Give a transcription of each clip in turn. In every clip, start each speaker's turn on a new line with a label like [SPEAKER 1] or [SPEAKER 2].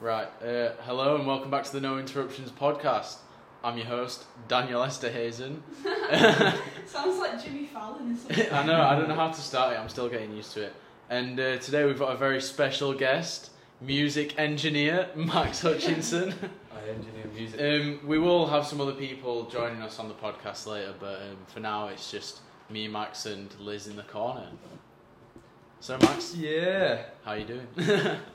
[SPEAKER 1] Right. Uh, hello and welcome back to the No Interruptions podcast. I'm your host, Daniel Esther Hazen.
[SPEAKER 2] Sounds like Jimmy Fallon or something.
[SPEAKER 1] I know, I don't know how to start it, I'm still getting used to it. And uh, today we've got a very special guest, music engineer Max Hutchinson.
[SPEAKER 3] I engineer music.
[SPEAKER 1] Um, we will have some other people joining us on the podcast later, but um, for now it's just me, Max, and Liz in the corner. So, Max,
[SPEAKER 3] yeah,
[SPEAKER 1] how you doing?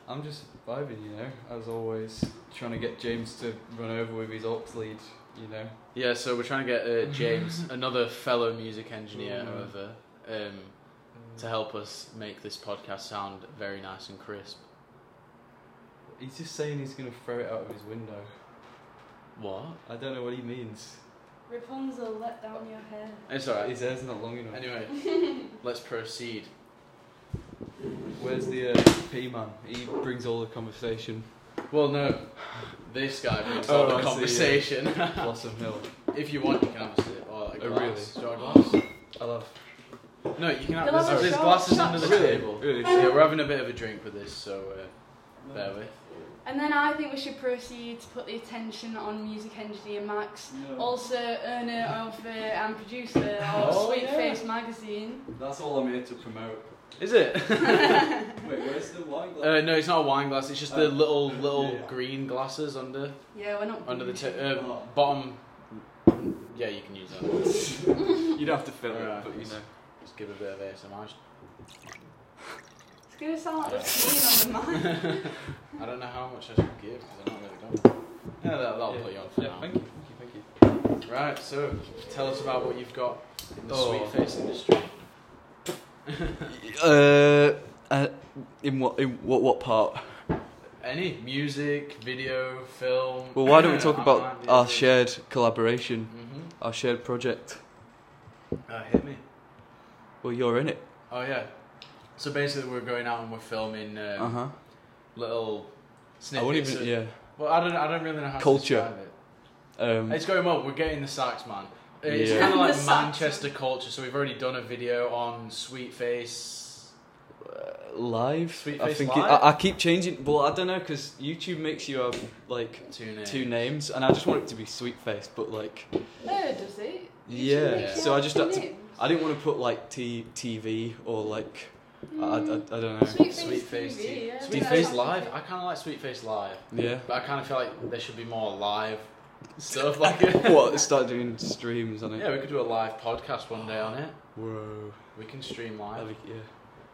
[SPEAKER 3] I'm just vibing, you know, as always. Trying to get James to run over with his aux lead, you know.
[SPEAKER 1] yeah, so we're trying to get uh, James, another fellow music engineer,
[SPEAKER 3] Mm.
[SPEAKER 1] however, um, to help us make this podcast sound very nice and crisp.
[SPEAKER 3] Uh, He's just saying he's gonna throw it out of his window.
[SPEAKER 1] What?
[SPEAKER 3] I don't know what he means.
[SPEAKER 2] Rapunzel, let down your hair.
[SPEAKER 1] It's alright.
[SPEAKER 3] His hair's not long enough.
[SPEAKER 1] Anyway, let's proceed.
[SPEAKER 3] Where's the uh, P man? He brings all the conversation.
[SPEAKER 1] Well, no, this guy brings
[SPEAKER 3] Oh,
[SPEAKER 1] all the
[SPEAKER 3] I see, yeah.
[SPEAKER 1] conversation.
[SPEAKER 3] Blossom Hill.
[SPEAKER 1] if you want, you can have a sip or a
[SPEAKER 3] Oh,
[SPEAKER 1] glass.
[SPEAKER 3] really?
[SPEAKER 1] Do you want a glass?
[SPEAKER 3] I love.
[SPEAKER 1] No, you can have,
[SPEAKER 2] You'll
[SPEAKER 1] there's,
[SPEAKER 2] have a
[SPEAKER 1] there's
[SPEAKER 2] shot,
[SPEAKER 1] glasses
[SPEAKER 2] shot,
[SPEAKER 1] under the
[SPEAKER 3] shot.
[SPEAKER 1] table.
[SPEAKER 3] Really?
[SPEAKER 1] So, yeah, we're having a bit of a drink with this, so uh, bear with.
[SPEAKER 2] And then I think we should proceed to put the attention on music engineer Max, also earner of uh, and producer of
[SPEAKER 1] Oh,
[SPEAKER 2] Sweet
[SPEAKER 1] yeah.
[SPEAKER 2] Face magazine.
[SPEAKER 3] That's all I'm here to promote.
[SPEAKER 1] Is it?
[SPEAKER 3] Wait, where's the wine
[SPEAKER 1] uh, no, it's not a wine glass. It's just the
[SPEAKER 3] Oh.
[SPEAKER 1] little little
[SPEAKER 3] Yeah.
[SPEAKER 1] green glasses under
[SPEAKER 2] Yeah, we're not.
[SPEAKER 1] under the
[SPEAKER 2] bougie.
[SPEAKER 1] ta- uh,
[SPEAKER 3] Oh.
[SPEAKER 1] bottom. Yeah, you can use that.
[SPEAKER 3] You'd have to fill
[SPEAKER 1] it,
[SPEAKER 3] it,
[SPEAKER 1] Alright.
[SPEAKER 3] but you know.
[SPEAKER 1] Just give a bit of ASMR.
[SPEAKER 2] It's gonna sound like there's peen on the mic.
[SPEAKER 1] I don't know how much I should give because I'm not really done. Yeah, that, that'll
[SPEAKER 3] yeah.
[SPEAKER 1] put you on for
[SPEAKER 3] yeah,
[SPEAKER 1] now.
[SPEAKER 3] Thank you, thank you, thank you.
[SPEAKER 1] Right, so tell us about what you've got in the
[SPEAKER 3] Oh.
[SPEAKER 1] sweet face industry.
[SPEAKER 3] Uh, uh, in what in what what part?
[SPEAKER 1] Any music, video, film.
[SPEAKER 3] Well, why don't we talk about our shared collaboration,
[SPEAKER 1] Mm-hmm.
[SPEAKER 3] our shared project?
[SPEAKER 1] Uh, hit me.
[SPEAKER 3] Well, you're in it.
[SPEAKER 1] Oh yeah. So basically, we're going out and we're filming um, uh,
[SPEAKER 3] Uh huh.
[SPEAKER 1] little
[SPEAKER 3] I
[SPEAKER 1] snippets.
[SPEAKER 3] wouldn't even.
[SPEAKER 1] of-
[SPEAKER 3] Yeah.
[SPEAKER 1] Well, I don't. I don't really know how
[SPEAKER 3] Culture.
[SPEAKER 1] to describe it.
[SPEAKER 3] Um,
[SPEAKER 1] It's going well. We're getting the sacks, man. It's
[SPEAKER 3] Yeah.
[SPEAKER 1] kind of like
[SPEAKER 2] The sax.
[SPEAKER 1] Manchester culture. So we've already done a video on Sweet Face.
[SPEAKER 3] uh, live.
[SPEAKER 1] Sweet
[SPEAKER 3] I
[SPEAKER 1] Face
[SPEAKER 3] think It,
[SPEAKER 1] Live?
[SPEAKER 3] I, I keep changing. Well, I don't know because YouTube makes you have like
[SPEAKER 1] Tune in.
[SPEAKER 3] two names, and I just want it to be Sweet Face, but like
[SPEAKER 2] Oh, does it? You
[SPEAKER 3] Yeah,
[SPEAKER 2] should make
[SPEAKER 3] so
[SPEAKER 2] your
[SPEAKER 3] I just had to-
[SPEAKER 2] names.
[SPEAKER 3] I didn't want to put like T TV or like I, I, I
[SPEAKER 2] Mm.
[SPEAKER 3] don't know.
[SPEAKER 2] Sweet Face
[SPEAKER 1] Sweet Face.
[SPEAKER 2] TV,
[SPEAKER 1] T-
[SPEAKER 2] yeah.
[SPEAKER 1] Sweet
[SPEAKER 3] That's
[SPEAKER 1] Face
[SPEAKER 2] what I
[SPEAKER 1] Live.
[SPEAKER 2] think.
[SPEAKER 1] I kind of like Sweet Face Live,
[SPEAKER 3] Yeah.
[SPEAKER 1] but I kind of feel like there should be more live stuff. Like,
[SPEAKER 3] what? Start doing streams on it.
[SPEAKER 1] yeah, we could do a live podcast one day on it.
[SPEAKER 3] Whoa.
[SPEAKER 1] We can stream live.
[SPEAKER 3] That'd be- yeah.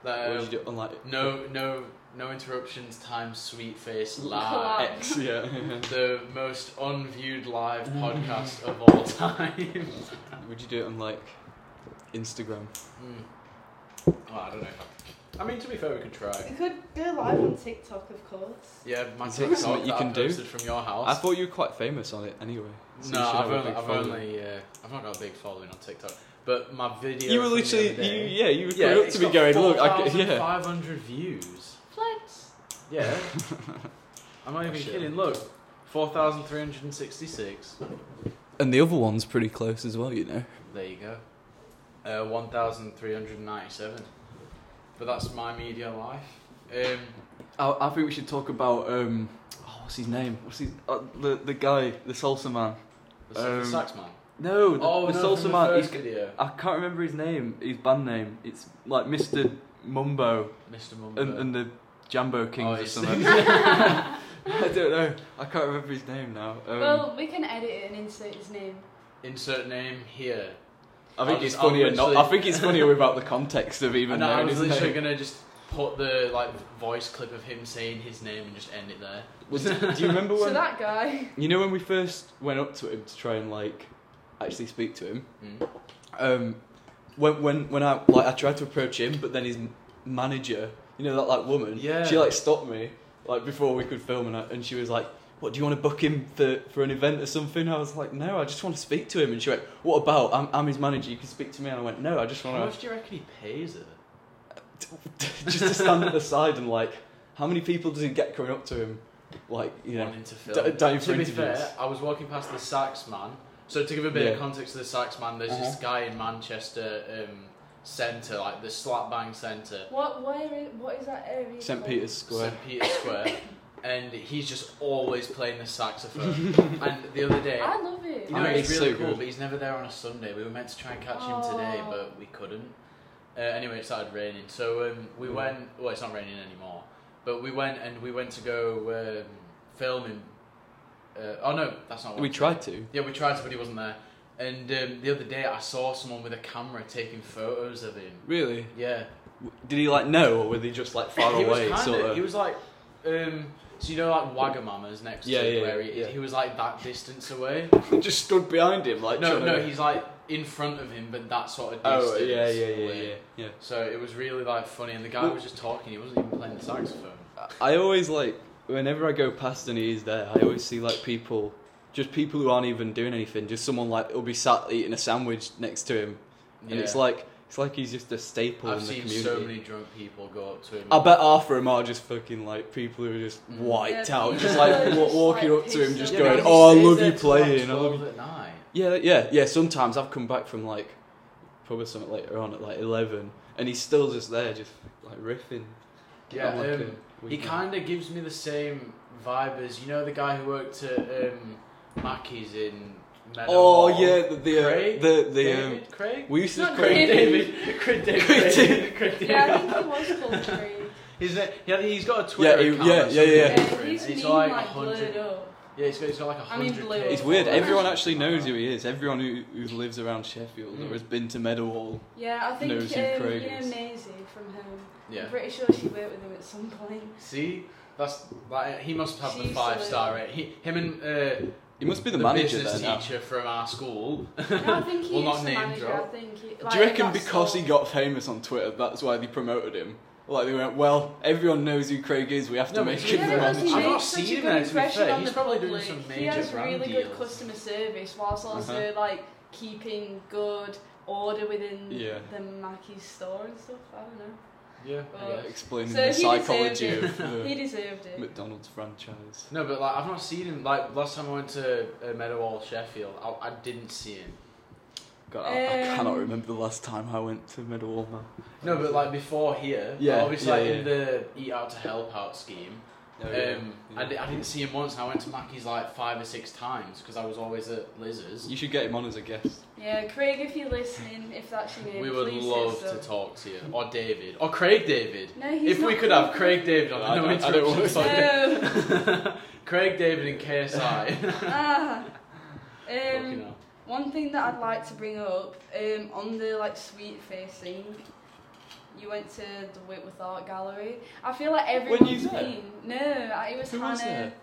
[SPEAKER 1] That,
[SPEAKER 3] what
[SPEAKER 1] um,
[SPEAKER 3] did you do on like
[SPEAKER 1] No, no, no interruptions. Times sweet face
[SPEAKER 2] Collab.
[SPEAKER 1] live.
[SPEAKER 3] X? Yeah.
[SPEAKER 1] The most unviewed live
[SPEAKER 3] Mm.
[SPEAKER 1] podcast of all time. Hmm.
[SPEAKER 3] Would you do it on like Instagram?
[SPEAKER 1] Mm. Oh, I don't know. I mean, to be fair, we could try.
[SPEAKER 2] You could go live on TikTok, of course.
[SPEAKER 1] Yeah, my
[SPEAKER 3] Is it
[SPEAKER 1] TikTok that
[SPEAKER 3] something you
[SPEAKER 1] you
[SPEAKER 3] can
[SPEAKER 1] I
[SPEAKER 3] do?
[SPEAKER 1] posted from your house.
[SPEAKER 3] I thought you were quite famous on it anyway. so you
[SPEAKER 1] no,
[SPEAKER 3] should
[SPEAKER 1] I've
[SPEAKER 3] have a
[SPEAKER 1] only,
[SPEAKER 3] big
[SPEAKER 1] I've
[SPEAKER 3] following.
[SPEAKER 1] only, uh, I've not got a big following on TikTok, but my video.
[SPEAKER 3] You were
[SPEAKER 1] from the
[SPEAKER 3] literally,
[SPEAKER 1] other day-
[SPEAKER 3] you, yeah, you were
[SPEAKER 1] yeah,
[SPEAKER 3] coming up
[SPEAKER 1] it's
[SPEAKER 3] to me
[SPEAKER 1] got
[SPEAKER 3] going, look, I, c- yeah.
[SPEAKER 1] 4,500 views.
[SPEAKER 2] Flex.
[SPEAKER 1] Yeah. I'm not even
[SPEAKER 3] Oh, Shit.
[SPEAKER 1] kidding. Look, 4,366.
[SPEAKER 3] And the other one's pretty close as well, you know.
[SPEAKER 1] There you go. Uh, 1,397. But that's my media life. Um,
[SPEAKER 3] I, I think we should talk about, um, oh, what's his name? What's his, uh, the, the guy, the salsa man.
[SPEAKER 1] the Silver
[SPEAKER 3] Um,
[SPEAKER 1] Sax man.
[SPEAKER 3] No, the,
[SPEAKER 1] oh,
[SPEAKER 3] the
[SPEAKER 1] no,
[SPEAKER 3] salsa
[SPEAKER 1] from the
[SPEAKER 3] man.
[SPEAKER 1] first
[SPEAKER 3] he's,
[SPEAKER 1] video.
[SPEAKER 3] I can't remember his name, his band name. It's like Mr. Mumbo
[SPEAKER 1] Mr. Mumbo.
[SPEAKER 3] and, and the Jambo Kings
[SPEAKER 1] Oh,
[SPEAKER 3] or
[SPEAKER 1] it's-
[SPEAKER 3] something. I don't know. I can't remember his name now. Um,
[SPEAKER 2] well, we can edit it and insert his name.
[SPEAKER 1] Insert name here.
[SPEAKER 3] I
[SPEAKER 1] I'll
[SPEAKER 3] think it's
[SPEAKER 1] just- I'll
[SPEAKER 3] funnier. Not, I
[SPEAKER 1] literally-
[SPEAKER 3] think it's funnier without the context of even
[SPEAKER 1] And I
[SPEAKER 3] knowing
[SPEAKER 1] was
[SPEAKER 3] his
[SPEAKER 1] literally
[SPEAKER 3] name.
[SPEAKER 1] gonna just put the like voice clip of him saying his name and just end it there.
[SPEAKER 3] Was- do you remember
[SPEAKER 2] So
[SPEAKER 3] when?
[SPEAKER 2] that guy.
[SPEAKER 3] you know when we first went up to him to try and like actually speak to him.
[SPEAKER 1] Mm.
[SPEAKER 3] Um, when when when I like I tried to approach him, but then his m- manager, you know that like woman,
[SPEAKER 1] Yeah.
[SPEAKER 3] she like stopped me like before we could film, and I, and she was like. What do you want to book him for, for an event or something? I was like, no, I just want to speak to him. And she went, what about? I'm, I'm his manager. You can speak to me. And I went, no, I just
[SPEAKER 1] How
[SPEAKER 3] want to
[SPEAKER 1] much do you reckon he pays her?
[SPEAKER 3] just to stand at the side and like, how many people does he get coming up to him, like you know?
[SPEAKER 1] Wanting to film.
[SPEAKER 3] d- down for
[SPEAKER 1] to be
[SPEAKER 3] interviews.
[SPEAKER 1] fair, I was walking past the sax man. So to give a bit of
[SPEAKER 3] Yeah.
[SPEAKER 1] context to the sax man, there's this
[SPEAKER 3] Uh-huh.
[SPEAKER 1] guy in Manchester um, Centre, like the slap bang centre,
[SPEAKER 2] What? Where? Is, what is that area?
[SPEAKER 3] St
[SPEAKER 2] called?
[SPEAKER 3] Peter's Square.
[SPEAKER 1] St Peter's Square, and he's just always playing the saxophone. and the other day,
[SPEAKER 2] I love it.
[SPEAKER 1] you know,
[SPEAKER 3] Oh,
[SPEAKER 1] he's
[SPEAKER 3] it's
[SPEAKER 1] really
[SPEAKER 3] so
[SPEAKER 1] cool,
[SPEAKER 3] good.
[SPEAKER 1] but he's never there on a Sunday. We were meant to try and catch him today,
[SPEAKER 2] Oh.
[SPEAKER 1] but we couldn't. Uh, anyway, it started raining, so um, we
[SPEAKER 3] Mm.
[SPEAKER 1] went. Well, it's not raining anymore, but we went and we went to go um, film him. Uh, oh no, that's not. What
[SPEAKER 3] We tried to.
[SPEAKER 1] yeah, we tried to, but he wasn't there. And um, the other day, I saw someone with a camera taking photos of him.
[SPEAKER 3] Really?
[SPEAKER 1] Yeah,
[SPEAKER 3] W- Did he like know, or were they just like far
[SPEAKER 1] he
[SPEAKER 3] away?
[SPEAKER 1] Was kinda,
[SPEAKER 3] sort of.
[SPEAKER 1] He was like, um, so you know, like Wagamama's next
[SPEAKER 3] Yeah,
[SPEAKER 1] to
[SPEAKER 3] yeah,
[SPEAKER 1] where he is.
[SPEAKER 3] yeah.
[SPEAKER 1] He was like that distance away.
[SPEAKER 3] just stood behind him, like
[SPEAKER 1] Uh, no,
[SPEAKER 3] trying
[SPEAKER 1] no,
[SPEAKER 3] to-
[SPEAKER 1] he's like in front of him, but that sort of distance.
[SPEAKER 3] Oh yeah, yeah, yeah,
[SPEAKER 1] away.
[SPEAKER 3] yeah, yeah.
[SPEAKER 1] So it was really like funny, and the guy
[SPEAKER 3] Well-
[SPEAKER 1] was just talking. He wasn't even playing the saxophone.
[SPEAKER 3] I always like whenever I go past and he's there, I always see like people, just people who aren't even doing anything. Just someone like will be sat eating a sandwich next to him, and it's like it's like he's just a staple
[SPEAKER 1] I've
[SPEAKER 3] in the
[SPEAKER 1] seen
[SPEAKER 3] community.
[SPEAKER 1] so many drunk people go up to him.
[SPEAKER 3] I bet half of them are just fucking like people who are just
[SPEAKER 1] Mm.
[SPEAKER 3] white
[SPEAKER 2] Yeah,
[SPEAKER 3] out,
[SPEAKER 2] people
[SPEAKER 3] just
[SPEAKER 1] who
[SPEAKER 3] like
[SPEAKER 1] are
[SPEAKER 3] wa-
[SPEAKER 2] just,
[SPEAKER 3] walking
[SPEAKER 2] like,
[SPEAKER 3] up to him,
[SPEAKER 2] pissed
[SPEAKER 3] just
[SPEAKER 2] off.
[SPEAKER 3] going,
[SPEAKER 1] because he
[SPEAKER 3] "Oh, I
[SPEAKER 1] stays
[SPEAKER 3] love
[SPEAKER 1] there
[SPEAKER 3] you
[SPEAKER 1] till, like,
[SPEAKER 3] playing." I love
[SPEAKER 1] 12
[SPEAKER 3] you.
[SPEAKER 1] at night.
[SPEAKER 3] Yeah, yeah, yeah. Sometimes I've come back from like probably something later on at like eleven, and he's still just there, just like riffing.
[SPEAKER 1] Yeah,
[SPEAKER 3] I'm like uh,
[SPEAKER 1] um,
[SPEAKER 3] a
[SPEAKER 1] He
[SPEAKER 3] weirdo.
[SPEAKER 1] kind of gives me the same vibe as you know the guy who worked at um, Mackey's in. Meadow
[SPEAKER 3] Oh
[SPEAKER 1] Hall?
[SPEAKER 3] yeah, the the
[SPEAKER 1] Craig?
[SPEAKER 3] uh, the, the um,
[SPEAKER 1] David Craig.
[SPEAKER 3] we used to
[SPEAKER 2] Not
[SPEAKER 3] call him
[SPEAKER 1] Craig
[SPEAKER 2] David.
[SPEAKER 1] David. Craig David.
[SPEAKER 3] Craig David.
[SPEAKER 1] Craig David.
[SPEAKER 2] Yeah, I think he was called Craig.
[SPEAKER 1] He's, a, yeah, he's got a Twitter
[SPEAKER 3] he-
[SPEAKER 1] account.
[SPEAKER 3] yeah,
[SPEAKER 1] or
[SPEAKER 3] yeah, yeah,
[SPEAKER 1] something
[SPEAKER 2] Yeah,
[SPEAKER 1] for him.
[SPEAKER 2] he's
[SPEAKER 1] It's
[SPEAKER 2] mean,
[SPEAKER 1] got
[SPEAKER 2] like, blurred
[SPEAKER 1] 100
[SPEAKER 2] up.
[SPEAKER 1] Yeah, he's got, he's got like a
[SPEAKER 2] I mean,
[SPEAKER 1] hundred.
[SPEAKER 2] blue.
[SPEAKER 3] It's weird. Everyone actually knows who he is. Everyone who, who lives around Sheffield
[SPEAKER 1] Mm.
[SPEAKER 3] or has been to Meadow Hall.
[SPEAKER 2] Yeah, I think um,
[SPEAKER 3] Knows who Craig
[SPEAKER 2] you know
[SPEAKER 3] is.
[SPEAKER 2] Maisie from home.
[SPEAKER 1] Yeah.
[SPEAKER 2] I'm pretty sure she worked with him at some point.
[SPEAKER 1] See, that's like he must have
[SPEAKER 2] She
[SPEAKER 1] the
[SPEAKER 2] used to
[SPEAKER 1] five
[SPEAKER 2] live-
[SPEAKER 1] star rate. He, him and uh,
[SPEAKER 3] He must be the, manager
[SPEAKER 1] business
[SPEAKER 3] there now.
[SPEAKER 1] teacher from our school.
[SPEAKER 2] No, I think he
[SPEAKER 1] Well,
[SPEAKER 2] is
[SPEAKER 1] not
[SPEAKER 2] the
[SPEAKER 1] name
[SPEAKER 2] manager.
[SPEAKER 1] drop.
[SPEAKER 2] I think he, like,
[SPEAKER 3] Do you reckon
[SPEAKER 2] in that
[SPEAKER 3] because he
[SPEAKER 2] store.
[SPEAKER 3] got famous on Twitter, that's why they promoted him? Like they went, well, everyone knows who Craig is. We have to
[SPEAKER 1] No, but
[SPEAKER 3] make
[SPEAKER 1] it's
[SPEAKER 3] him
[SPEAKER 2] yeah,
[SPEAKER 3] the
[SPEAKER 1] really-
[SPEAKER 2] because he
[SPEAKER 3] manager.
[SPEAKER 1] I've not
[SPEAKER 2] makes such
[SPEAKER 1] seen
[SPEAKER 2] a
[SPEAKER 1] him
[SPEAKER 2] good
[SPEAKER 1] there, to be
[SPEAKER 2] impression
[SPEAKER 1] fair.
[SPEAKER 2] on
[SPEAKER 1] He's
[SPEAKER 2] the
[SPEAKER 1] probably doing
[SPEAKER 2] public.
[SPEAKER 1] some
[SPEAKER 2] He
[SPEAKER 1] major
[SPEAKER 2] has
[SPEAKER 1] brand
[SPEAKER 2] really good
[SPEAKER 1] deals.
[SPEAKER 2] customer service whilst
[SPEAKER 3] Uh-huh.
[SPEAKER 2] also like keeping good order within
[SPEAKER 3] Yeah.
[SPEAKER 2] the Mackey's store and stuff. I don't know.
[SPEAKER 1] yeah. I
[SPEAKER 2] Well,
[SPEAKER 1] guess.
[SPEAKER 3] Explaining
[SPEAKER 2] So he
[SPEAKER 3] the
[SPEAKER 2] deserved
[SPEAKER 3] psychology
[SPEAKER 2] it.
[SPEAKER 3] of uh, the
[SPEAKER 2] He deserved it.
[SPEAKER 3] McDonald's franchise.
[SPEAKER 1] No, but like I've not seen him. Like last time I went to uh, Meadowall, Sheffield, I, I didn't see him.
[SPEAKER 3] God, I, I cannot
[SPEAKER 2] Um,
[SPEAKER 3] remember the last time I went to Um, Meadow Hall. man.
[SPEAKER 1] No, but like before here,
[SPEAKER 3] Yeah,
[SPEAKER 1] obviously
[SPEAKER 3] yeah,
[SPEAKER 1] like,
[SPEAKER 3] yeah.
[SPEAKER 1] in the Eat Out to Help Out scheme,
[SPEAKER 3] Oh,
[SPEAKER 1] um,
[SPEAKER 3] yeah,
[SPEAKER 1] I,
[SPEAKER 3] yeah.
[SPEAKER 1] di- I didn't see him once. And I went to Mackey's like five or six times because I was always at Liz's.
[SPEAKER 3] You should get him on as a guest.
[SPEAKER 2] Yeah, Craig, if you're listening, if that's your name,
[SPEAKER 1] We would
[SPEAKER 2] please
[SPEAKER 1] love
[SPEAKER 2] say so.
[SPEAKER 1] to talk to you, or David, or Craig David.
[SPEAKER 2] No,
[SPEAKER 1] if
[SPEAKER 2] he's
[SPEAKER 1] we
[SPEAKER 2] not
[SPEAKER 1] could have Craig David on,
[SPEAKER 3] I
[SPEAKER 1] no
[SPEAKER 3] don't- I don't want
[SPEAKER 1] interruptions.
[SPEAKER 3] to-
[SPEAKER 2] No.
[SPEAKER 1] Craig David and KSI.
[SPEAKER 2] ah. Um,
[SPEAKER 1] Fucking hell.
[SPEAKER 2] One thing that I'd like to bring up um, on the like sweet face thing, you went to the Whitworth Art Gallery. I feel like
[SPEAKER 3] Were
[SPEAKER 2] everyone's
[SPEAKER 3] you there?
[SPEAKER 2] been. No, I- it was
[SPEAKER 3] Who
[SPEAKER 2] Hannah,
[SPEAKER 3] was there?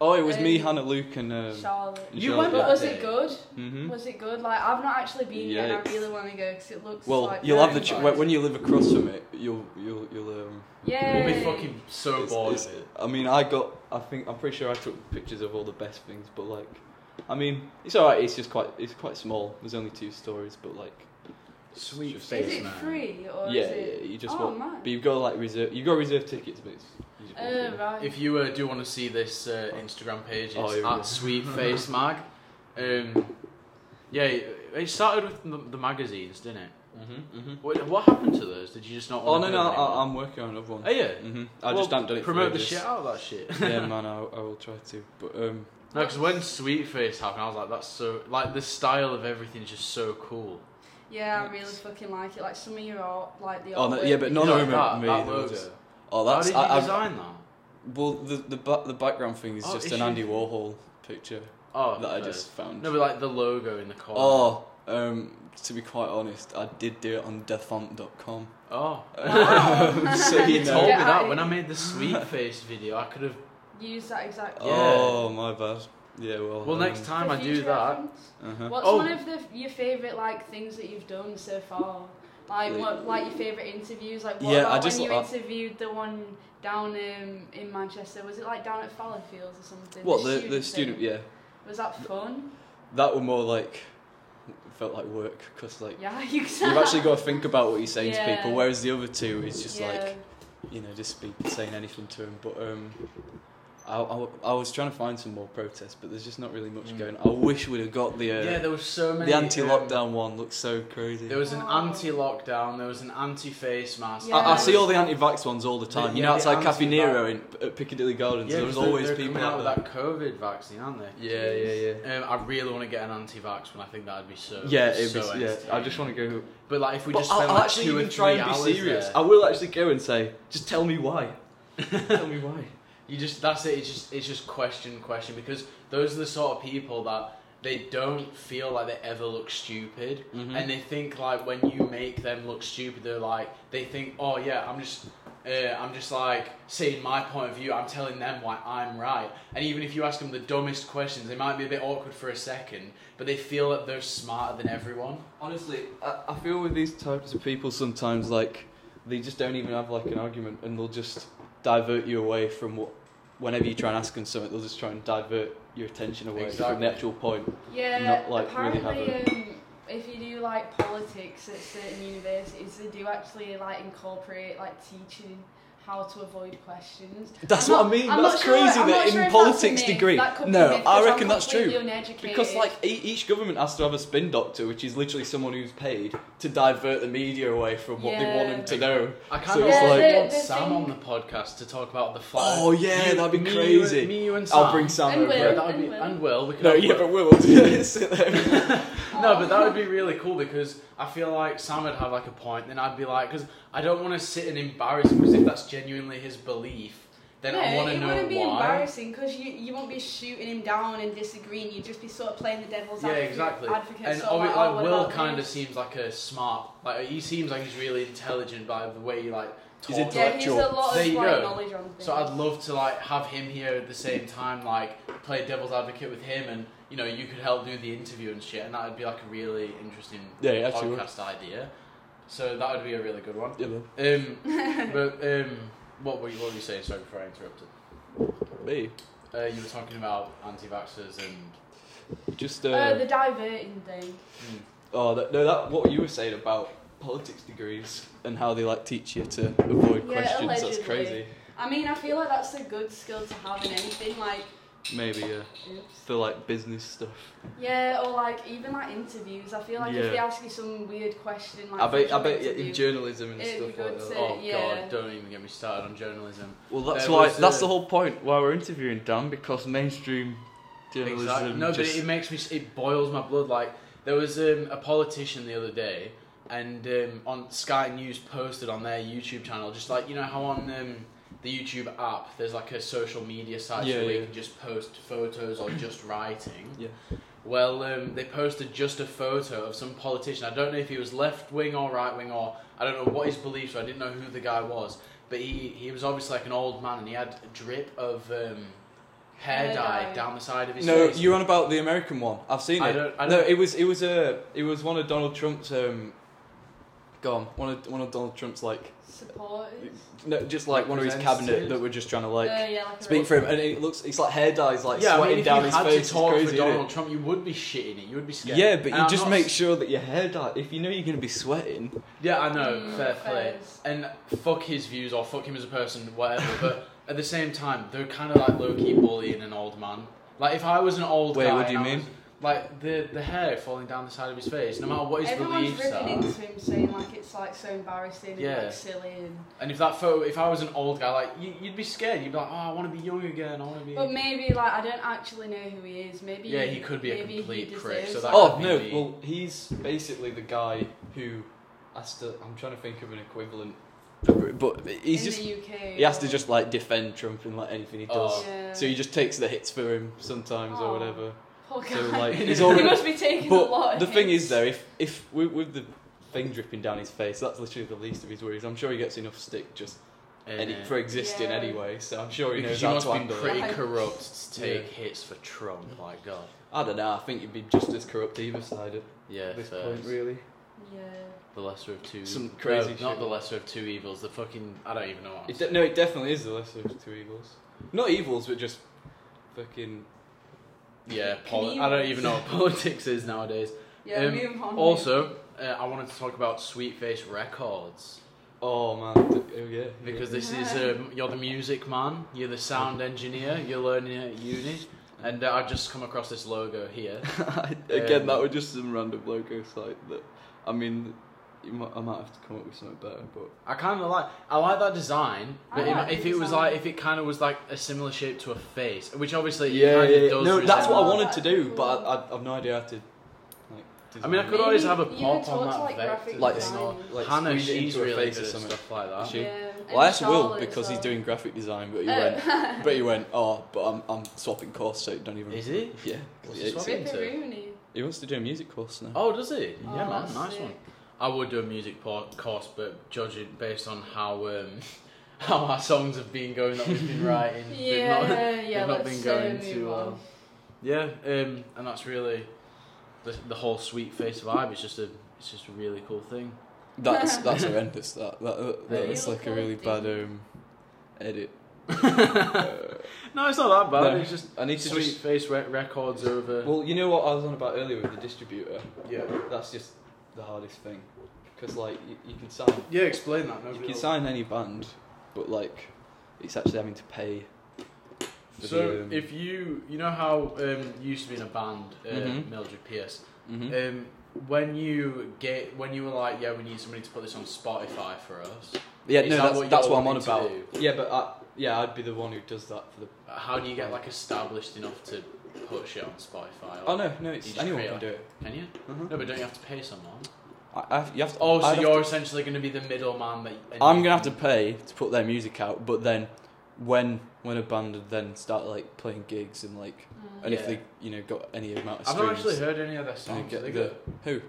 [SPEAKER 3] Oh, it was me,
[SPEAKER 2] Um,
[SPEAKER 3] Hannah, Luke, and um,
[SPEAKER 2] Charlotte.
[SPEAKER 3] and
[SPEAKER 1] You
[SPEAKER 3] Charlotte,
[SPEAKER 1] went Hmm?
[SPEAKER 2] But
[SPEAKER 1] that
[SPEAKER 2] was
[SPEAKER 1] day.
[SPEAKER 2] it good?
[SPEAKER 3] Mhm.
[SPEAKER 2] Was it good? Like I've not actually been yet, and I
[SPEAKER 3] Yikes.
[SPEAKER 2] really want to go because it looks.
[SPEAKER 3] Well,
[SPEAKER 2] like
[SPEAKER 3] you'll have the
[SPEAKER 2] very
[SPEAKER 3] ch-
[SPEAKER 2] nice.
[SPEAKER 3] when when you live across from it, you'll you'll you'll um.
[SPEAKER 2] Yay.
[SPEAKER 1] We'll be fucking so
[SPEAKER 3] it's-
[SPEAKER 1] bored
[SPEAKER 3] it's-
[SPEAKER 1] of it.
[SPEAKER 3] I mean, I got. I think I'm pretty sure I took pictures of all the best things, but like, I mean, it's alright. It's just quite. It's quite small. There's only two stories, but like,
[SPEAKER 1] Sweet
[SPEAKER 3] Is
[SPEAKER 1] face,
[SPEAKER 2] Is it
[SPEAKER 1] man.
[SPEAKER 2] free or
[SPEAKER 3] yeah,
[SPEAKER 2] is it?
[SPEAKER 3] yeah, you just
[SPEAKER 2] oh
[SPEAKER 3] walk.
[SPEAKER 2] man.
[SPEAKER 3] But you've got to like reserve. You've got to reserve tickets, but it's. You just walk
[SPEAKER 2] Oh
[SPEAKER 3] in.
[SPEAKER 2] right.
[SPEAKER 1] If you uh, do want to see this uh, Instagram page, it's
[SPEAKER 3] Oh, here we go.
[SPEAKER 1] at Sweet Face Mag. Um, yeah, it started with the, the magazines, didn't it?
[SPEAKER 3] Mhm. Mhm.
[SPEAKER 1] What, what happened to those? Did you just not?
[SPEAKER 3] Oh
[SPEAKER 1] want
[SPEAKER 3] no
[SPEAKER 1] to
[SPEAKER 3] no!
[SPEAKER 1] do them anymore?
[SPEAKER 3] I, I'm working on another one.
[SPEAKER 1] Oh yeah.
[SPEAKER 3] Mhm. I
[SPEAKER 1] Well,
[SPEAKER 3] just haven't done it. for
[SPEAKER 1] Promote the
[SPEAKER 3] ages.
[SPEAKER 1] shit out of that shit.
[SPEAKER 3] yeah, man. I, I will try to. But um.
[SPEAKER 1] No, because when Sweetface happened, I was like, that's so. Like, the style of everything's just so cool.
[SPEAKER 2] yeah, I really fucking like it. Like some of your art, like the
[SPEAKER 3] Oh, no,
[SPEAKER 2] artwork
[SPEAKER 3] yeah, but
[SPEAKER 2] is
[SPEAKER 3] none
[SPEAKER 1] You
[SPEAKER 3] of
[SPEAKER 1] know,
[SPEAKER 3] them
[SPEAKER 1] that,
[SPEAKER 3] are me.
[SPEAKER 1] that
[SPEAKER 3] they were
[SPEAKER 1] logo.
[SPEAKER 3] just- Oh,
[SPEAKER 1] How
[SPEAKER 3] that's.
[SPEAKER 1] did you
[SPEAKER 3] I, I've-
[SPEAKER 1] design that?
[SPEAKER 3] Well, the the ba- the background thing is
[SPEAKER 1] Oh,
[SPEAKER 3] just
[SPEAKER 1] is
[SPEAKER 3] an
[SPEAKER 1] she-
[SPEAKER 3] Andy Warhol picture
[SPEAKER 1] Oh,
[SPEAKER 3] that I
[SPEAKER 1] fair.
[SPEAKER 3] just found.
[SPEAKER 1] No, but like the logo in the corner.
[SPEAKER 3] oh, um, to be quite honest, I did do it on defont.com.
[SPEAKER 1] Oh.
[SPEAKER 2] Wow.
[SPEAKER 3] so
[SPEAKER 1] He
[SPEAKER 3] you
[SPEAKER 2] Yeah,
[SPEAKER 1] told me
[SPEAKER 3] know.
[SPEAKER 2] I-
[SPEAKER 1] that when I made the Sweetface video. I could have.
[SPEAKER 2] Use that exactly.
[SPEAKER 3] Oh, my bad. Yeah, well.
[SPEAKER 1] Well,
[SPEAKER 3] um,
[SPEAKER 1] next time
[SPEAKER 2] For
[SPEAKER 1] I do
[SPEAKER 2] future
[SPEAKER 1] that.
[SPEAKER 2] reference.
[SPEAKER 3] Uh-huh.
[SPEAKER 2] What's
[SPEAKER 1] Oh.
[SPEAKER 2] one of the, your favorite like things that you've done so far? Like
[SPEAKER 3] Like-
[SPEAKER 2] what, like your favorite interviews? Like what
[SPEAKER 3] Yeah, I
[SPEAKER 2] about
[SPEAKER 3] just-
[SPEAKER 2] when you
[SPEAKER 3] I-
[SPEAKER 2] interviewed the one down um, in Manchester? Was it like down at Fallowfields or something?
[SPEAKER 3] What the the
[SPEAKER 2] thing?
[SPEAKER 3] student? Yeah,
[SPEAKER 2] Was that fun?
[SPEAKER 3] that were more like felt like work because like
[SPEAKER 2] Yeah, you said.
[SPEAKER 3] you've actually got to think about what you're saying to
[SPEAKER 2] Yeah.
[SPEAKER 3] people, whereas the other two is just
[SPEAKER 2] yeah.
[SPEAKER 3] like you know just be saying anything to them. But um, I, I, I was trying to find some more protests, but there's just not really much going. I wish we'd have got the uh,
[SPEAKER 1] yeah, there was so many.
[SPEAKER 3] the anti-lockdown
[SPEAKER 1] um,
[SPEAKER 3] one. Looks so crazy.
[SPEAKER 1] there was an
[SPEAKER 2] Oh.
[SPEAKER 1] anti-lockdown. There was an anti-face mask.
[SPEAKER 2] Yeah.
[SPEAKER 3] I, I see all the anti-vax ones all the time.
[SPEAKER 1] Yeah,
[SPEAKER 3] you know,
[SPEAKER 1] the
[SPEAKER 3] outside Cafe
[SPEAKER 1] anti-vax-
[SPEAKER 3] Nero in at Piccadilly Gardens,
[SPEAKER 1] Yeah,
[SPEAKER 3] there was
[SPEAKER 1] because they're-
[SPEAKER 3] always
[SPEAKER 1] they're
[SPEAKER 3] people
[SPEAKER 1] coming
[SPEAKER 3] out there.
[SPEAKER 1] with that COVID vaccine, aren't they?
[SPEAKER 3] Yeah, yeah, yeah.
[SPEAKER 1] Um, I really want to get an anti-vax one. I think that'd be so.
[SPEAKER 3] Yeah, it'd
[SPEAKER 1] so
[SPEAKER 3] be, yeah. I
[SPEAKER 1] entertaining.
[SPEAKER 3] just want to go.
[SPEAKER 1] But like, if we
[SPEAKER 3] But
[SPEAKER 1] just
[SPEAKER 3] I'll,
[SPEAKER 1] spend
[SPEAKER 3] I'll
[SPEAKER 1] like
[SPEAKER 3] actually
[SPEAKER 1] two or
[SPEAKER 3] even
[SPEAKER 1] three
[SPEAKER 3] try and be
[SPEAKER 1] hours
[SPEAKER 3] serious.
[SPEAKER 1] there-
[SPEAKER 3] I will actually go and say, just tell me why. tell me why.
[SPEAKER 1] You just that's it. It's just it's just question question because those are the sort of people that they don't feel like they ever look stupid,
[SPEAKER 3] Mhm.
[SPEAKER 1] and they think like when you make them look stupid, they're like they think, oh yeah, I'm just. Uh, I'm just like saying my point of view. I'm telling them why I'm right. And even if you ask them the dumbest questions, they might be a bit awkward for a second, but they feel that they're smarter than everyone.
[SPEAKER 3] Honestly, I, I feel with these types of people sometimes like they just don't even have like an argument, and they'll just divert you away from what. Whenever you try and ask them something, they'll just try and divert your attention away from
[SPEAKER 1] Exactly.
[SPEAKER 3] the actual point.
[SPEAKER 2] Yeah,
[SPEAKER 3] Not, like, really
[SPEAKER 2] apparently, um, if you do like politics at certain universities, they do actually like incorporate like teaching how to avoid questions.
[SPEAKER 3] That's
[SPEAKER 2] I'm
[SPEAKER 3] what
[SPEAKER 2] not-
[SPEAKER 3] I mean.
[SPEAKER 2] I'm
[SPEAKER 3] that's
[SPEAKER 2] not sure-
[SPEAKER 3] crazy
[SPEAKER 2] I'm not
[SPEAKER 3] that
[SPEAKER 2] sure
[SPEAKER 3] in
[SPEAKER 2] if that's a
[SPEAKER 3] politics
[SPEAKER 2] myth.
[SPEAKER 3] degree.
[SPEAKER 2] That could be a
[SPEAKER 3] no,
[SPEAKER 2] myth
[SPEAKER 3] I
[SPEAKER 2] because I'm
[SPEAKER 3] reckon that's true.
[SPEAKER 2] completely uneducated.
[SPEAKER 3] Because like e- each government has to have a spin doctor, which is literally someone who's paid to divert the media away from what they want
[SPEAKER 2] Yeah.
[SPEAKER 3] them to know.
[SPEAKER 1] I
[SPEAKER 3] So
[SPEAKER 1] kind of
[SPEAKER 3] it's
[SPEAKER 1] also
[SPEAKER 3] like-
[SPEAKER 1] want
[SPEAKER 2] Yeah, the- the
[SPEAKER 1] Sam
[SPEAKER 2] thing-
[SPEAKER 1] on the podcast to talk about the flag.
[SPEAKER 3] Oh, yeah,
[SPEAKER 1] You-
[SPEAKER 3] that'd be
[SPEAKER 1] me, you-
[SPEAKER 3] crazy.
[SPEAKER 1] me, you, and Sam.
[SPEAKER 3] I'll bring Sam
[SPEAKER 2] And
[SPEAKER 3] over.
[SPEAKER 1] Yeah,
[SPEAKER 2] Will.
[SPEAKER 1] that would be
[SPEAKER 2] And Will.
[SPEAKER 1] and Will. We could
[SPEAKER 3] No,
[SPEAKER 1] have
[SPEAKER 3] yeah,
[SPEAKER 1] Will.
[SPEAKER 3] but we'll sit there.
[SPEAKER 1] No, but that would be really cool because I feel like Sam would have like a point, then I'd be like, because I don't want to sit and embarrass him because if that's genuinely his belief, then I
[SPEAKER 2] No,
[SPEAKER 1] want to
[SPEAKER 2] it
[SPEAKER 1] know
[SPEAKER 2] wouldn't be
[SPEAKER 1] why.
[SPEAKER 2] embarrassing because you, you won't be shooting him down and disagreeing. You'd just be sort of playing the devil's
[SPEAKER 1] Yeah,
[SPEAKER 2] advocate.
[SPEAKER 1] exactly.
[SPEAKER 2] advocate
[SPEAKER 1] And
[SPEAKER 2] sort
[SPEAKER 1] obvi-
[SPEAKER 2] of like,
[SPEAKER 1] like,
[SPEAKER 2] oh, what
[SPEAKER 1] Will
[SPEAKER 2] about
[SPEAKER 1] kind of
[SPEAKER 2] this?
[SPEAKER 1] seems like a smart, like he seems like he's really intelligent by the way he like
[SPEAKER 3] He's
[SPEAKER 1] talks.
[SPEAKER 2] Yeah, he's a
[SPEAKER 3] intellectual.
[SPEAKER 2] lot
[SPEAKER 1] There
[SPEAKER 2] of
[SPEAKER 1] you
[SPEAKER 2] like,
[SPEAKER 1] go.
[SPEAKER 2] knowledge on Uh, things.
[SPEAKER 1] So I'd love to like have him here at the same time, like play devil's advocate with him, and you know you could help do the interview and shit, and that would be like a really interesting
[SPEAKER 3] Yeah, it actually would.
[SPEAKER 1] podcast idea. So that would be a really good one.
[SPEAKER 3] Yeah, man.
[SPEAKER 1] Um, but um, what were you what were you saying? Sorry, before I interrupted.
[SPEAKER 3] Me.
[SPEAKER 1] Uh, you were talking about anti-vaxxers and
[SPEAKER 3] Just uh,
[SPEAKER 2] uh, the diverting thing.
[SPEAKER 1] mm,
[SPEAKER 3] oh that, no, that what you were saying about politics degrees and how they like teach you to avoid
[SPEAKER 2] Yeah,
[SPEAKER 3] questions.
[SPEAKER 2] allegedly.
[SPEAKER 3] That's crazy.
[SPEAKER 2] I mean, I feel like that's a good skill to have in anything. Like,
[SPEAKER 3] Maybe yeah,
[SPEAKER 2] oops.
[SPEAKER 3] for like business stuff.
[SPEAKER 2] Yeah, or like even like interviews. I feel like
[SPEAKER 3] Yeah.
[SPEAKER 2] if they ask you some weird question, like
[SPEAKER 3] I bet,
[SPEAKER 2] for
[SPEAKER 3] I bet yeah,
[SPEAKER 2] interview,
[SPEAKER 3] in journalism and
[SPEAKER 2] it'd be
[SPEAKER 3] stuff like
[SPEAKER 2] good
[SPEAKER 3] that.
[SPEAKER 2] to-
[SPEAKER 1] oh
[SPEAKER 2] yeah.
[SPEAKER 1] god, don't even get me started on journalism.
[SPEAKER 3] Well, that's
[SPEAKER 1] There
[SPEAKER 3] why
[SPEAKER 1] was,
[SPEAKER 3] that's
[SPEAKER 1] uh,
[SPEAKER 3] the whole point why we're interviewing Dan because mainstream journalism.
[SPEAKER 1] Exactly. No,
[SPEAKER 3] um, just,
[SPEAKER 1] but it, it makes me. s- It boils my blood. Like there was um, a politician the other day, and um, on Sky News posted on their YouTube channel, just like you know how on um, the YouTube app, there's like a social media site
[SPEAKER 3] Yeah,
[SPEAKER 1] where
[SPEAKER 3] yeah.
[SPEAKER 1] you can just post photos or just writing.
[SPEAKER 3] Yeah.
[SPEAKER 1] Well, um, they posted just a photo of some politician. I don't know if he was left wing or right wing or I don't know what his beliefs were. I didn't know who the guy was, but he he was obviously like an old man and he had a drip of. Um, Hair,
[SPEAKER 2] Hair
[SPEAKER 1] dye,
[SPEAKER 2] dye.
[SPEAKER 1] down the side of his
[SPEAKER 3] no,
[SPEAKER 1] face.
[SPEAKER 3] you're on about the American one. I've seen it.
[SPEAKER 1] I don't- I
[SPEAKER 3] no,
[SPEAKER 1] don't-
[SPEAKER 3] it was it was a it was one of Donald Trump's um, gone one of one of Donald Trump's like
[SPEAKER 2] supporters.
[SPEAKER 3] no, just like one of his cabinet
[SPEAKER 1] Representatives.
[SPEAKER 3] that were just trying to like
[SPEAKER 2] uh, yeah, like a
[SPEAKER 3] speak
[SPEAKER 2] real-
[SPEAKER 3] for him, and it looks it's like hair dyes like
[SPEAKER 1] yeah, I
[SPEAKER 3] sweating
[SPEAKER 1] mean, if
[SPEAKER 3] down
[SPEAKER 1] you
[SPEAKER 3] his
[SPEAKER 1] had
[SPEAKER 3] face.
[SPEAKER 1] to talk
[SPEAKER 3] it's crazy,
[SPEAKER 1] for
[SPEAKER 3] isn't it?
[SPEAKER 1] Donald Trump, you would be shitting it. You would be scared.
[SPEAKER 3] Yeah, but you
[SPEAKER 1] And I'm
[SPEAKER 3] just
[SPEAKER 1] not
[SPEAKER 3] make
[SPEAKER 1] s-
[SPEAKER 3] sure that your hair dye. If you know you're going to be sweating,
[SPEAKER 1] Yeah, I know.
[SPEAKER 2] Mm,
[SPEAKER 1] fair play.
[SPEAKER 2] fairs.
[SPEAKER 1] And fuck his views or fuck him as a person, whatever. but at the same time, they're kind of like low key bullying an old man. Like if I was an old
[SPEAKER 3] Wait,
[SPEAKER 1] guy,
[SPEAKER 3] what do you
[SPEAKER 1] and I
[SPEAKER 3] mean?
[SPEAKER 1] was- like the the hair falling down the side of his face, no matter what his
[SPEAKER 2] Everyone's
[SPEAKER 1] beliefs are.
[SPEAKER 2] ripping into him, saying like it's like so embarrassing and
[SPEAKER 1] Yeah.
[SPEAKER 2] like silly. And...
[SPEAKER 1] And if that photo, if I was an old guy, like you, you'd be scared. You'd be like, oh, I want to be young again. I want to be.
[SPEAKER 2] But maybe like I don't actually know who he is. Maybe
[SPEAKER 1] Yeah, he could be a
[SPEAKER 2] maybe he
[SPEAKER 1] complete prick,
[SPEAKER 2] deserves
[SPEAKER 1] so that
[SPEAKER 2] it.
[SPEAKER 3] Oh
[SPEAKER 1] could be
[SPEAKER 3] no!
[SPEAKER 1] me.
[SPEAKER 3] Well, he's basically the guy who has to. I'm trying to think of an equivalent, but he's
[SPEAKER 2] in
[SPEAKER 3] just
[SPEAKER 2] the UK.
[SPEAKER 3] he has to
[SPEAKER 2] or-
[SPEAKER 3] just like defend Trump in like anything he does.
[SPEAKER 1] Oh.
[SPEAKER 2] Yeah.
[SPEAKER 3] So he just takes the hits for him sometimes
[SPEAKER 2] Oh.
[SPEAKER 3] or whatever.
[SPEAKER 2] Poor guy.
[SPEAKER 3] So like he's
[SPEAKER 2] he
[SPEAKER 3] already.
[SPEAKER 2] must be taking a lot.
[SPEAKER 3] but
[SPEAKER 2] of
[SPEAKER 3] the thing
[SPEAKER 2] hits.
[SPEAKER 3] is though, if if with, with the thing dripping down his face, that's literally the least of his worries. I'm sure he gets enough stick just any,
[SPEAKER 1] Uh,
[SPEAKER 3] for existing
[SPEAKER 2] Yeah.
[SPEAKER 3] anyway. So I'm sure he
[SPEAKER 1] because
[SPEAKER 3] knows
[SPEAKER 1] you
[SPEAKER 3] how
[SPEAKER 1] Oh, must
[SPEAKER 3] to
[SPEAKER 1] be
[SPEAKER 3] handle it.
[SPEAKER 1] pretty
[SPEAKER 2] it.
[SPEAKER 1] corrupt to take
[SPEAKER 3] Yeah.
[SPEAKER 1] hits for Trump. Like God.
[SPEAKER 3] I don't know. I think you'd be just as corrupt either side at
[SPEAKER 1] Yeah.
[SPEAKER 3] this
[SPEAKER 1] fair.
[SPEAKER 3] point, really.
[SPEAKER 2] Yeah.
[SPEAKER 1] The lesser of two.
[SPEAKER 3] Some
[SPEAKER 1] no,
[SPEAKER 3] crazy
[SPEAKER 1] Not
[SPEAKER 3] shit.
[SPEAKER 1] the lesser of two evils. The fucking. I don't even know. What I'm
[SPEAKER 3] It de- no, it definitely is the lesser of two evils. Not evils, but just fucking.
[SPEAKER 1] saying. yeah.
[SPEAKER 2] Can
[SPEAKER 1] Poli-
[SPEAKER 2] you- Oh,
[SPEAKER 1] I don't even know what politics is nowadays.
[SPEAKER 2] Yeah,
[SPEAKER 1] Um,
[SPEAKER 2] move on.
[SPEAKER 1] Also, uh, I wanted to talk about Sweetface Records.
[SPEAKER 3] Oh man, oh yeah.
[SPEAKER 1] because this is um, you're the music man, you're the sound engineer, you're learning at uni, and uh, I've just come across this logo here.
[SPEAKER 3] again,
[SPEAKER 1] Um,
[SPEAKER 3] that were just some random logo site that. I mean, you might, I might have to come up with something better, but
[SPEAKER 1] I kind of like I like that design,
[SPEAKER 2] I
[SPEAKER 1] but it-
[SPEAKER 2] like the
[SPEAKER 1] if it was
[SPEAKER 2] design.
[SPEAKER 1] like if it kind of was like a similar shape to a face, which obviously it
[SPEAKER 3] yeah,
[SPEAKER 1] kinda
[SPEAKER 3] yeah, yeah.
[SPEAKER 1] does
[SPEAKER 3] no, that's what I
[SPEAKER 1] resemble-
[SPEAKER 2] want-
[SPEAKER 3] wanted to do,
[SPEAKER 2] Oh,
[SPEAKER 3] but
[SPEAKER 2] that's
[SPEAKER 3] I, I, I've no idea how to. Like,
[SPEAKER 1] I mean, I could
[SPEAKER 3] design it.
[SPEAKER 1] always have a
[SPEAKER 2] Maybe
[SPEAKER 1] pop
[SPEAKER 2] you
[SPEAKER 1] on
[SPEAKER 2] could talk to,
[SPEAKER 1] that
[SPEAKER 2] like,
[SPEAKER 1] vector.
[SPEAKER 2] graphic
[SPEAKER 3] like
[SPEAKER 1] design.
[SPEAKER 3] snort, like
[SPEAKER 1] Hannah,
[SPEAKER 3] squeeze it
[SPEAKER 1] she's
[SPEAKER 3] into a
[SPEAKER 1] really
[SPEAKER 3] face
[SPEAKER 1] good
[SPEAKER 3] or
[SPEAKER 1] at
[SPEAKER 3] something.
[SPEAKER 1] stuff like that.
[SPEAKER 3] She-
[SPEAKER 2] and
[SPEAKER 3] Well, I asked Will
[SPEAKER 2] Charlotte as
[SPEAKER 3] because he's
[SPEAKER 2] well.
[SPEAKER 3] doing graphic design, but he
[SPEAKER 2] Oh.
[SPEAKER 3] went, but he went, oh, but I'm I'm swapping course, so don't even.
[SPEAKER 1] Is he?
[SPEAKER 3] Yeah,
[SPEAKER 1] What's
[SPEAKER 3] he
[SPEAKER 1] he
[SPEAKER 3] hates
[SPEAKER 1] swapping?
[SPEAKER 3] it.
[SPEAKER 2] Ripper Rooney.
[SPEAKER 3] He wants to do a music course now.
[SPEAKER 1] Oh, does it?
[SPEAKER 2] Oh,
[SPEAKER 1] yeah, man,
[SPEAKER 2] that's
[SPEAKER 1] nice one.
[SPEAKER 2] sick.
[SPEAKER 1] I would do a music po- course, but judge it based on how um, how our songs have been going that we've been writing. They've
[SPEAKER 2] Yeah,
[SPEAKER 1] not-
[SPEAKER 2] yeah.
[SPEAKER 1] they've not
[SPEAKER 2] let's
[SPEAKER 1] been
[SPEAKER 2] uh,
[SPEAKER 1] going
[SPEAKER 2] move
[SPEAKER 1] too,
[SPEAKER 2] on.
[SPEAKER 1] um, yeah, um, and that's really the, the whole sweet face vibe. It's just a it's just a really cool thing.
[SPEAKER 3] That's that's horrendous. That that, that,
[SPEAKER 1] Really?
[SPEAKER 3] that's like a really bad um, edit. Uh,
[SPEAKER 1] No, it's not that bad.
[SPEAKER 3] No.
[SPEAKER 1] It's just
[SPEAKER 3] I need to
[SPEAKER 1] sweet
[SPEAKER 3] just. uh,
[SPEAKER 1] face re- records over.
[SPEAKER 3] Well, you know what I was on about earlier with the distributor.
[SPEAKER 1] yeah,
[SPEAKER 3] That's just the hardest thing, because like you, you can sign,
[SPEAKER 1] yeah. Explain that.
[SPEAKER 3] you can
[SPEAKER 1] nobody
[SPEAKER 3] sign any band, but like it's actually having to pay. For the,
[SPEAKER 1] So
[SPEAKER 3] um,
[SPEAKER 1] if you you know how um, you used to be in a band, uh,
[SPEAKER 3] Mhm.
[SPEAKER 1] Mildred Pierce.
[SPEAKER 3] mhm.
[SPEAKER 1] Um, when you get when you were like, yeah, we need somebody to put this on Spotify for us.
[SPEAKER 3] yeah,
[SPEAKER 1] is
[SPEAKER 3] no,
[SPEAKER 1] that
[SPEAKER 3] that's
[SPEAKER 1] what
[SPEAKER 3] that's
[SPEAKER 1] you're
[SPEAKER 3] what I'm on
[SPEAKER 1] wanting to
[SPEAKER 3] about. Yeah, but I, yeah, I'd be the one who does that for the.
[SPEAKER 1] How do you get like established enough to put shit on Spotify? Or,
[SPEAKER 3] Oh no, no,
[SPEAKER 1] You
[SPEAKER 3] it's
[SPEAKER 1] just
[SPEAKER 3] anyone
[SPEAKER 1] create
[SPEAKER 3] can
[SPEAKER 1] a-
[SPEAKER 3] do it.
[SPEAKER 1] Can you?
[SPEAKER 3] Uh-huh.
[SPEAKER 1] No, but don't you have to pay someone?
[SPEAKER 3] I, I have, you have to.
[SPEAKER 1] Oh, so
[SPEAKER 3] I'd have
[SPEAKER 1] you're essentially going to be the middleman that. and
[SPEAKER 3] I'm
[SPEAKER 1] you-
[SPEAKER 3] gonna have to pay to put their music out, but then when when a band would then start like playing gigs and like
[SPEAKER 2] Mm.
[SPEAKER 3] and if
[SPEAKER 1] Yeah.
[SPEAKER 3] they you know got any amount of
[SPEAKER 1] I've
[SPEAKER 3] streams,
[SPEAKER 1] not actually heard any of their
[SPEAKER 3] and you
[SPEAKER 1] songs. Are
[SPEAKER 3] get
[SPEAKER 1] they
[SPEAKER 3] the who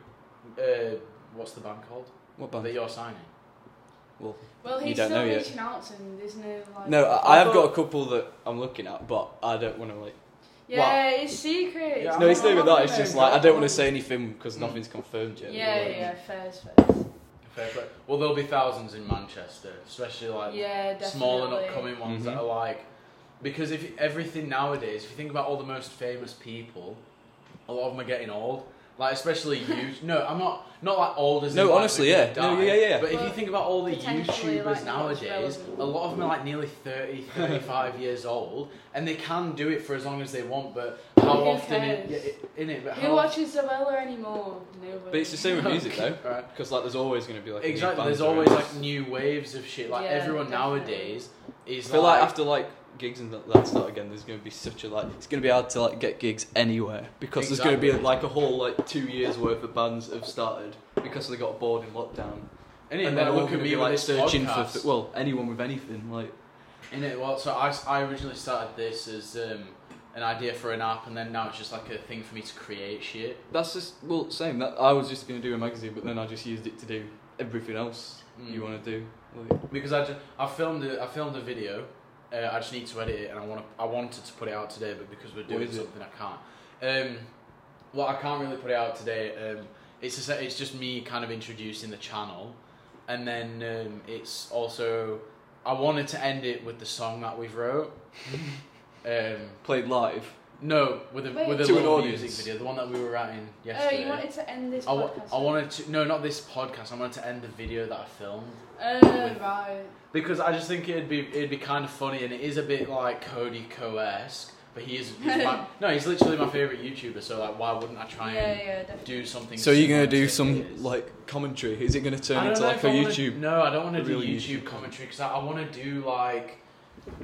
[SPEAKER 1] good? Uh, what's the band called
[SPEAKER 3] what
[SPEAKER 1] that
[SPEAKER 3] band?
[SPEAKER 1] you're signing?
[SPEAKER 2] Well,
[SPEAKER 3] You
[SPEAKER 2] he's
[SPEAKER 3] don't
[SPEAKER 2] still
[SPEAKER 3] know yet.
[SPEAKER 2] reaching out to him. There's no like.
[SPEAKER 3] No, I, I have
[SPEAKER 1] thought-
[SPEAKER 3] got a couple that I'm looking at, but I don't want to like.
[SPEAKER 2] Yeah, it's secret.
[SPEAKER 1] Yeah,
[SPEAKER 3] No,
[SPEAKER 1] I'm
[SPEAKER 3] it's not even
[SPEAKER 1] not
[SPEAKER 3] that. It's
[SPEAKER 1] gonna
[SPEAKER 3] just
[SPEAKER 1] go
[SPEAKER 3] like I
[SPEAKER 1] on.
[SPEAKER 3] don't want to say anything because nothing's confirmed
[SPEAKER 2] Yeah,
[SPEAKER 3] yet.
[SPEAKER 2] yeah,
[SPEAKER 3] Like,
[SPEAKER 2] yeah. Fair's fair.
[SPEAKER 1] Fair play. Well, there'll be thousands in Manchester, especially like
[SPEAKER 2] Yeah, definitely.
[SPEAKER 1] small and upcoming ones that
[SPEAKER 3] Mhm.
[SPEAKER 1] are like because if everything nowadays if you think about all the most famous people a lot of them are getting old like especially you no i'm not not like old as in,
[SPEAKER 3] No,
[SPEAKER 1] like,
[SPEAKER 3] honestly,
[SPEAKER 1] they're
[SPEAKER 3] yeah.
[SPEAKER 1] gonna
[SPEAKER 3] No,
[SPEAKER 1] die,
[SPEAKER 3] yeah, yeah, yeah.
[SPEAKER 1] but if you
[SPEAKER 2] Well,
[SPEAKER 1] think about all the
[SPEAKER 2] potentially,
[SPEAKER 1] youtubers
[SPEAKER 2] like, not
[SPEAKER 1] nowadays
[SPEAKER 2] relevant.
[SPEAKER 1] a lot of them are like nearly 30 35 years old and they can do it for as long as they want but how
[SPEAKER 2] Who
[SPEAKER 1] often in,
[SPEAKER 2] cares?
[SPEAKER 1] yeah, i- in it but
[SPEAKER 2] Who
[SPEAKER 1] how
[SPEAKER 2] watches Zoella anymore? Nobody.
[SPEAKER 3] But it's the same with music though,
[SPEAKER 1] Right.
[SPEAKER 3] because like there's always gonna be like a new
[SPEAKER 1] Exactly.
[SPEAKER 3] band
[SPEAKER 1] There's
[SPEAKER 3] around.
[SPEAKER 1] always like new waves of shit. Like
[SPEAKER 2] Yeah,
[SPEAKER 1] everyone
[SPEAKER 2] definitely.
[SPEAKER 1] nowadays
[SPEAKER 3] I
[SPEAKER 1] is
[SPEAKER 3] feel like after like gigs and that, that start again, there's gonna be such a like. It's gonna be hard to like get gigs anywhere because there's gonna be
[SPEAKER 1] Exactly.
[SPEAKER 3] like a whole like two years worth of bands that have started because they got bored in lockdown.
[SPEAKER 1] innit,
[SPEAKER 3] and
[SPEAKER 1] like,
[SPEAKER 3] then all
[SPEAKER 1] look at
[SPEAKER 3] gonna
[SPEAKER 1] me
[SPEAKER 3] be
[SPEAKER 1] with
[SPEAKER 3] like
[SPEAKER 1] this
[SPEAKER 3] searching
[SPEAKER 1] podcast.
[SPEAKER 3] for well anyone with anything like.
[SPEAKER 1] In it, well, so I, s- I originally started this as um, an idea for an app, and then now it's just like a thing for me to create shit.
[SPEAKER 3] That's just well same. That I was just gonna do a magazine, but then I just used it to do everything else
[SPEAKER 1] Mm.
[SPEAKER 3] you want to do. Like,
[SPEAKER 1] Because I, ju- I filmed a, I filmed a video. Uh, I just need to edit it, and I want to, I wanted to put it out today, but because we're doing
[SPEAKER 3] is it?
[SPEAKER 1] something, I can't. Um, well, I can't really put it out today. Um, it's just, it's just me kind of introducing the channel, and then um, it's also I wanted to end it with the song that we've wrote. um,
[SPEAKER 3] played live.
[SPEAKER 1] No, with a
[SPEAKER 2] Wait.
[SPEAKER 1] with a
[SPEAKER 3] To an
[SPEAKER 1] little
[SPEAKER 3] audience.
[SPEAKER 1] music video, the one that we were writing
[SPEAKER 2] Oh,
[SPEAKER 1] yesterday.
[SPEAKER 2] you wanted to end this
[SPEAKER 1] I, wa-
[SPEAKER 2] podcast?
[SPEAKER 1] I wanted to no, not this podcast. I wanted to end the video that I filmed
[SPEAKER 2] Oh, right.
[SPEAKER 1] because I just think it'd be it'd be kind of funny, and it is a bit like Cody Coesque, but he is he's my, no, he's literally my favorite YouTuber. So like, why wouldn't I
[SPEAKER 2] Yeah,
[SPEAKER 1] try and
[SPEAKER 2] yeah, definitely.
[SPEAKER 1] do something?
[SPEAKER 3] So you're
[SPEAKER 1] similar
[SPEAKER 3] gonna
[SPEAKER 1] to
[SPEAKER 3] do
[SPEAKER 1] his?
[SPEAKER 3] some like commentary? Is it gonna
[SPEAKER 1] I
[SPEAKER 3] turn
[SPEAKER 1] don't
[SPEAKER 3] into
[SPEAKER 1] know
[SPEAKER 3] like
[SPEAKER 1] if
[SPEAKER 3] a
[SPEAKER 1] I wanna-
[SPEAKER 3] YouTube?
[SPEAKER 1] no, I don't want
[SPEAKER 3] a
[SPEAKER 1] to do
[SPEAKER 3] real
[SPEAKER 1] YouTube,
[SPEAKER 3] YouTube
[SPEAKER 1] commentary because I, I want to do like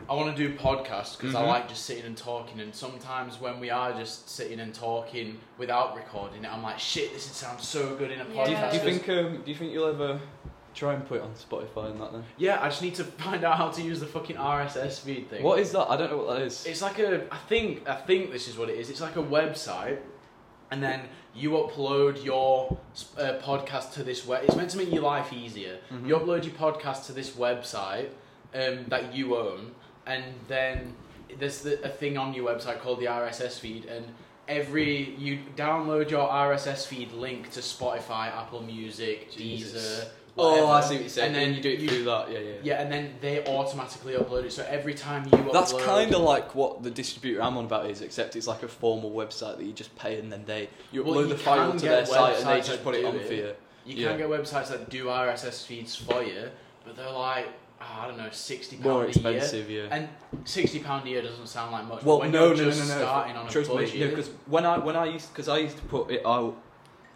[SPEAKER 1] I want to do podcasts because I
[SPEAKER 3] Mhm.
[SPEAKER 1] like just sitting and talking. And sometimes when we are just sitting and talking without recording it, I'm like, shit, this sounds so good in a
[SPEAKER 2] Yeah.
[SPEAKER 1] podcast.
[SPEAKER 3] Do you, do you
[SPEAKER 1] Because-
[SPEAKER 3] think um, do you think you'll ever try and put it on Spotify and that then?
[SPEAKER 1] Yeah, I just need to find out how to use the fucking RSS feed thing.
[SPEAKER 3] What is that? I don't know what that is.
[SPEAKER 1] It's like a. I think. I think this is what it is. It's like a website, and then you upload your uh, podcast to this web. It's meant to make your life easier.
[SPEAKER 3] Mhm.
[SPEAKER 1] You upload your podcast to this website um, that you own, and then there's the, a thing on your website called the RSS feed, and every you download your RSS feed link to Spotify, Apple Music,
[SPEAKER 3] Jesus.
[SPEAKER 1] Deezer.
[SPEAKER 3] oh, I
[SPEAKER 1] whatever,
[SPEAKER 3] see what you're saying.
[SPEAKER 1] And then you do it.
[SPEAKER 3] through that. Yeah, yeah.
[SPEAKER 1] yeah, and then they automatically upload it. So every time you
[SPEAKER 3] That's
[SPEAKER 1] upload,
[SPEAKER 3] kind of like what the distributor I'm on about is, except it's like a formal website that you just pay and then they you upload
[SPEAKER 1] Well, you
[SPEAKER 3] the file
[SPEAKER 1] can
[SPEAKER 3] to
[SPEAKER 1] get
[SPEAKER 3] their site and they
[SPEAKER 1] websites
[SPEAKER 3] just
[SPEAKER 1] that
[SPEAKER 3] put it
[SPEAKER 1] do
[SPEAKER 3] on
[SPEAKER 1] it.
[SPEAKER 3] for you.
[SPEAKER 1] You
[SPEAKER 3] Yeah.
[SPEAKER 1] can get websites that do RSS feeds for you, but but they're like oh, I don't know, sixty pound
[SPEAKER 3] More
[SPEAKER 1] a
[SPEAKER 3] expensive, yeah.
[SPEAKER 1] year. And sixty pound a year doesn't sound like much.
[SPEAKER 3] Well,
[SPEAKER 1] but when
[SPEAKER 3] no,
[SPEAKER 1] you're
[SPEAKER 3] no, no,
[SPEAKER 1] just
[SPEAKER 3] no, no.
[SPEAKER 1] starting on a
[SPEAKER 3] Trust
[SPEAKER 1] budget,
[SPEAKER 3] me, because when I when I used because I used to put it out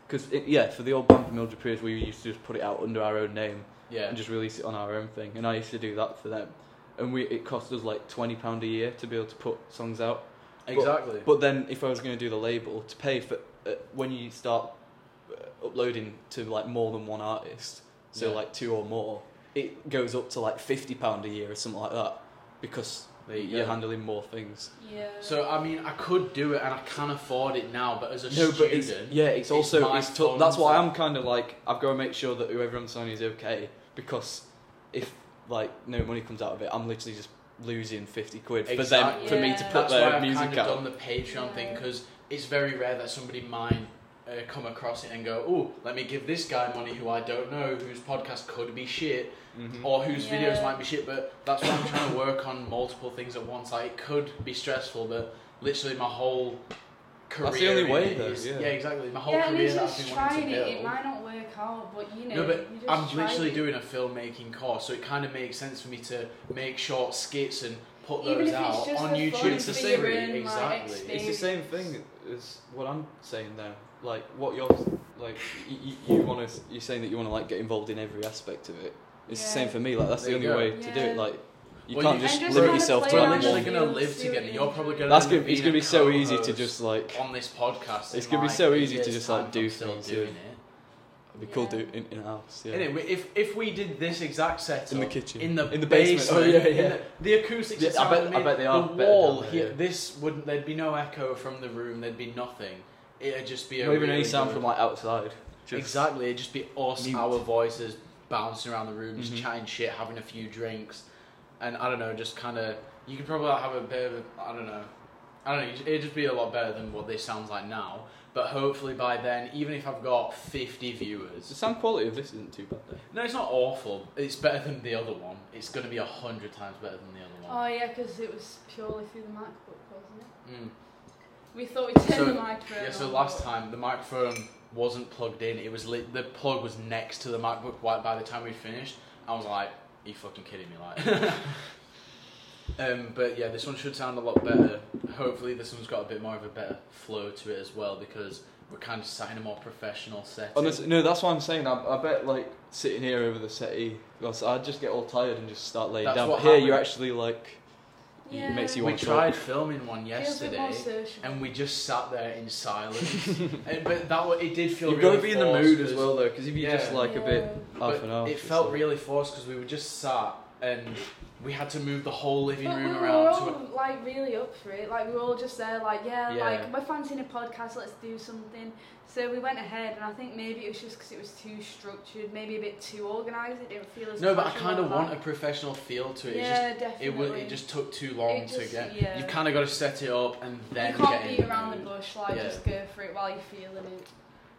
[SPEAKER 3] because yeah for the old Bamford Mildred periods we used to just put it out under our own name
[SPEAKER 1] yeah,
[SPEAKER 3] and just release it on our own thing, and I used to do that for them, and we it cost us like twenty pound a year to be able to put songs out.
[SPEAKER 1] exactly.
[SPEAKER 3] But then if I was going to do the label to pay for uh, when you start uh, uploading to like more than one artist, so
[SPEAKER 1] Yeah.
[SPEAKER 3] like two or more, it goes up to like fifty pound a year or something like that because
[SPEAKER 1] There you
[SPEAKER 3] are
[SPEAKER 1] go.
[SPEAKER 3] handling more things.
[SPEAKER 2] Yeah.
[SPEAKER 1] so I mean, I could do it, and I can afford it now. But as a
[SPEAKER 3] No,
[SPEAKER 1] student,
[SPEAKER 3] but it's, yeah, it's
[SPEAKER 1] it's
[SPEAKER 3] also
[SPEAKER 1] my
[SPEAKER 3] it's tough.
[SPEAKER 1] funds
[SPEAKER 3] That's why
[SPEAKER 1] that-
[SPEAKER 3] I'm kind of like I've got to make sure that whoever I'm signing is okay because if like no money comes out of it, I'm literally just losing fifty quid for them
[SPEAKER 1] Exactly.
[SPEAKER 3] for me to
[SPEAKER 2] Yeah.
[SPEAKER 3] put
[SPEAKER 1] that's
[SPEAKER 3] their
[SPEAKER 1] why I've
[SPEAKER 3] music
[SPEAKER 1] kind of
[SPEAKER 3] out.
[SPEAKER 1] done the Patreon
[SPEAKER 2] Yeah.
[SPEAKER 1] thing because it's very rare that somebody mine uh, come across it and go, "Oh, let me give this guy money who I don't know, whose podcast could be shit,
[SPEAKER 3] Mhm.
[SPEAKER 1] or whose
[SPEAKER 2] Yeah.
[SPEAKER 1] videos might be shit." But that's why I'm trying to work on multiple things at once. Like it could be stressful, but literally my whole career.
[SPEAKER 3] That's the only
[SPEAKER 1] in
[SPEAKER 3] way,
[SPEAKER 1] it
[SPEAKER 3] though,
[SPEAKER 1] is-
[SPEAKER 3] yeah.
[SPEAKER 1] exactly. My whole
[SPEAKER 2] yeah, and
[SPEAKER 1] career
[SPEAKER 2] it's
[SPEAKER 1] that I've
[SPEAKER 2] just
[SPEAKER 1] been wanting
[SPEAKER 2] trying
[SPEAKER 1] to
[SPEAKER 2] it.
[SPEAKER 1] build.
[SPEAKER 2] It might not work out, but you know.
[SPEAKER 1] No, but
[SPEAKER 2] you just
[SPEAKER 1] I'm
[SPEAKER 2] try
[SPEAKER 1] literally
[SPEAKER 2] it.
[SPEAKER 1] doing a filmmaking course, so it kind of makes sense for me to make short skits and put
[SPEAKER 2] Even
[SPEAKER 1] those
[SPEAKER 2] if it's
[SPEAKER 1] out
[SPEAKER 2] just
[SPEAKER 1] on
[SPEAKER 2] for
[SPEAKER 1] YouTube.
[SPEAKER 2] fun,
[SPEAKER 3] It's the
[SPEAKER 2] for
[SPEAKER 3] same
[SPEAKER 2] your
[SPEAKER 3] really,
[SPEAKER 2] own, like,
[SPEAKER 1] exactly.
[SPEAKER 3] It's
[SPEAKER 2] experience.
[SPEAKER 3] the same thing as what I'm saying though. Like what you're like you, you want to you're saying that you want to like get involved in every aspect of it. It's the
[SPEAKER 2] Yeah.
[SPEAKER 3] same for me. Like that's the
[SPEAKER 1] There
[SPEAKER 3] only
[SPEAKER 1] you go.
[SPEAKER 3] way to do it.
[SPEAKER 2] Yeah.
[SPEAKER 3] Like you
[SPEAKER 1] Well,
[SPEAKER 3] can't
[SPEAKER 1] you-
[SPEAKER 3] just
[SPEAKER 1] And just
[SPEAKER 3] limit
[SPEAKER 1] kinda
[SPEAKER 3] yourself to
[SPEAKER 1] We're
[SPEAKER 2] play
[SPEAKER 3] one
[SPEAKER 2] around
[SPEAKER 1] literally
[SPEAKER 2] with
[SPEAKER 3] thing.
[SPEAKER 1] going to
[SPEAKER 2] it,
[SPEAKER 1] live
[SPEAKER 2] see what
[SPEAKER 1] together.
[SPEAKER 2] you
[SPEAKER 1] You're
[SPEAKER 2] enjoy.
[SPEAKER 1] probably going
[SPEAKER 3] That's gonna, it's gonna be so easy to just like
[SPEAKER 1] on this podcast.
[SPEAKER 3] It's
[SPEAKER 1] in,
[SPEAKER 3] gonna be
[SPEAKER 1] like,
[SPEAKER 3] so
[SPEAKER 1] a
[SPEAKER 3] easy to
[SPEAKER 1] year's
[SPEAKER 3] just, like,
[SPEAKER 1] time,
[SPEAKER 3] do
[SPEAKER 1] I'm still
[SPEAKER 3] things,
[SPEAKER 1] doing
[SPEAKER 3] it'd be cool
[SPEAKER 2] Yeah.
[SPEAKER 3] to in, in house.
[SPEAKER 1] it.
[SPEAKER 3] Yeah.
[SPEAKER 1] Innit? if if we did this exact setup
[SPEAKER 3] In the kitchen.
[SPEAKER 1] in the
[SPEAKER 3] In the
[SPEAKER 1] basement,
[SPEAKER 3] basement. Oh, yeah,
[SPEAKER 1] in
[SPEAKER 3] yeah.
[SPEAKER 1] the, the acoustics.
[SPEAKER 3] Yeah,
[SPEAKER 1] and
[SPEAKER 3] I
[SPEAKER 1] sound
[SPEAKER 3] bet-
[SPEAKER 1] would
[SPEAKER 3] I
[SPEAKER 1] be-
[SPEAKER 3] bet they are better
[SPEAKER 1] The
[SPEAKER 3] down
[SPEAKER 1] wall
[SPEAKER 3] there,
[SPEAKER 1] here,
[SPEAKER 3] yeah.
[SPEAKER 1] this wouldn't. There'd be no echo from the room. There'd be nothing. It'd just be a
[SPEAKER 3] Not even
[SPEAKER 1] really
[SPEAKER 3] any sound
[SPEAKER 1] good-
[SPEAKER 3] from like outside. Just-
[SPEAKER 1] exactly. It'd just be us,
[SPEAKER 3] Mute.
[SPEAKER 1] our voices bouncing around the room, just
[SPEAKER 3] Mhm.
[SPEAKER 1] chatting shit, having a few drinks, and I don't know, just kind of. You could probably have a bit of. a- I don't know. I don't know. It'd just be a lot better than what this sounds like now. But hopefully by then, even if I've got fifty
[SPEAKER 3] The
[SPEAKER 1] viewers,
[SPEAKER 3] sound quality of this isn't too bad though.
[SPEAKER 1] no, it's not awful. It's better than the other one. It's gonna be a hundred times better than the other
[SPEAKER 2] Oh
[SPEAKER 1] one.
[SPEAKER 2] yeah, because it was purely through the MacBook, wasn't it?
[SPEAKER 1] Mm.
[SPEAKER 2] We thought we'd turn
[SPEAKER 1] So-
[SPEAKER 2] the microphone.
[SPEAKER 1] Yeah. So
[SPEAKER 2] on,
[SPEAKER 1] last
[SPEAKER 2] but-
[SPEAKER 1] time the microphone wasn't plugged in. It was lit. The plug was next to the MacBook. White by the time we finished, I was like, "Are you fucking kidding me?" Like. Um, but yeah, this one should sound a lot better. Hopefully, this one's got a bit more of a better flow to it as well because we're kind of sat in a more professional setting.
[SPEAKER 3] Honestly, Oh, no, that's what I'm saying. I, I bet like sitting here over the settee, because I'd just get all tired and just start laying
[SPEAKER 1] That's
[SPEAKER 3] down.
[SPEAKER 1] what
[SPEAKER 3] But here, you
[SPEAKER 1] happened.
[SPEAKER 3] actually like
[SPEAKER 2] yeah.
[SPEAKER 3] it makes you
[SPEAKER 1] we
[SPEAKER 3] want
[SPEAKER 1] tried filming one
[SPEAKER 2] Feels a bit
[SPEAKER 1] yesterday,
[SPEAKER 2] more social.
[SPEAKER 1] and we just sat there in silence. And- but that wa- it did feel.
[SPEAKER 3] You've
[SPEAKER 1] really
[SPEAKER 3] got to be in the
[SPEAKER 1] forced
[SPEAKER 3] mood as
[SPEAKER 1] 'cause-
[SPEAKER 3] well though, because if you just
[SPEAKER 1] Yeah.
[SPEAKER 3] like a bit half
[SPEAKER 1] but
[SPEAKER 3] an hour,
[SPEAKER 1] It
[SPEAKER 3] it's
[SPEAKER 1] felt
[SPEAKER 3] like-
[SPEAKER 1] really forced because we were just sat and we had to move the whole living
[SPEAKER 2] But we
[SPEAKER 1] room
[SPEAKER 2] were
[SPEAKER 1] around. To
[SPEAKER 2] all like really up for it. Like we were all just there, like yeah,
[SPEAKER 1] Yeah.
[SPEAKER 2] like we're fancying a podcast. Let's do something. So we went ahead, and I think maybe it was just because it was too structured, maybe a bit too organised. It didn't feel as
[SPEAKER 1] no, but I
[SPEAKER 2] casual
[SPEAKER 1] kind of
[SPEAKER 2] and
[SPEAKER 1] want a
[SPEAKER 2] that.
[SPEAKER 1] professional feel to it. It's
[SPEAKER 2] yeah,
[SPEAKER 1] It
[SPEAKER 2] definitely.
[SPEAKER 1] was. It just took too long
[SPEAKER 2] It
[SPEAKER 1] to
[SPEAKER 2] just-
[SPEAKER 1] get.
[SPEAKER 2] yeah.
[SPEAKER 1] You've kind of got to set it up and then
[SPEAKER 2] you can't
[SPEAKER 1] get
[SPEAKER 2] beat
[SPEAKER 1] in
[SPEAKER 2] around the
[SPEAKER 1] mood.
[SPEAKER 2] bush. Like
[SPEAKER 1] Yeah.
[SPEAKER 2] just go for it while you're feeling it.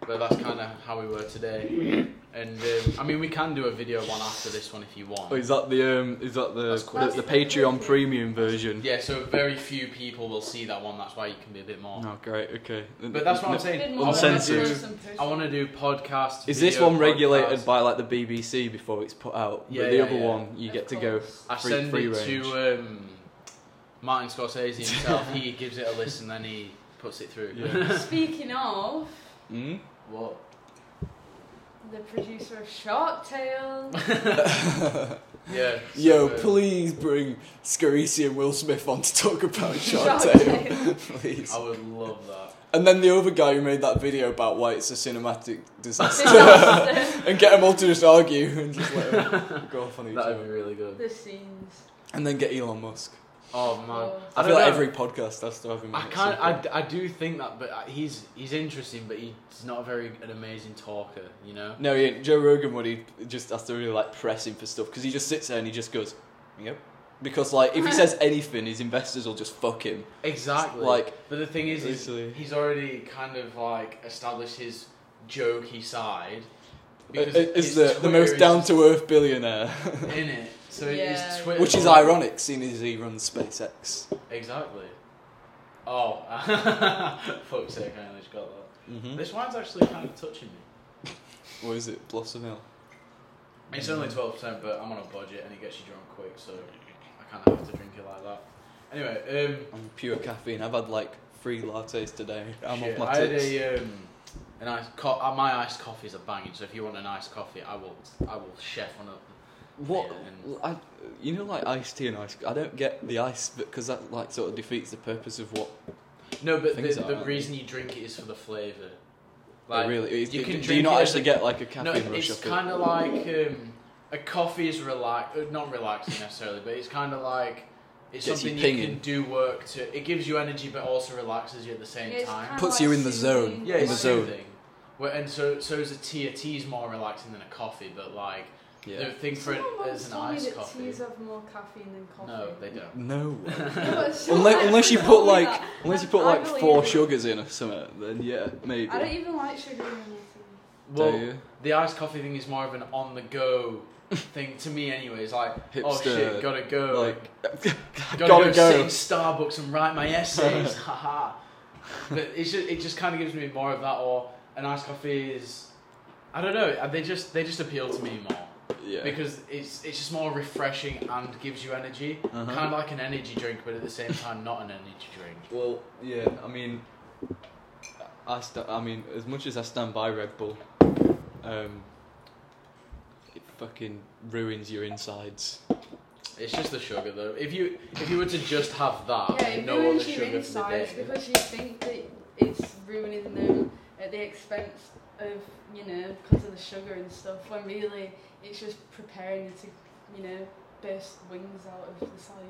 [SPEAKER 1] But that's kind of how we were today. And um, I mean, we can do a video one after this one if you want.
[SPEAKER 3] Oh, is that the um? Is that the
[SPEAKER 1] That's cool.
[SPEAKER 3] the, the Patreon premium version?
[SPEAKER 1] Yeah. So very few people will see that one. That's why you can be a bit more.
[SPEAKER 3] Oh, great. Okay.
[SPEAKER 1] But that's what I'm
[SPEAKER 2] A bit
[SPEAKER 1] saying. I
[SPEAKER 2] more
[SPEAKER 1] wanna
[SPEAKER 3] Uncensored.
[SPEAKER 1] do-
[SPEAKER 2] relaxed and personal.
[SPEAKER 1] I want to do podcasts.
[SPEAKER 3] Is this
[SPEAKER 1] video
[SPEAKER 3] one regulated
[SPEAKER 1] podcasts.
[SPEAKER 3] by like the BBC before it's put out?
[SPEAKER 1] Yeah,
[SPEAKER 3] but the
[SPEAKER 1] yeah,
[SPEAKER 3] other
[SPEAKER 1] yeah.
[SPEAKER 3] one you
[SPEAKER 2] Of
[SPEAKER 3] get to go
[SPEAKER 2] course.
[SPEAKER 1] I
[SPEAKER 3] free,
[SPEAKER 1] send
[SPEAKER 3] free
[SPEAKER 1] it
[SPEAKER 3] range.
[SPEAKER 1] to um, Martin Scorsese himself. he gives it a listen, then he puts it through.
[SPEAKER 3] Yeah.
[SPEAKER 2] Speaking of
[SPEAKER 3] Hmm?
[SPEAKER 1] what?
[SPEAKER 2] the producer of Shark Tale,
[SPEAKER 1] Yeah. so,
[SPEAKER 3] Yo,
[SPEAKER 1] um,
[SPEAKER 3] please bring Scarisi and Will Smith on to talk about
[SPEAKER 2] Shark
[SPEAKER 3] Shark Tale,
[SPEAKER 2] Tale.
[SPEAKER 3] please.
[SPEAKER 1] I would love that.
[SPEAKER 3] And then the other guy who made that video about why it's a cinematic disaster,
[SPEAKER 2] Disaster.
[SPEAKER 3] and get them all to just argue and just let them go off on each
[SPEAKER 1] That would
[SPEAKER 3] other,
[SPEAKER 1] be really good.
[SPEAKER 2] the scenes.
[SPEAKER 3] and then get Elon Musk.
[SPEAKER 1] Oh man,
[SPEAKER 3] I,
[SPEAKER 1] don't
[SPEAKER 3] feel like
[SPEAKER 1] know.
[SPEAKER 3] every podcast has to have him.
[SPEAKER 1] I
[SPEAKER 3] on at
[SPEAKER 1] can't.
[SPEAKER 3] some point.
[SPEAKER 1] I, d- I do think that, but I- he's he's interesting, but he's not very an amazing talker. You know.
[SPEAKER 3] No, yeah, Joe Rogan would he just has to really like press him for stuff because he just sits there and he just goes, "Yep." Because like if he says anything, his investors will just fuck him.
[SPEAKER 1] Exactly.
[SPEAKER 3] Like
[SPEAKER 1] but the thing is, is
[SPEAKER 3] Literally.
[SPEAKER 1] he's already kind of like established his jokey side.
[SPEAKER 3] uh, is
[SPEAKER 1] his
[SPEAKER 3] the, the
[SPEAKER 1] Twitter
[SPEAKER 3] most
[SPEAKER 1] is
[SPEAKER 3] down to earth billionaire,
[SPEAKER 1] in it. So
[SPEAKER 2] Yeah.
[SPEAKER 1] his Twitter,
[SPEAKER 3] which is ironic, seeing as he runs SpaceX.
[SPEAKER 1] Exactly. Oh, fuck's sake! I only just got that.
[SPEAKER 3] Mm-hmm.
[SPEAKER 1] This wine's actually kind of touching me.
[SPEAKER 3] What is it, Blossom Hill?
[SPEAKER 1] It's only twelve percent, but I'm on a budget and it gets you drunk quick, so I kind of have to drink it like that. Anyway, um,
[SPEAKER 3] I'm pure caffeine. I've had like three lattes today. I'm
[SPEAKER 1] shit,
[SPEAKER 3] off my
[SPEAKER 1] I had
[SPEAKER 3] tits.
[SPEAKER 1] a um, an iced co- uh, my iced coffees are banging. So if you want an iced coffee, I will I will chef one up.
[SPEAKER 3] What
[SPEAKER 1] and-
[SPEAKER 3] I, you know, like iced tea and ice. I don't get the ice because that like sort of defeats the purpose of what.
[SPEAKER 1] No, but the,
[SPEAKER 3] Things are,
[SPEAKER 1] the
[SPEAKER 3] aren't they?
[SPEAKER 1] reason you drink it is for the flavour.
[SPEAKER 3] Like, really, it-
[SPEAKER 1] you
[SPEAKER 3] it-
[SPEAKER 1] can
[SPEAKER 3] do you
[SPEAKER 1] drink
[SPEAKER 3] not
[SPEAKER 1] it as
[SPEAKER 3] actually
[SPEAKER 1] a-
[SPEAKER 3] get like a
[SPEAKER 1] No,
[SPEAKER 3] caffeine rush?
[SPEAKER 1] it's
[SPEAKER 3] off it?
[SPEAKER 1] kind of like um, a coffee is relax, uh, not relaxing necessarily, but it's kind of like it's
[SPEAKER 3] Gets you
[SPEAKER 1] something you,
[SPEAKER 3] pinging.
[SPEAKER 1] can do work to. It gives you energy, but also relaxes you at the same
[SPEAKER 2] It's
[SPEAKER 1] time.
[SPEAKER 2] kinda
[SPEAKER 3] Puts
[SPEAKER 2] like
[SPEAKER 3] you in the zone.
[SPEAKER 2] soothing,
[SPEAKER 1] yeah,
[SPEAKER 3] in
[SPEAKER 1] it's
[SPEAKER 3] the
[SPEAKER 2] like-
[SPEAKER 3] zone.
[SPEAKER 1] soothing. Well, and so so is a tea. A tea is more relaxing than a coffee, but like
[SPEAKER 3] Yeah.
[SPEAKER 1] the thing for it
[SPEAKER 2] Someone once
[SPEAKER 1] is an
[SPEAKER 2] told me
[SPEAKER 1] iced
[SPEAKER 2] that
[SPEAKER 1] coffee.
[SPEAKER 2] Teas have more caffeine than coffee.
[SPEAKER 1] No, they don't.
[SPEAKER 3] No.
[SPEAKER 2] Unless,
[SPEAKER 3] unless, unless you put like unless you put like four sugars in or something, then yeah, maybe.
[SPEAKER 2] I don't even like sugar in anything.
[SPEAKER 3] Do
[SPEAKER 1] Well,
[SPEAKER 3] you?
[SPEAKER 1] the iced coffee thing is more of an on-the-go thing to me, anyways. Like, oh
[SPEAKER 3] Hipster,
[SPEAKER 1] shit, gotta go.
[SPEAKER 3] Like
[SPEAKER 1] gotta,
[SPEAKER 3] gotta
[SPEAKER 1] go,
[SPEAKER 3] go.
[SPEAKER 1] sit in Starbucks and write my essays. Haha. But it's just, it just kind of gives me more of that, or an iced coffee is. I don't know. uh, They just they just appeal to me more
[SPEAKER 3] yeah.
[SPEAKER 1] because it's it's just more refreshing and gives you energy,
[SPEAKER 3] Uh-huh.
[SPEAKER 1] kind of like an energy drink, but at the same time not an energy drink.
[SPEAKER 3] Well, yeah, I mean, I, sta- I mean, as much as I stand by Red Bull, um, it fucking ruins your insides.
[SPEAKER 1] It's just the sugar though. If you if you were to just have that,
[SPEAKER 2] Yeah, it
[SPEAKER 1] no other
[SPEAKER 2] ruins
[SPEAKER 1] sugar
[SPEAKER 2] your
[SPEAKER 1] for the
[SPEAKER 2] insides
[SPEAKER 1] day.
[SPEAKER 2] because you think that it's ruining them at the expense of, you know, because of the sugar and stuff, when really it's just preparing you to, you know, burst wings out of the side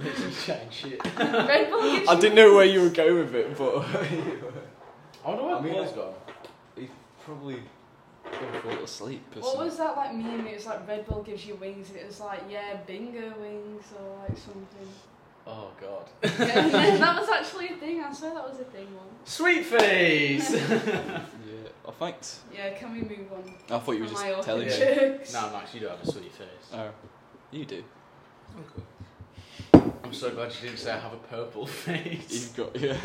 [SPEAKER 1] It's just chatting shit.
[SPEAKER 2] your body. Red Bull gives
[SPEAKER 3] I
[SPEAKER 2] you
[SPEAKER 3] didn't know where you were going with it, but
[SPEAKER 1] I wonder where
[SPEAKER 3] I mean,
[SPEAKER 1] Paul's
[SPEAKER 3] I-
[SPEAKER 1] gone.
[SPEAKER 3] he's probably gonna fall asleep. Or
[SPEAKER 2] What
[SPEAKER 3] something.
[SPEAKER 2] was that like meme? It was like Red Bull gives you wings. It was like yeah, bingo wings or like something.
[SPEAKER 1] Oh god.
[SPEAKER 2] Yeah, that was actually a thing. I swear that was a thing once.
[SPEAKER 1] Sweet face. no,
[SPEAKER 3] Yeah. Oh, thanks.
[SPEAKER 2] Yeah, can we move on?
[SPEAKER 3] I thought you were
[SPEAKER 2] Am
[SPEAKER 3] just
[SPEAKER 2] I
[SPEAKER 3] telling
[SPEAKER 1] awkward?
[SPEAKER 3] me.
[SPEAKER 2] jokes?
[SPEAKER 1] Max, you don't have a sweet face.
[SPEAKER 3] Oh, you do.
[SPEAKER 1] I'm so glad you didn't say I have a purple face.
[SPEAKER 3] You've got yeah.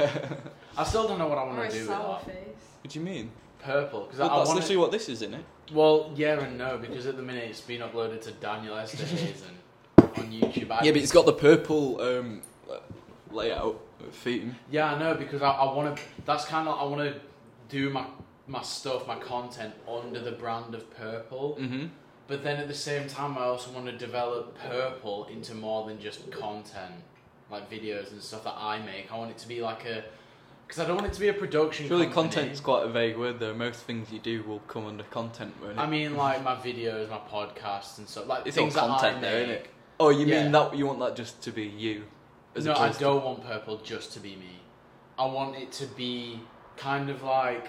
[SPEAKER 1] I still don't know what I
[SPEAKER 2] Or
[SPEAKER 1] want
[SPEAKER 2] a
[SPEAKER 1] to do with
[SPEAKER 2] sour
[SPEAKER 1] that.
[SPEAKER 2] face.
[SPEAKER 3] what do you mean?
[SPEAKER 1] Purple, because
[SPEAKER 3] Well,
[SPEAKER 1] I
[SPEAKER 3] that's
[SPEAKER 1] want.
[SPEAKER 3] literally what this is, isn't it?
[SPEAKER 1] Well, yeah and no, because at the minute it's been uploaded to Daniel Esther Hazen on YouTube. I-
[SPEAKER 3] Yeah, but it's got the purple um, layout theme.
[SPEAKER 1] Yeah, I know because I, I want to. That's kind of I want to do my my stuff, my content under the brand of purple.
[SPEAKER 3] Mm-hmm.
[SPEAKER 1] But then at the same time, I also want to develop purple into more than just content, like videos and stuff that I make. I want it to be like a, because I don't want it to be a production.
[SPEAKER 3] Surely
[SPEAKER 1] company.
[SPEAKER 3] content's quite a vague word, though. Most things you do will come under content, won't it?
[SPEAKER 1] I mean, like my videos, my podcasts, and stuff like
[SPEAKER 3] It's all
[SPEAKER 1] things that I make.
[SPEAKER 3] content, though, isn't it? oh, you
[SPEAKER 1] yeah.
[SPEAKER 3] mean that you want that just to be you? As
[SPEAKER 1] no, I
[SPEAKER 3] opposed to-
[SPEAKER 1] don't want purple just to be me. I want it to be kind of like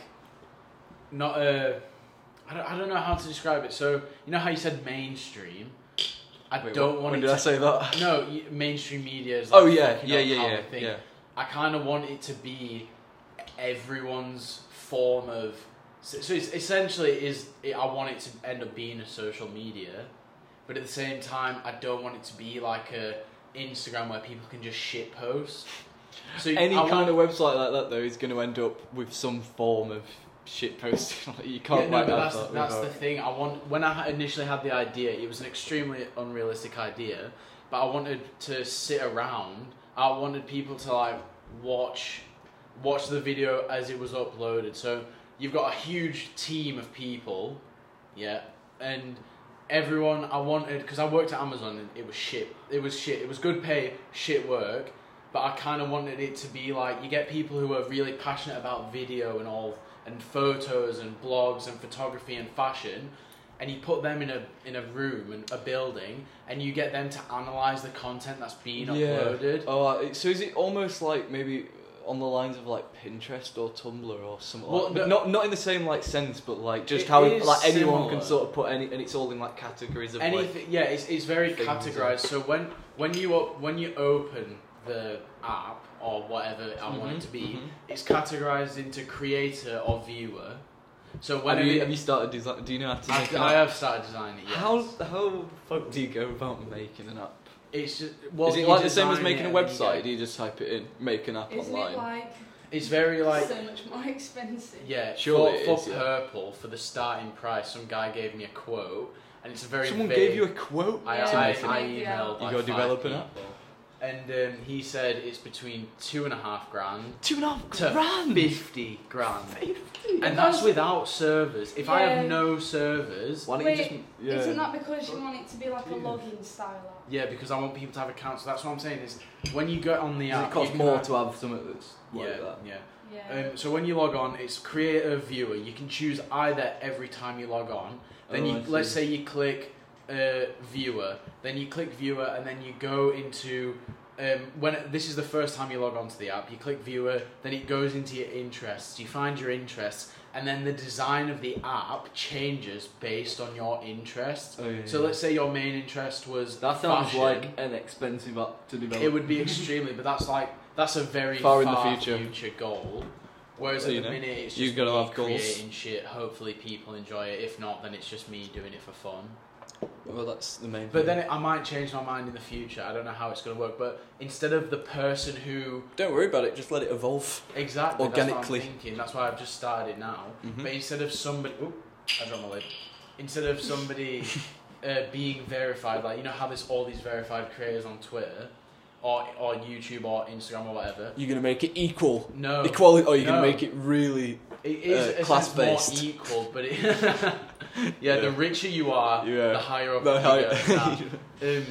[SPEAKER 1] not a. I don't, I don't know how to describe it. So you know how you said mainstream. I
[SPEAKER 3] Wait,
[SPEAKER 1] don't
[SPEAKER 3] when,
[SPEAKER 1] want
[SPEAKER 3] When
[SPEAKER 1] it
[SPEAKER 3] did
[SPEAKER 1] to
[SPEAKER 3] I say that?
[SPEAKER 1] No, y- mainstream media is. Like
[SPEAKER 3] Oh yeah,
[SPEAKER 1] fucking
[SPEAKER 3] yeah,
[SPEAKER 1] up
[SPEAKER 3] yeah,
[SPEAKER 1] how
[SPEAKER 3] yeah,
[SPEAKER 1] they think.
[SPEAKER 3] yeah.
[SPEAKER 1] I kind of want it to be everyone's form of. So, so it's essentially it is it, I want it to end up being a social media, but at the same time I don't want it to be like a Instagram where people can just shit post. So
[SPEAKER 3] Any
[SPEAKER 1] I
[SPEAKER 3] kind
[SPEAKER 1] want,
[SPEAKER 3] of website like that, though, is going to end up with some form of shit posting. like, you can't
[SPEAKER 1] yeah, no,
[SPEAKER 3] write
[SPEAKER 1] but
[SPEAKER 3] that
[SPEAKER 1] that's,
[SPEAKER 3] out
[SPEAKER 1] that's the
[SPEAKER 3] without-
[SPEAKER 1] thing. I want when I initially had the idea, it was an extremely unrealistic idea, but I wanted to sit around. I wanted people to like watch watch the video as it was uploaded. So you've got a huge team of people, yeah, and everyone I wanted because I worked at Amazon and it was shit. It was shit. It was good pay, shit work. But I kind of wanted it to be like you get people who are really passionate about video and all, and photos and blogs and photography and fashion, and you put them in a in a room and a building, and you get them to analyze the content that's being uploaded.
[SPEAKER 3] Oh, uh, so is it almost like maybe on the lines of like Pinterest or Tumblr or something?
[SPEAKER 1] Well,
[SPEAKER 3] like,
[SPEAKER 1] no-
[SPEAKER 3] not not in the same like sense, but like just
[SPEAKER 1] It
[SPEAKER 3] how
[SPEAKER 1] is
[SPEAKER 3] like anyone can
[SPEAKER 1] similar.
[SPEAKER 3] sort of put any, and it's all in like categories of like.
[SPEAKER 1] Anything, yeah, it's, it's very
[SPEAKER 3] things
[SPEAKER 1] categorized. So when when you op- when you open the app or whatever I want it
[SPEAKER 3] Mhm,
[SPEAKER 1] to be,
[SPEAKER 3] mhm.
[SPEAKER 1] it's categorized into creator or viewer. So when
[SPEAKER 3] Have
[SPEAKER 1] it-
[SPEAKER 3] you, have you started design? Do you know how to
[SPEAKER 1] I,
[SPEAKER 3] make an
[SPEAKER 1] I
[SPEAKER 3] app?
[SPEAKER 1] have started designing it. Yes.
[SPEAKER 3] How how the fuck do you go about making an app?
[SPEAKER 1] It's just well,
[SPEAKER 3] is it
[SPEAKER 1] you
[SPEAKER 3] like the same as
[SPEAKER 1] design
[SPEAKER 3] making
[SPEAKER 1] it and
[SPEAKER 3] a
[SPEAKER 1] then you
[SPEAKER 3] website?
[SPEAKER 1] get-
[SPEAKER 3] Do you just type it in, make an app
[SPEAKER 2] Isn't
[SPEAKER 3] online?
[SPEAKER 2] it like
[SPEAKER 1] It's very like
[SPEAKER 2] so much more expensive.
[SPEAKER 1] yeah.
[SPEAKER 3] Surely it
[SPEAKER 1] for,
[SPEAKER 3] is,
[SPEAKER 1] for
[SPEAKER 3] yeah.
[SPEAKER 1] purple for the starting price, some guy gave me a quote, and it's a very
[SPEAKER 3] Someone
[SPEAKER 1] vague-
[SPEAKER 3] gave you a quote.
[SPEAKER 1] I,
[SPEAKER 2] Yeah,
[SPEAKER 3] to
[SPEAKER 1] I,
[SPEAKER 3] make it-
[SPEAKER 1] I
[SPEAKER 2] it. Yeah.
[SPEAKER 1] emailed.
[SPEAKER 3] You
[SPEAKER 1] like
[SPEAKER 3] gotta
[SPEAKER 1] five
[SPEAKER 3] develop an app.
[SPEAKER 1] people. And um, he said it's between two and a half grand
[SPEAKER 3] two and a half
[SPEAKER 1] to
[SPEAKER 3] grand.
[SPEAKER 1] fifty grand, and
[SPEAKER 2] Because-
[SPEAKER 1] that's without servers. If I have
[SPEAKER 2] Yeah.
[SPEAKER 1] no servers,
[SPEAKER 3] Why don't
[SPEAKER 2] Wait,
[SPEAKER 3] you just? Yeah.
[SPEAKER 2] Isn't that because you want it to be like a
[SPEAKER 3] Yeah.
[SPEAKER 2] login style app?
[SPEAKER 1] yeah, because I want people to have accounts. So that's what I'm saying is when you go on the
[SPEAKER 3] Does
[SPEAKER 1] app,
[SPEAKER 3] it cost
[SPEAKER 1] you can
[SPEAKER 3] more
[SPEAKER 1] have-
[SPEAKER 3] to have something that's like
[SPEAKER 1] yeah,
[SPEAKER 3] that?
[SPEAKER 1] yeah.
[SPEAKER 2] Yeah.
[SPEAKER 1] Um, so when you log on, it's create a viewer. You can choose either every time you log on. Then
[SPEAKER 3] Oh,
[SPEAKER 1] you
[SPEAKER 3] I see.
[SPEAKER 1] let's say you click uh, viewer. Then you click viewer, and then you go into um, when this is the first time you log on to the app. You click viewer. Then it goes into your interests. You find your interests, and then the design of the app changes based on your interests.
[SPEAKER 3] Oh, yeah,
[SPEAKER 1] So
[SPEAKER 3] yeah.
[SPEAKER 1] let's say your main interest was
[SPEAKER 4] That sounds
[SPEAKER 1] fashion.
[SPEAKER 4] like an expensive app to develop.
[SPEAKER 1] It would be extremely, but that's like that's a very
[SPEAKER 3] Far
[SPEAKER 1] far,
[SPEAKER 3] in the future.
[SPEAKER 1] goal. Whereas
[SPEAKER 3] So
[SPEAKER 1] at
[SPEAKER 3] you
[SPEAKER 1] the
[SPEAKER 3] know,
[SPEAKER 1] minute it's
[SPEAKER 3] you've
[SPEAKER 1] just
[SPEAKER 3] gotta
[SPEAKER 1] me
[SPEAKER 3] have goals.
[SPEAKER 1] creating shit. Hopefully people enjoy it. If not, then it's just me doing it for fun.
[SPEAKER 3] Well, that's the main.
[SPEAKER 1] But
[SPEAKER 3] thing.
[SPEAKER 1] then it, I might change my mind in the future. I don't know how it's gonna work. But instead of the person who
[SPEAKER 3] don't worry about it. Just let it evolve.
[SPEAKER 1] exactly that's
[SPEAKER 3] Organically.
[SPEAKER 1] what I'm thinking. That's why I've just started now.
[SPEAKER 3] Mhm.
[SPEAKER 1] But instead of somebody, oop, I dropped my lid. Instead of somebody uh, being verified, like you know how there's all these verified creators on Twitter, or or YouTube or Instagram or whatever.
[SPEAKER 3] You're gonna make it equal.
[SPEAKER 1] No,
[SPEAKER 3] Equality, or you can
[SPEAKER 1] No.
[SPEAKER 3] make it really.
[SPEAKER 1] It is
[SPEAKER 3] uh,
[SPEAKER 1] it's
[SPEAKER 3] class-based.
[SPEAKER 1] more equal, but it, yeah, the
[SPEAKER 3] Yeah.
[SPEAKER 1] richer you are,
[SPEAKER 3] Yeah.
[SPEAKER 1] the higher up
[SPEAKER 3] No,
[SPEAKER 1] you
[SPEAKER 3] how-
[SPEAKER 1] go. Nah. um,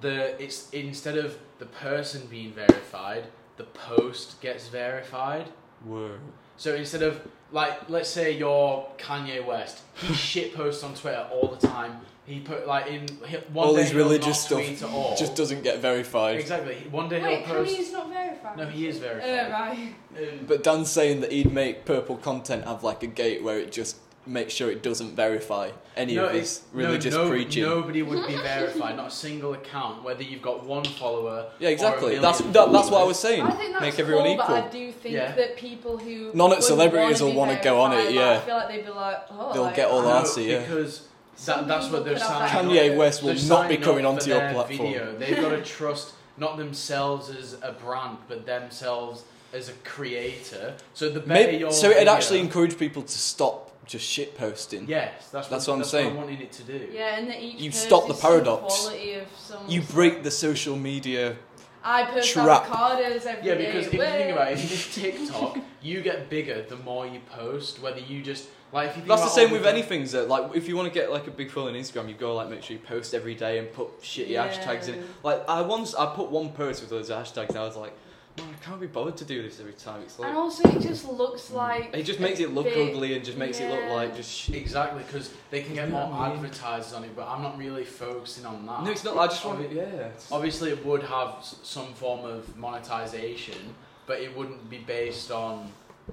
[SPEAKER 1] the it's instead of the person being verified, the post gets verified.
[SPEAKER 3] Word.
[SPEAKER 1] So instead of like, let's say you're Kanye West, he shit posts on Twitter all the time. He put like in he- one
[SPEAKER 3] All
[SPEAKER 1] day
[SPEAKER 3] his
[SPEAKER 1] he'll not
[SPEAKER 3] religious stuff
[SPEAKER 1] tweet at all.
[SPEAKER 3] Just doesn't get verified.
[SPEAKER 1] exactly. He- One day
[SPEAKER 2] Wait,
[SPEAKER 1] he'll post.
[SPEAKER 2] Kanye's not verified.
[SPEAKER 1] No, he is
[SPEAKER 2] Oh,
[SPEAKER 1] verified.
[SPEAKER 2] right.
[SPEAKER 1] Um,
[SPEAKER 3] But Dan's saying that he'd make purple content have like a gate where it just makes sure it doesn't verify any of his
[SPEAKER 1] it's-
[SPEAKER 3] religious
[SPEAKER 1] no, no-
[SPEAKER 3] preaching.
[SPEAKER 1] Nobody would be verified, not a single account, whether you've got one follower.
[SPEAKER 3] yeah, exactly.
[SPEAKER 1] a
[SPEAKER 3] That's
[SPEAKER 1] million
[SPEAKER 3] that, that's what I
[SPEAKER 1] followers.
[SPEAKER 3] was saying.
[SPEAKER 2] I think that's
[SPEAKER 3] Make everyone
[SPEAKER 2] cool,
[SPEAKER 3] equal.
[SPEAKER 2] but I do think
[SPEAKER 1] Yeah.
[SPEAKER 2] that people who
[SPEAKER 3] None of
[SPEAKER 2] would
[SPEAKER 3] celebrities
[SPEAKER 2] wanna
[SPEAKER 3] will
[SPEAKER 2] be
[SPEAKER 3] wanna go on it,
[SPEAKER 2] verified,
[SPEAKER 3] yeah.
[SPEAKER 2] I feel like they'd be like, oh,
[SPEAKER 3] They'll
[SPEAKER 2] like,
[SPEAKER 3] get all
[SPEAKER 2] I-
[SPEAKER 3] that. answer, yeah.
[SPEAKER 1] Because that,
[SPEAKER 2] Some
[SPEAKER 1] that's what
[SPEAKER 2] people
[SPEAKER 1] they're
[SPEAKER 2] put out
[SPEAKER 1] signing.
[SPEAKER 2] that
[SPEAKER 3] Kanye
[SPEAKER 2] know.
[SPEAKER 3] West will
[SPEAKER 1] They're
[SPEAKER 3] not be
[SPEAKER 1] signing
[SPEAKER 3] coming
[SPEAKER 1] up
[SPEAKER 3] onto
[SPEAKER 1] for
[SPEAKER 3] your
[SPEAKER 1] their
[SPEAKER 3] platform.
[SPEAKER 1] Video. They've got to trust not themselves as a brand, but themselves as a creator. So the better
[SPEAKER 3] Maybe,
[SPEAKER 1] your
[SPEAKER 3] so it'd
[SPEAKER 1] video-
[SPEAKER 3] actually encourage people to stop just shit posting.
[SPEAKER 1] yes, that's
[SPEAKER 3] That's
[SPEAKER 1] what,
[SPEAKER 3] what I'm
[SPEAKER 1] that's
[SPEAKER 3] saying.
[SPEAKER 1] What I'm wanting it to do.
[SPEAKER 2] Yeah, and that each
[SPEAKER 3] You
[SPEAKER 2] post
[SPEAKER 3] stop the
[SPEAKER 2] is some
[SPEAKER 3] paradox.
[SPEAKER 2] quality of someone's-
[SPEAKER 3] You break the social media.
[SPEAKER 2] I post
[SPEAKER 3] trap.
[SPEAKER 2] avocados every
[SPEAKER 1] Yeah,
[SPEAKER 2] day,
[SPEAKER 1] because if you
[SPEAKER 2] way.
[SPEAKER 1] think about it, if it's TikTok, you get bigger the more you post. Whether you just like if you think
[SPEAKER 3] That's the
[SPEAKER 1] about
[SPEAKER 3] same
[SPEAKER 1] all
[SPEAKER 3] with
[SPEAKER 1] the-
[SPEAKER 3] anything. That like, if you want to get like a big following on Instagram, you've got to like make sure you post every day and put shitty
[SPEAKER 2] Yeah.
[SPEAKER 3] hashtags in. Like I once, I put one post with loads of hashtags, and I was like, man, I can't be bothered to do this every time. It's
[SPEAKER 2] And
[SPEAKER 3] like
[SPEAKER 2] also, it just looks like.
[SPEAKER 3] it just makes it look
[SPEAKER 2] big-
[SPEAKER 3] ugly and just makes it look
[SPEAKER 2] yeah.
[SPEAKER 3] like just shit.
[SPEAKER 1] Exactly, because they can get
[SPEAKER 3] You know
[SPEAKER 1] more
[SPEAKER 3] what I mean?
[SPEAKER 1] advertisers on it, but I'm not really focusing on that.
[SPEAKER 3] No, it's not. I just want
[SPEAKER 1] Obvi-
[SPEAKER 3] yeah. it's-
[SPEAKER 1] Obviously, it would have s- some form of monetization, but it wouldn't be based on.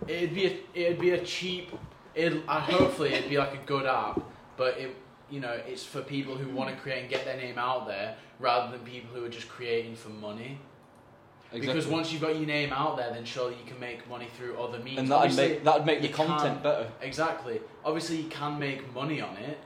[SPEAKER 1] It'd be a, it'd be a cheap. It uh, hopefully it'd be like a good app, but it you know it's for people who want to create and get their name out there rather than people who are just creating for money. Because
[SPEAKER 3] Exactly.
[SPEAKER 1] once you've got your name out there, then surely you can make money through other means.
[SPEAKER 3] and that'd
[SPEAKER 1] Obviously-
[SPEAKER 3] make that'd make the
[SPEAKER 1] you
[SPEAKER 3] content
[SPEAKER 1] can't-
[SPEAKER 3] better.
[SPEAKER 1] Exactly. Obviously, you can make money on it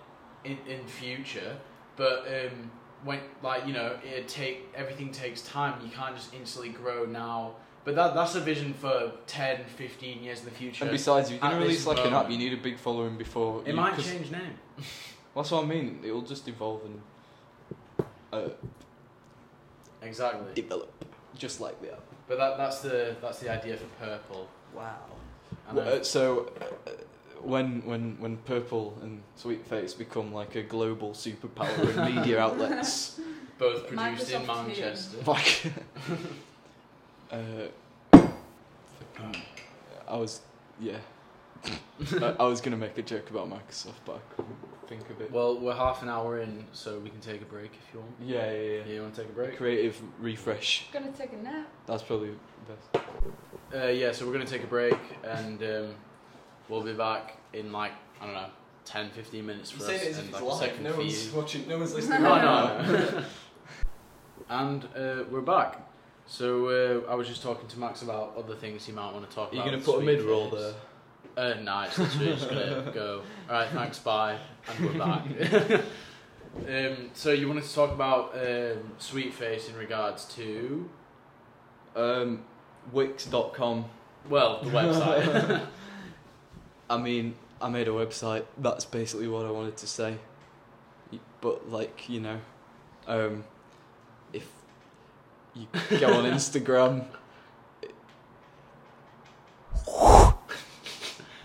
[SPEAKER 1] in in future, but um, when like you know, it take everything takes time. You can't just instantly grow now. But that that's a vision for 10, 15 years in the future.
[SPEAKER 3] And besides, if you're gonna
[SPEAKER 1] At this
[SPEAKER 3] release like an app,
[SPEAKER 1] moment.
[SPEAKER 3] you need a big following before.
[SPEAKER 1] it
[SPEAKER 3] you,
[SPEAKER 1] might
[SPEAKER 3] 'cause-
[SPEAKER 1] change name.
[SPEAKER 3] That's what I mean. It'll just evolve and uh,
[SPEAKER 1] Exactly.
[SPEAKER 3] develop, just like the app.
[SPEAKER 1] But that that's the that's the idea for purple.
[SPEAKER 3] Wow.
[SPEAKER 1] And
[SPEAKER 3] Well,
[SPEAKER 1] I-
[SPEAKER 3] uh, so, uh, when when when Purple and Sweetface become like a global superpower in media outlets,
[SPEAKER 1] both produced
[SPEAKER 2] Microsoft
[SPEAKER 1] in
[SPEAKER 2] too.
[SPEAKER 1] Manchester.
[SPEAKER 3] like, uh,
[SPEAKER 1] Um,
[SPEAKER 3] I was, yeah, I, I was gonna make a joke about Microsoft, but I couldn't think of it.
[SPEAKER 1] Well, we're half an hour in, so we can take a break if you want.
[SPEAKER 3] yeah, yeah,
[SPEAKER 1] Yeah, you want to take a
[SPEAKER 3] yeah.
[SPEAKER 1] break?
[SPEAKER 3] Creative refresh.
[SPEAKER 2] Gonna take a nap.
[SPEAKER 3] That's probably best.
[SPEAKER 1] Uh, yeah, so we're going to take a break and um, we'll be back in like, I don't know, 10, 15 minutes for us. and like a second for you.
[SPEAKER 3] watching. No one's
[SPEAKER 2] listening
[SPEAKER 1] No, no. and uh, we're back. So uh, I was just talking to Max about other things he might want to talk
[SPEAKER 3] Are you
[SPEAKER 1] about.
[SPEAKER 3] gonna
[SPEAKER 1] this
[SPEAKER 3] put a
[SPEAKER 1] week.
[SPEAKER 3] mid roll there?
[SPEAKER 1] Uh, no, it's literally just going to go, alright, thanks, bye, and we're back. um, so you wanted to talk about um, Sweetface in regards to.
[SPEAKER 3] Um, Wix.com
[SPEAKER 1] Well, the website.
[SPEAKER 3] I mean, I made a website. That's basically what I wanted to say. Y- But like you know, um, if you go on Instagram,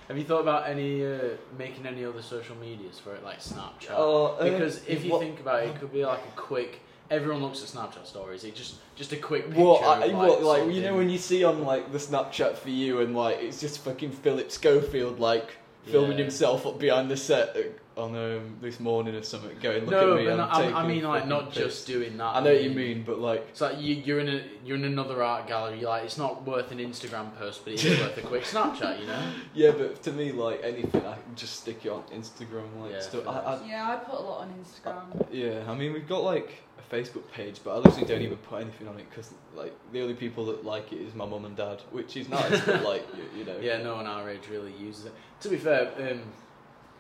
[SPEAKER 1] Have you thought about any uh, making any other social medias for it, like Snapchat?
[SPEAKER 3] Oh, uh,
[SPEAKER 1] because um, if you
[SPEAKER 3] what-
[SPEAKER 1] think about it, it could be like a quick. Everyone looks at Snapchat stories. It just just a quick picture.
[SPEAKER 3] what
[SPEAKER 1] of,
[SPEAKER 3] I,
[SPEAKER 1] like,
[SPEAKER 3] what like you know
[SPEAKER 1] something.
[SPEAKER 3] when you see on like the Snapchat for you and like it's just fucking Philip Schofield like filming
[SPEAKER 1] Yeah.
[SPEAKER 3] himself up behind the set uh, on um, this morning or something, going look
[SPEAKER 1] no,
[SPEAKER 3] at me.
[SPEAKER 1] but
[SPEAKER 3] I'm
[SPEAKER 1] not- I'm- I
[SPEAKER 3] taking
[SPEAKER 1] mean like
[SPEAKER 3] fucking
[SPEAKER 1] not
[SPEAKER 3] piss."
[SPEAKER 1] just doing that.
[SPEAKER 3] I know what you mean, but like
[SPEAKER 1] It's like you, you're in a you're in another art gallery. Like it's not worth an Instagram post, but it's worth a quick Snapchat. You know.
[SPEAKER 3] Yeah, but to me, like anything, I can just stick it on Instagram. Like
[SPEAKER 1] Yeah,
[SPEAKER 3] stuff.
[SPEAKER 1] fair
[SPEAKER 3] I, I,
[SPEAKER 2] Yeah, I put a lot on Instagram.
[SPEAKER 3] yeah, I mean, we've got like a Facebook page, but I literally don't even put anything on it because like the only people that like it is my mum and dad, which is nice, but like you, you know.
[SPEAKER 1] Yeah, no one our age really uses it. To be fair, um,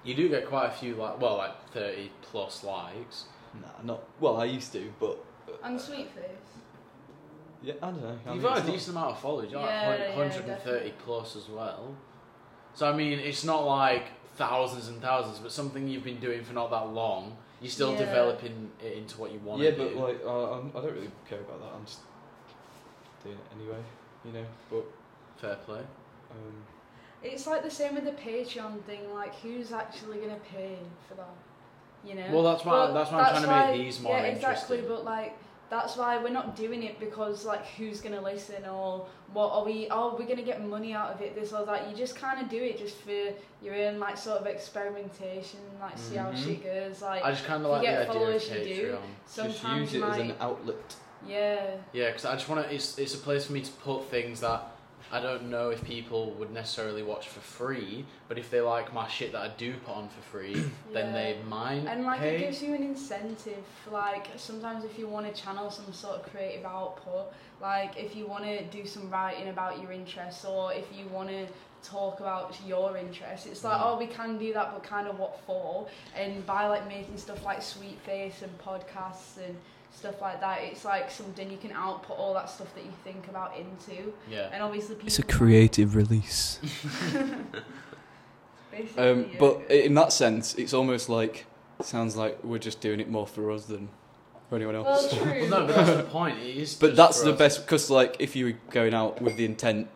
[SPEAKER 1] you do get quite a few like well like thirty plus likes.
[SPEAKER 3] Nah, not well. I used to, but
[SPEAKER 2] And Sweetface.
[SPEAKER 3] yeah, I don't know. I
[SPEAKER 1] You've
[SPEAKER 3] mean,
[SPEAKER 1] got a
[SPEAKER 3] it's not-
[SPEAKER 1] decent amount of followers, you're
[SPEAKER 2] Yeah,
[SPEAKER 1] like
[SPEAKER 2] yeah,
[SPEAKER 1] 130
[SPEAKER 2] definitely.
[SPEAKER 1] plus as well. So, I mean, it's not like thousands and thousands, but something you've been doing for not that long, you're still
[SPEAKER 2] Yeah.
[SPEAKER 1] developing it into what you want
[SPEAKER 3] Yeah,
[SPEAKER 1] to
[SPEAKER 3] but
[SPEAKER 1] do.
[SPEAKER 3] like I, I'm- I don't really care about that. I'm just doing it anyway, you know. But
[SPEAKER 1] Fair play.
[SPEAKER 3] um,
[SPEAKER 2] It's like the same with the Patreon thing. Like, who's actually gonna pay for that? You know.
[SPEAKER 1] Well, that's why-
[SPEAKER 2] But
[SPEAKER 1] that's why I'm trying to
[SPEAKER 2] why-
[SPEAKER 1] make these more
[SPEAKER 2] Yeah, exactly.
[SPEAKER 1] interesting.
[SPEAKER 2] But like, that's why we're not doing it because like, who's gonna listen or what are we? Oh, we're gonna get money out of it. This or that. You just kind of do it just for your own like sort of experimentation. Like, see how
[SPEAKER 3] Mhm.
[SPEAKER 2] shit goes. Like,
[SPEAKER 1] Mm-hmm. I just kind
[SPEAKER 2] you
[SPEAKER 1] of like
[SPEAKER 2] get
[SPEAKER 1] the idea of
[SPEAKER 2] followers, you do.
[SPEAKER 1] Patreon.
[SPEAKER 3] just
[SPEAKER 2] sometimes
[SPEAKER 3] use it
[SPEAKER 2] you
[SPEAKER 3] as
[SPEAKER 2] might.
[SPEAKER 3] an outlet.
[SPEAKER 2] yeah.
[SPEAKER 1] Yeah, because I just want to, it's, it's a place for me to put things that I don't know if people would necessarily watch for free, but if they like my shit that I do put on for free,
[SPEAKER 2] yeah.
[SPEAKER 1] then they mind
[SPEAKER 2] And like
[SPEAKER 1] pay.
[SPEAKER 2] it gives you an incentive. Like sometimes if you want to channel some sort of creative output, like if you want to do some writing about your interests or if you want to talk about your interests, it's like
[SPEAKER 1] Mm.
[SPEAKER 2] oh we can do that, but kind of what for? And by like making stuff like Sweet Face and podcasts and stuff like that, it's like something you can output all that stuff that you think about into.
[SPEAKER 1] yeah.
[SPEAKER 2] And obviously people.
[SPEAKER 3] release.
[SPEAKER 2] Basically,
[SPEAKER 3] Um,
[SPEAKER 2] yeah.
[SPEAKER 3] but i- in that sense, it's almost like sounds like we're just doing it more for us than for anyone else.
[SPEAKER 2] well, true.
[SPEAKER 1] Well, no, but that's the point. It is
[SPEAKER 3] but
[SPEAKER 1] just
[SPEAKER 3] that's
[SPEAKER 1] for
[SPEAKER 3] the
[SPEAKER 1] us.
[SPEAKER 3] best because, like, if you were going out with the intent,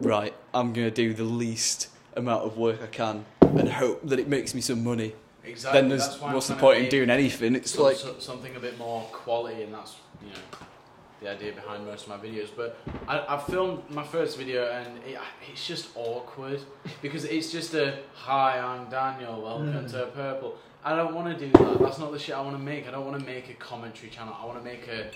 [SPEAKER 3] right, I'm gonna do the least amount of work I can and hope that it makes me some money.
[SPEAKER 1] Exactly.
[SPEAKER 3] then there's
[SPEAKER 1] that's why I'm
[SPEAKER 3] what's the
[SPEAKER 1] trying to
[SPEAKER 3] point in
[SPEAKER 1] make
[SPEAKER 3] doing anything? It's
[SPEAKER 1] some-
[SPEAKER 3] like
[SPEAKER 1] so- something a bit more quality, and that's you know the idea behind most of my videos. But I, I filmed my first video, and it, it's just awkward because it's just a hi, I'm Daniel, welcome to Purple. I don't want to do that. That's not the shit I want to make. I don't want to make a commentary channel. I want to make a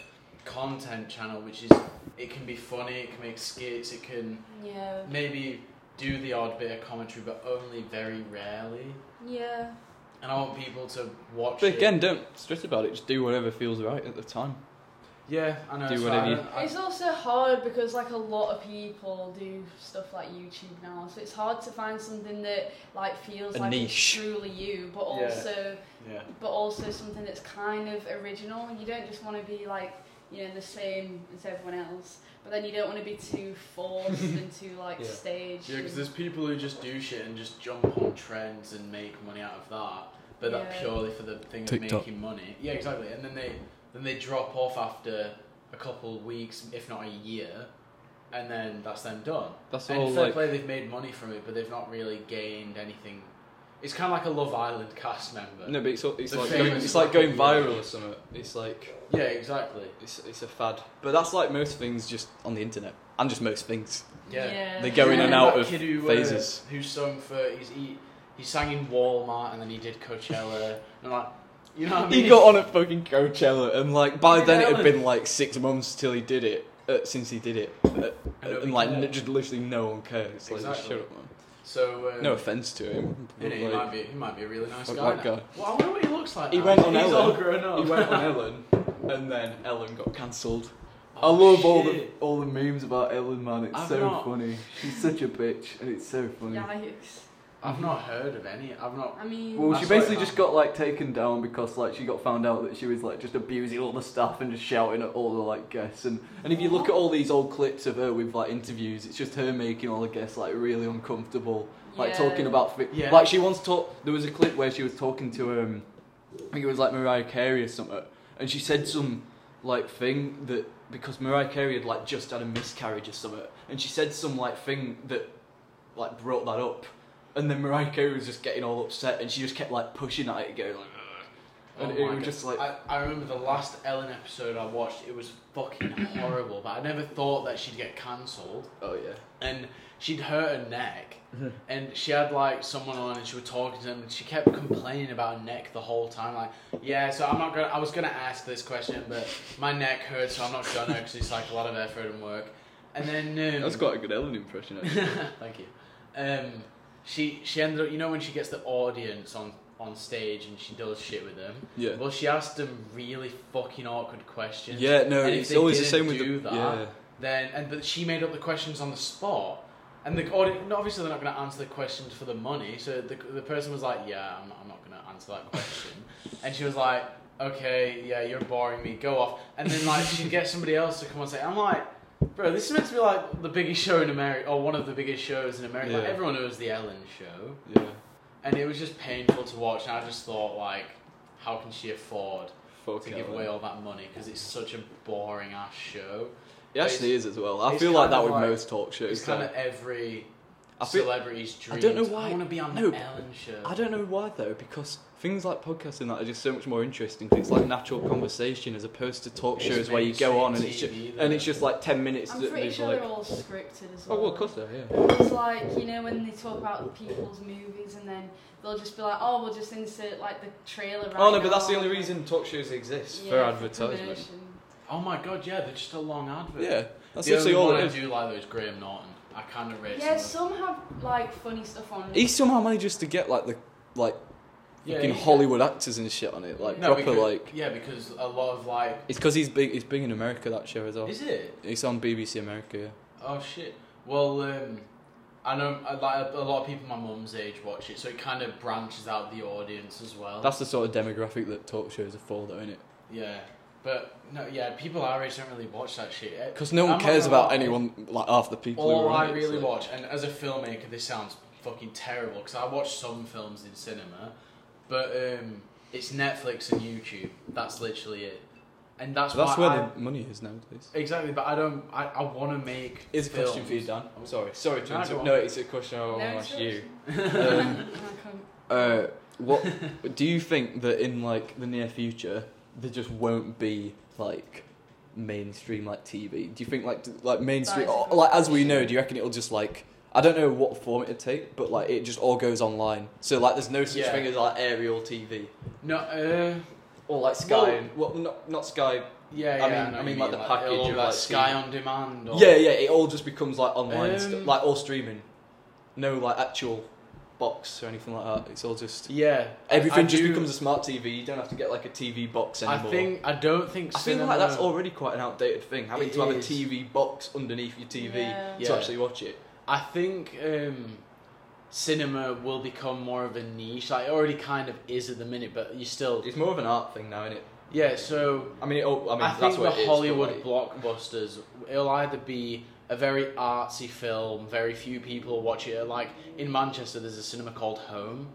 [SPEAKER 1] content channel, which is it can be funny, it can make skits, it can
[SPEAKER 2] yeah,
[SPEAKER 1] maybe do the odd bit of commentary, but only very rarely.
[SPEAKER 2] yeah.
[SPEAKER 1] And I want people to watch.
[SPEAKER 3] but
[SPEAKER 1] it.
[SPEAKER 3] again, don't stress about it. Just do whatever feels right at the time.
[SPEAKER 1] Yeah, I know.
[SPEAKER 3] Do
[SPEAKER 1] so
[SPEAKER 3] whatever
[SPEAKER 1] I
[SPEAKER 3] you-
[SPEAKER 1] don't- I-
[SPEAKER 2] It's also hard because like a lot of people do stuff like YouTube now, so it's hard to find something that like feels
[SPEAKER 3] A
[SPEAKER 2] like
[SPEAKER 3] niche.
[SPEAKER 2] it's truly you, but
[SPEAKER 1] Yeah.
[SPEAKER 2] also
[SPEAKER 1] yeah.
[SPEAKER 2] but also something that's kind of original. You don't just want to be like you know the same as everyone else, but then you don't want to be too forced and too like
[SPEAKER 3] Yeah.
[SPEAKER 2] staged.
[SPEAKER 1] Yeah, because
[SPEAKER 2] and-
[SPEAKER 1] there's people who just do shit and just jump on trends and make money out of that, but that
[SPEAKER 2] Yeah.
[SPEAKER 1] purely for the thing
[SPEAKER 3] TikTok.
[SPEAKER 1] of making money. Yeah, exactly. And then they then they drop off after a couple of weeks, if not a year, and then that's them done.
[SPEAKER 3] That's all.
[SPEAKER 1] and fair
[SPEAKER 3] Oh, Like,
[SPEAKER 1] play, they've made money from it, but they've not really gained anything. It's kind of like a Love Island cast member.
[SPEAKER 3] no, but it's, all- it's
[SPEAKER 1] The
[SPEAKER 3] like
[SPEAKER 1] famous
[SPEAKER 3] going, it's like going
[SPEAKER 1] fucking
[SPEAKER 3] viral or something. It's like.
[SPEAKER 1] Yeah, exactly.
[SPEAKER 3] It's, it's a fad, but that's like most things just on the internet, and just most things.
[SPEAKER 1] Yeah.
[SPEAKER 3] They go in
[SPEAKER 1] Yeah,
[SPEAKER 3] and
[SPEAKER 1] that
[SPEAKER 3] out of
[SPEAKER 1] kid who,
[SPEAKER 3] phases.
[SPEAKER 1] Uh, who sung for he's he, he sang in Walmart and then he did Coachella and like you know what I mean?
[SPEAKER 3] He got on at fucking Coachella, and like by
[SPEAKER 1] Yeah,
[SPEAKER 3] then it had
[SPEAKER 1] Alan.
[SPEAKER 3] been like six months till he did it. Uh, since he did it, uh,
[SPEAKER 1] I don't
[SPEAKER 3] and like
[SPEAKER 1] care.
[SPEAKER 3] n- just literally no one cares. It's like
[SPEAKER 1] Exactly.
[SPEAKER 3] shut up, man.
[SPEAKER 1] So um,
[SPEAKER 3] No offense to him.
[SPEAKER 1] you know, he
[SPEAKER 3] but,
[SPEAKER 1] might
[SPEAKER 3] like,
[SPEAKER 1] be he might be a really nice
[SPEAKER 3] fuck
[SPEAKER 1] guy.
[SPEAKER 3] that
[SPEAKER 1] now.
[SPEAKER 3] guy.
[SPEAKER 1] Well, I wonder what he looks like.
[SPEAKER 3] He
[SPEAKER 1] now.
[SPEAKER 3] went on
[SPEAKER 1] He's
[SPEAKER 3] Ellen.
[SPEAKER 1] all grown up.
[SPEAKER 3] he went on Ellen, and then Ellen got cancelled.
[SPEAKER 1] Oh,
[SPEAKER 3] I love all the
[SPEAKER 1] shit.
[SPEAKER 3] all the memes about Ellen, man. It's
[SPEAKER 1] I've
[SPEAKER 3] so
[SPEAKER 1] not-
[SPEAKER 3] funny. She's such a bitch, and it's so funny.
[SPEAKER 2] Yikes.
[SPEAKER 1] I've not heard of any. I've not.
[SPEAKER 2] I mean,
[SPEAKER 4] Well, she
[SPEAKER 1] That's
[SPEAKER 4] basically
[SPEAKER 1] right,
[SPEAKER 4] just got like taken down because like she got found out that she was like just abusing all the staff and just shouting at all the like guests and
[SPEAKER 3] And if you look at all these old clips of her with like interviews, it's just her making all the guests like really uncomfortable, like
[SPEAKER 2] yeah.
[SPEAKER 3] talking about thi-
[SPEAKER 1] Yeah.
[SPEAKER 3] like she once talked. There was a clip where she was talking to um, I think it was like Mariah Carey or something, and she said some like thing that because Mariah Carey had like just had a miscarriage or something, and she said some like thing that like brought that up, and then Mariah Carey was just getting all upset, and she just kept like pushing at it, going like, and it
[SPEAKER 1] Oh my
[SPEAKER 3] was
[SPEAKER 1] God.
[SPEAKER 3] just like.
[SPEAKER 1] I, I remember the last Ellen episode I watched. It was fucking horrible. But I never thought that she'd get cancelled.
[SPEAKER 3] Oh yeah.
[SPEAKER 1] and she'd hurt her neck
[SPEAKER 3] Mm-hmm.
[SPEAKER 1] and she had like someone on and she was talking to them and she kept complaining about her neck the whole time like yeah so i'm not gonna i was gonna ask this question but my neck hurts so i'm not gonna because it's like a lot of effort and work and then um,
[SPEAKER 3] That's quite a good Ellen impression actually.
[SPEAKER 1] Thank you. Um, she she ended up, you know, when she gets the audience on on stage and she does shit with them.
[SPEAKER 3] Yeah.
[SPEAKER 1] Well, she asked them really fucking awkward questions.
[SPEAKER 3] Yeah, no,
[SPEAKER 1] and if
[SPEAKER 3] it's
[SPEAKER 1] they
[SPEAKER 3] always the
[SPEAKER 1] didn't
[SPEAKER 3] same with the-
[SPEAKER 1] do that,
[SPEAKER 3] yeah.
[SPEAKER 1] Then and but she made up the questions on the spot. And the audience, obviously, they're not going to answer the questions for the money. So the, the person was like, "Yeah, I'm, I'm not going to answer that question." and she was like, "Okay, yeah, you're boring me. Go off." And then like she'd get somebody else to come and say, "I'm like, Bro, this is meant to be like the biggest show in America, or one of the biggest shows in America. Like,
[SPEAKER 3] Yeah.
[SPEAKER 1] everyone knows the Ellen show,
[SPEAKER 3] Yeah.
[SPEAKER 1] and it was just painful to watch. And I just thought, like, how can she afford
[SPEAKER 3] Fuck
[SPEAKER 1] to give
[SPEAKER 3] Ellen.
[SPEAKER 1] away all that money? Because it's such a boring ass show.
[SPEAKER 3] It actually is as well. I
[SPEAKER 1] it's
[SPEAKER 3] feel like
[SPEAKER 1] kind
[SPEAKER 3] that
[SPEAKER 1] of
[SPEAKER 3] with
[SPEAKER 1] like-
[SPEAKER 3] most talk shows.
[SPEAKER 1] It's kind of every
[SPEAKER 3] I feel-
[SPEAKER 1] celebrity's dream.
[SPEAKER 3] I don't know why-
[SPEAKER 1] I want to be on
[SPEAKER 3] no,
[SPEAKER 1] the Ellen show.
[SPEAKER 3] I don't know why though, because things like podcasts and that are just so much more interesting. Things like natural conversation as opposed to talk
[SPEAKER 1] It's
[SPEAKER 3] shows where you go on and it's just
[SPEAKER 1] mainstream TV
[SPEAKER 3] and
[SPEAKER 1] though.
[SPEAKER 3] it's just like ten minutes.
[SPEAKER 2] I'm
[SPEAKER 3] that
[SPEAKER 2] pretty
[SPEAKER 3] there's,
[SPEAKER 2] sure
[SPEAKER 3] like,
[SPEAKER 2] they're all scripted as well.
[SPEAKER 3] oh well, of course they are, yeah.
[SPEAKER 2] It's like, you know, when they talk about people's movies and then they'll just be like, oh, we'll just insert like the trailer right
[SPEAKER 3] Oh no, but that's the
[SPEAKER 2] now."
[SPEAKER 3] only reason talk shows exist
[SPEAKER 2] Yeah,
[SPEAKER 3] for advertisement.
[SPEAKER 2] promotion.
[SPEAKER 1] Oh my god, yeah, they're just a long advert.
[SPEAKER 3] Yeah, that's
[SPEAKER 1] the only
[SPEAKER 3] literally all
[SPEAKER 1] one
[SPEAKER 3] it
[SPEAKER 1] I
[SPEAKER 3] is.
[SPEAKER 1] do like though is Graham Norton. I kind of rate.
[SPEAKER 2] Yeah,
[SPEAKER 1] some
[SPEAKER 2] some have like funny stuff on.
[SPEAKER 3] He somehow manages to get like the like
[SPEAKER 1] Yeah,
[SPEAKER 3] fucking
[SPEAKER 1] he-
[SPEAKER 3] Hollywood actors and shit on it, like
[SPEAKER 1] of-
[SPEAKER 2] No,
[SPEAKER 3] proper
[SPEAKER 1] because,
[SPEAKER 3] like.
[SPEAKER 1] yeah, because a lot of like,
[SPEAKER 3] It's because he's big. He's big in America that show as well.
[SPEAKER 1] is it?
[SPEAKER 3] It's on BBC America. Yeah.
[SPEAKER 1] Oh shit. Well, um, I know uh, like a lot of people my mum's age watch it, so it kind of branches out the audience as well.
[SPEAKER 3] That's the sort of demographic that talk shows are for, though, isn't it?
[SPEAKER 1] yeah, but no, yeah, people our age don't really watch that shit. Eh,
[SPEAKER 3] Because no one
[SPEAKER 1] I'm not
[SPEAKER 3] cares
[SPEAKER 1] gonna
[SPEAKER 3] about
[SPEAKER 1] lie.
[SPEAKER 3] anyone, like half the people. who
[SPEAKER 1] All
[SPEAKER 3] are on
[SPEAKER 1] I
[SPEAKER 3] it,
[SPEAKER 1] really
[SPEAKER 3] so-
[SPEAKER 1] watch, and as a filmmaker, this sounds fucking terrible because I watch some films in cinema, but um, it's Netflix and YouTube. That's literally it, and that's
[SPEAKER 3] That's
[SPEAKER 1] why
[SPEAKER 3] where
[SPEAKER 1] I-
[SPEAKER 3] the money is nowadays.
[SPEAKER 1] exactly. But I don't. I, I want to make.
[SPEAKER 3] Is a question
[SPEAKER 1] films.
[SPEAKER 3] for you, Dan. I'm sorry. Sorry
[SPEAKER 1] No,
[SPEAKER 3] to
[SPEAKER 1] go
[SPEAKER 3] interrupt.
[SPEAKER 1] on.
[SPEAKER 3] No, it's a question I want to
[SPEAKER 2] No, it's
[SPEAKER 3] ask Oh, you.
[SPEAKER 2] yours.
[SPEAKER 3] Um,
[SPEAKER 2] I can't-
[SPEAKER 3] uh, what do you think that in like the near future there just won't be like mainstream like TV? Do you think like d- like mainstream
[SPEAKER 2] That is a
[SPEAKER 3] or,
[SPEAKER 2] good
[SPEAKER 3] like as we
[SPEAKER 2] question.
[SPEAKER 3] know? Do you reckon it'll just like I don't know what form it'd take, but like it just all goes online. So like there's no such
[SPEAKER 1] Yeah.
[SPEAKER 3] thing as like aerial TV
[SPEAKER 1] No. Uh,
[SPEAKER 3] or like
[SPEAKER 1] Well-
[SPEAKER 3] Sky. Well, not not Sky.
[SPEAKER 1] Yeah, yeah.
[SPEAKER 3] I mean-
[SPEAKER 1] know
[SPEAKER 3] I
[SPEAKER 1] what
[SPEAKER 3] mean,
[SPEAKER 1] you
[SPEAKER 3] like, the package
[SPEAKER 1] all
[SPEAKER 3] of,
[SPEAKER 1] that
[SPEAKER 3] like,
[SPEAKER 1] Sky
[SPEAKER 3] TV.
[SPEAKER 1] on Demand. Or,
[SPEAKER 3] Yeah, yeah. It all just becomes like online stuff,
[SPEAKER 1] Um,
[SPEAKER 3] like all streaming. No like actual box or anything like that. It's all just
[SPEAKER 1] yeah.
[SPEAKER 3] everything
[SPEAKER 1] I
[SPEAKER 3] just
[SPEAKER 1] do-
[SPEAKER 3] becomes a smart TV. You don't have to get like a TV box
[SPEAKER 1] I
[SPEAKER 3] anymore.
[SPEAKER 1] think I don't think.
[SPEAKER 3] I feel
[SPEAKER 1] cinema-
[SPEAKER 3] like that's already quite an outdated thing, having
[SPEAKER 1] It
[SPEAKER 3] to have
[SPEAKER 1] is.
[SPEAKER 3] a TV box underneath your TV
[SPEAKER 2] Yeah.
[SPEAKER 3] to
[SPEAKER 1] Yeah.
[SPEAKER 3] actually watch it.
[SPEAKER 1] I think um, cinema will become more of a niche. Like it already kind of is at the minute, but you still.
[SPEAKER 3] It's more of an art thing now, isn't it?
[SPEAKER 1] Yeah. So
[SPEAKER 3] I mean, it, oh,
[SPEAKER 1] I,
[SPEAKER 3] I mean, that's
[SPEAKER 1] think
[SPEAKER 3] what it
[SPEAKER 1] the
[SPEAKER 3] is,
[SPEAKER 1] Hollywood
[SPEAKER 3] but, like,
[SPEAKER 1] blockbusters. It'll either be a very artsy film, very few people watch it. Like in Manchester, there's a cinema called Home,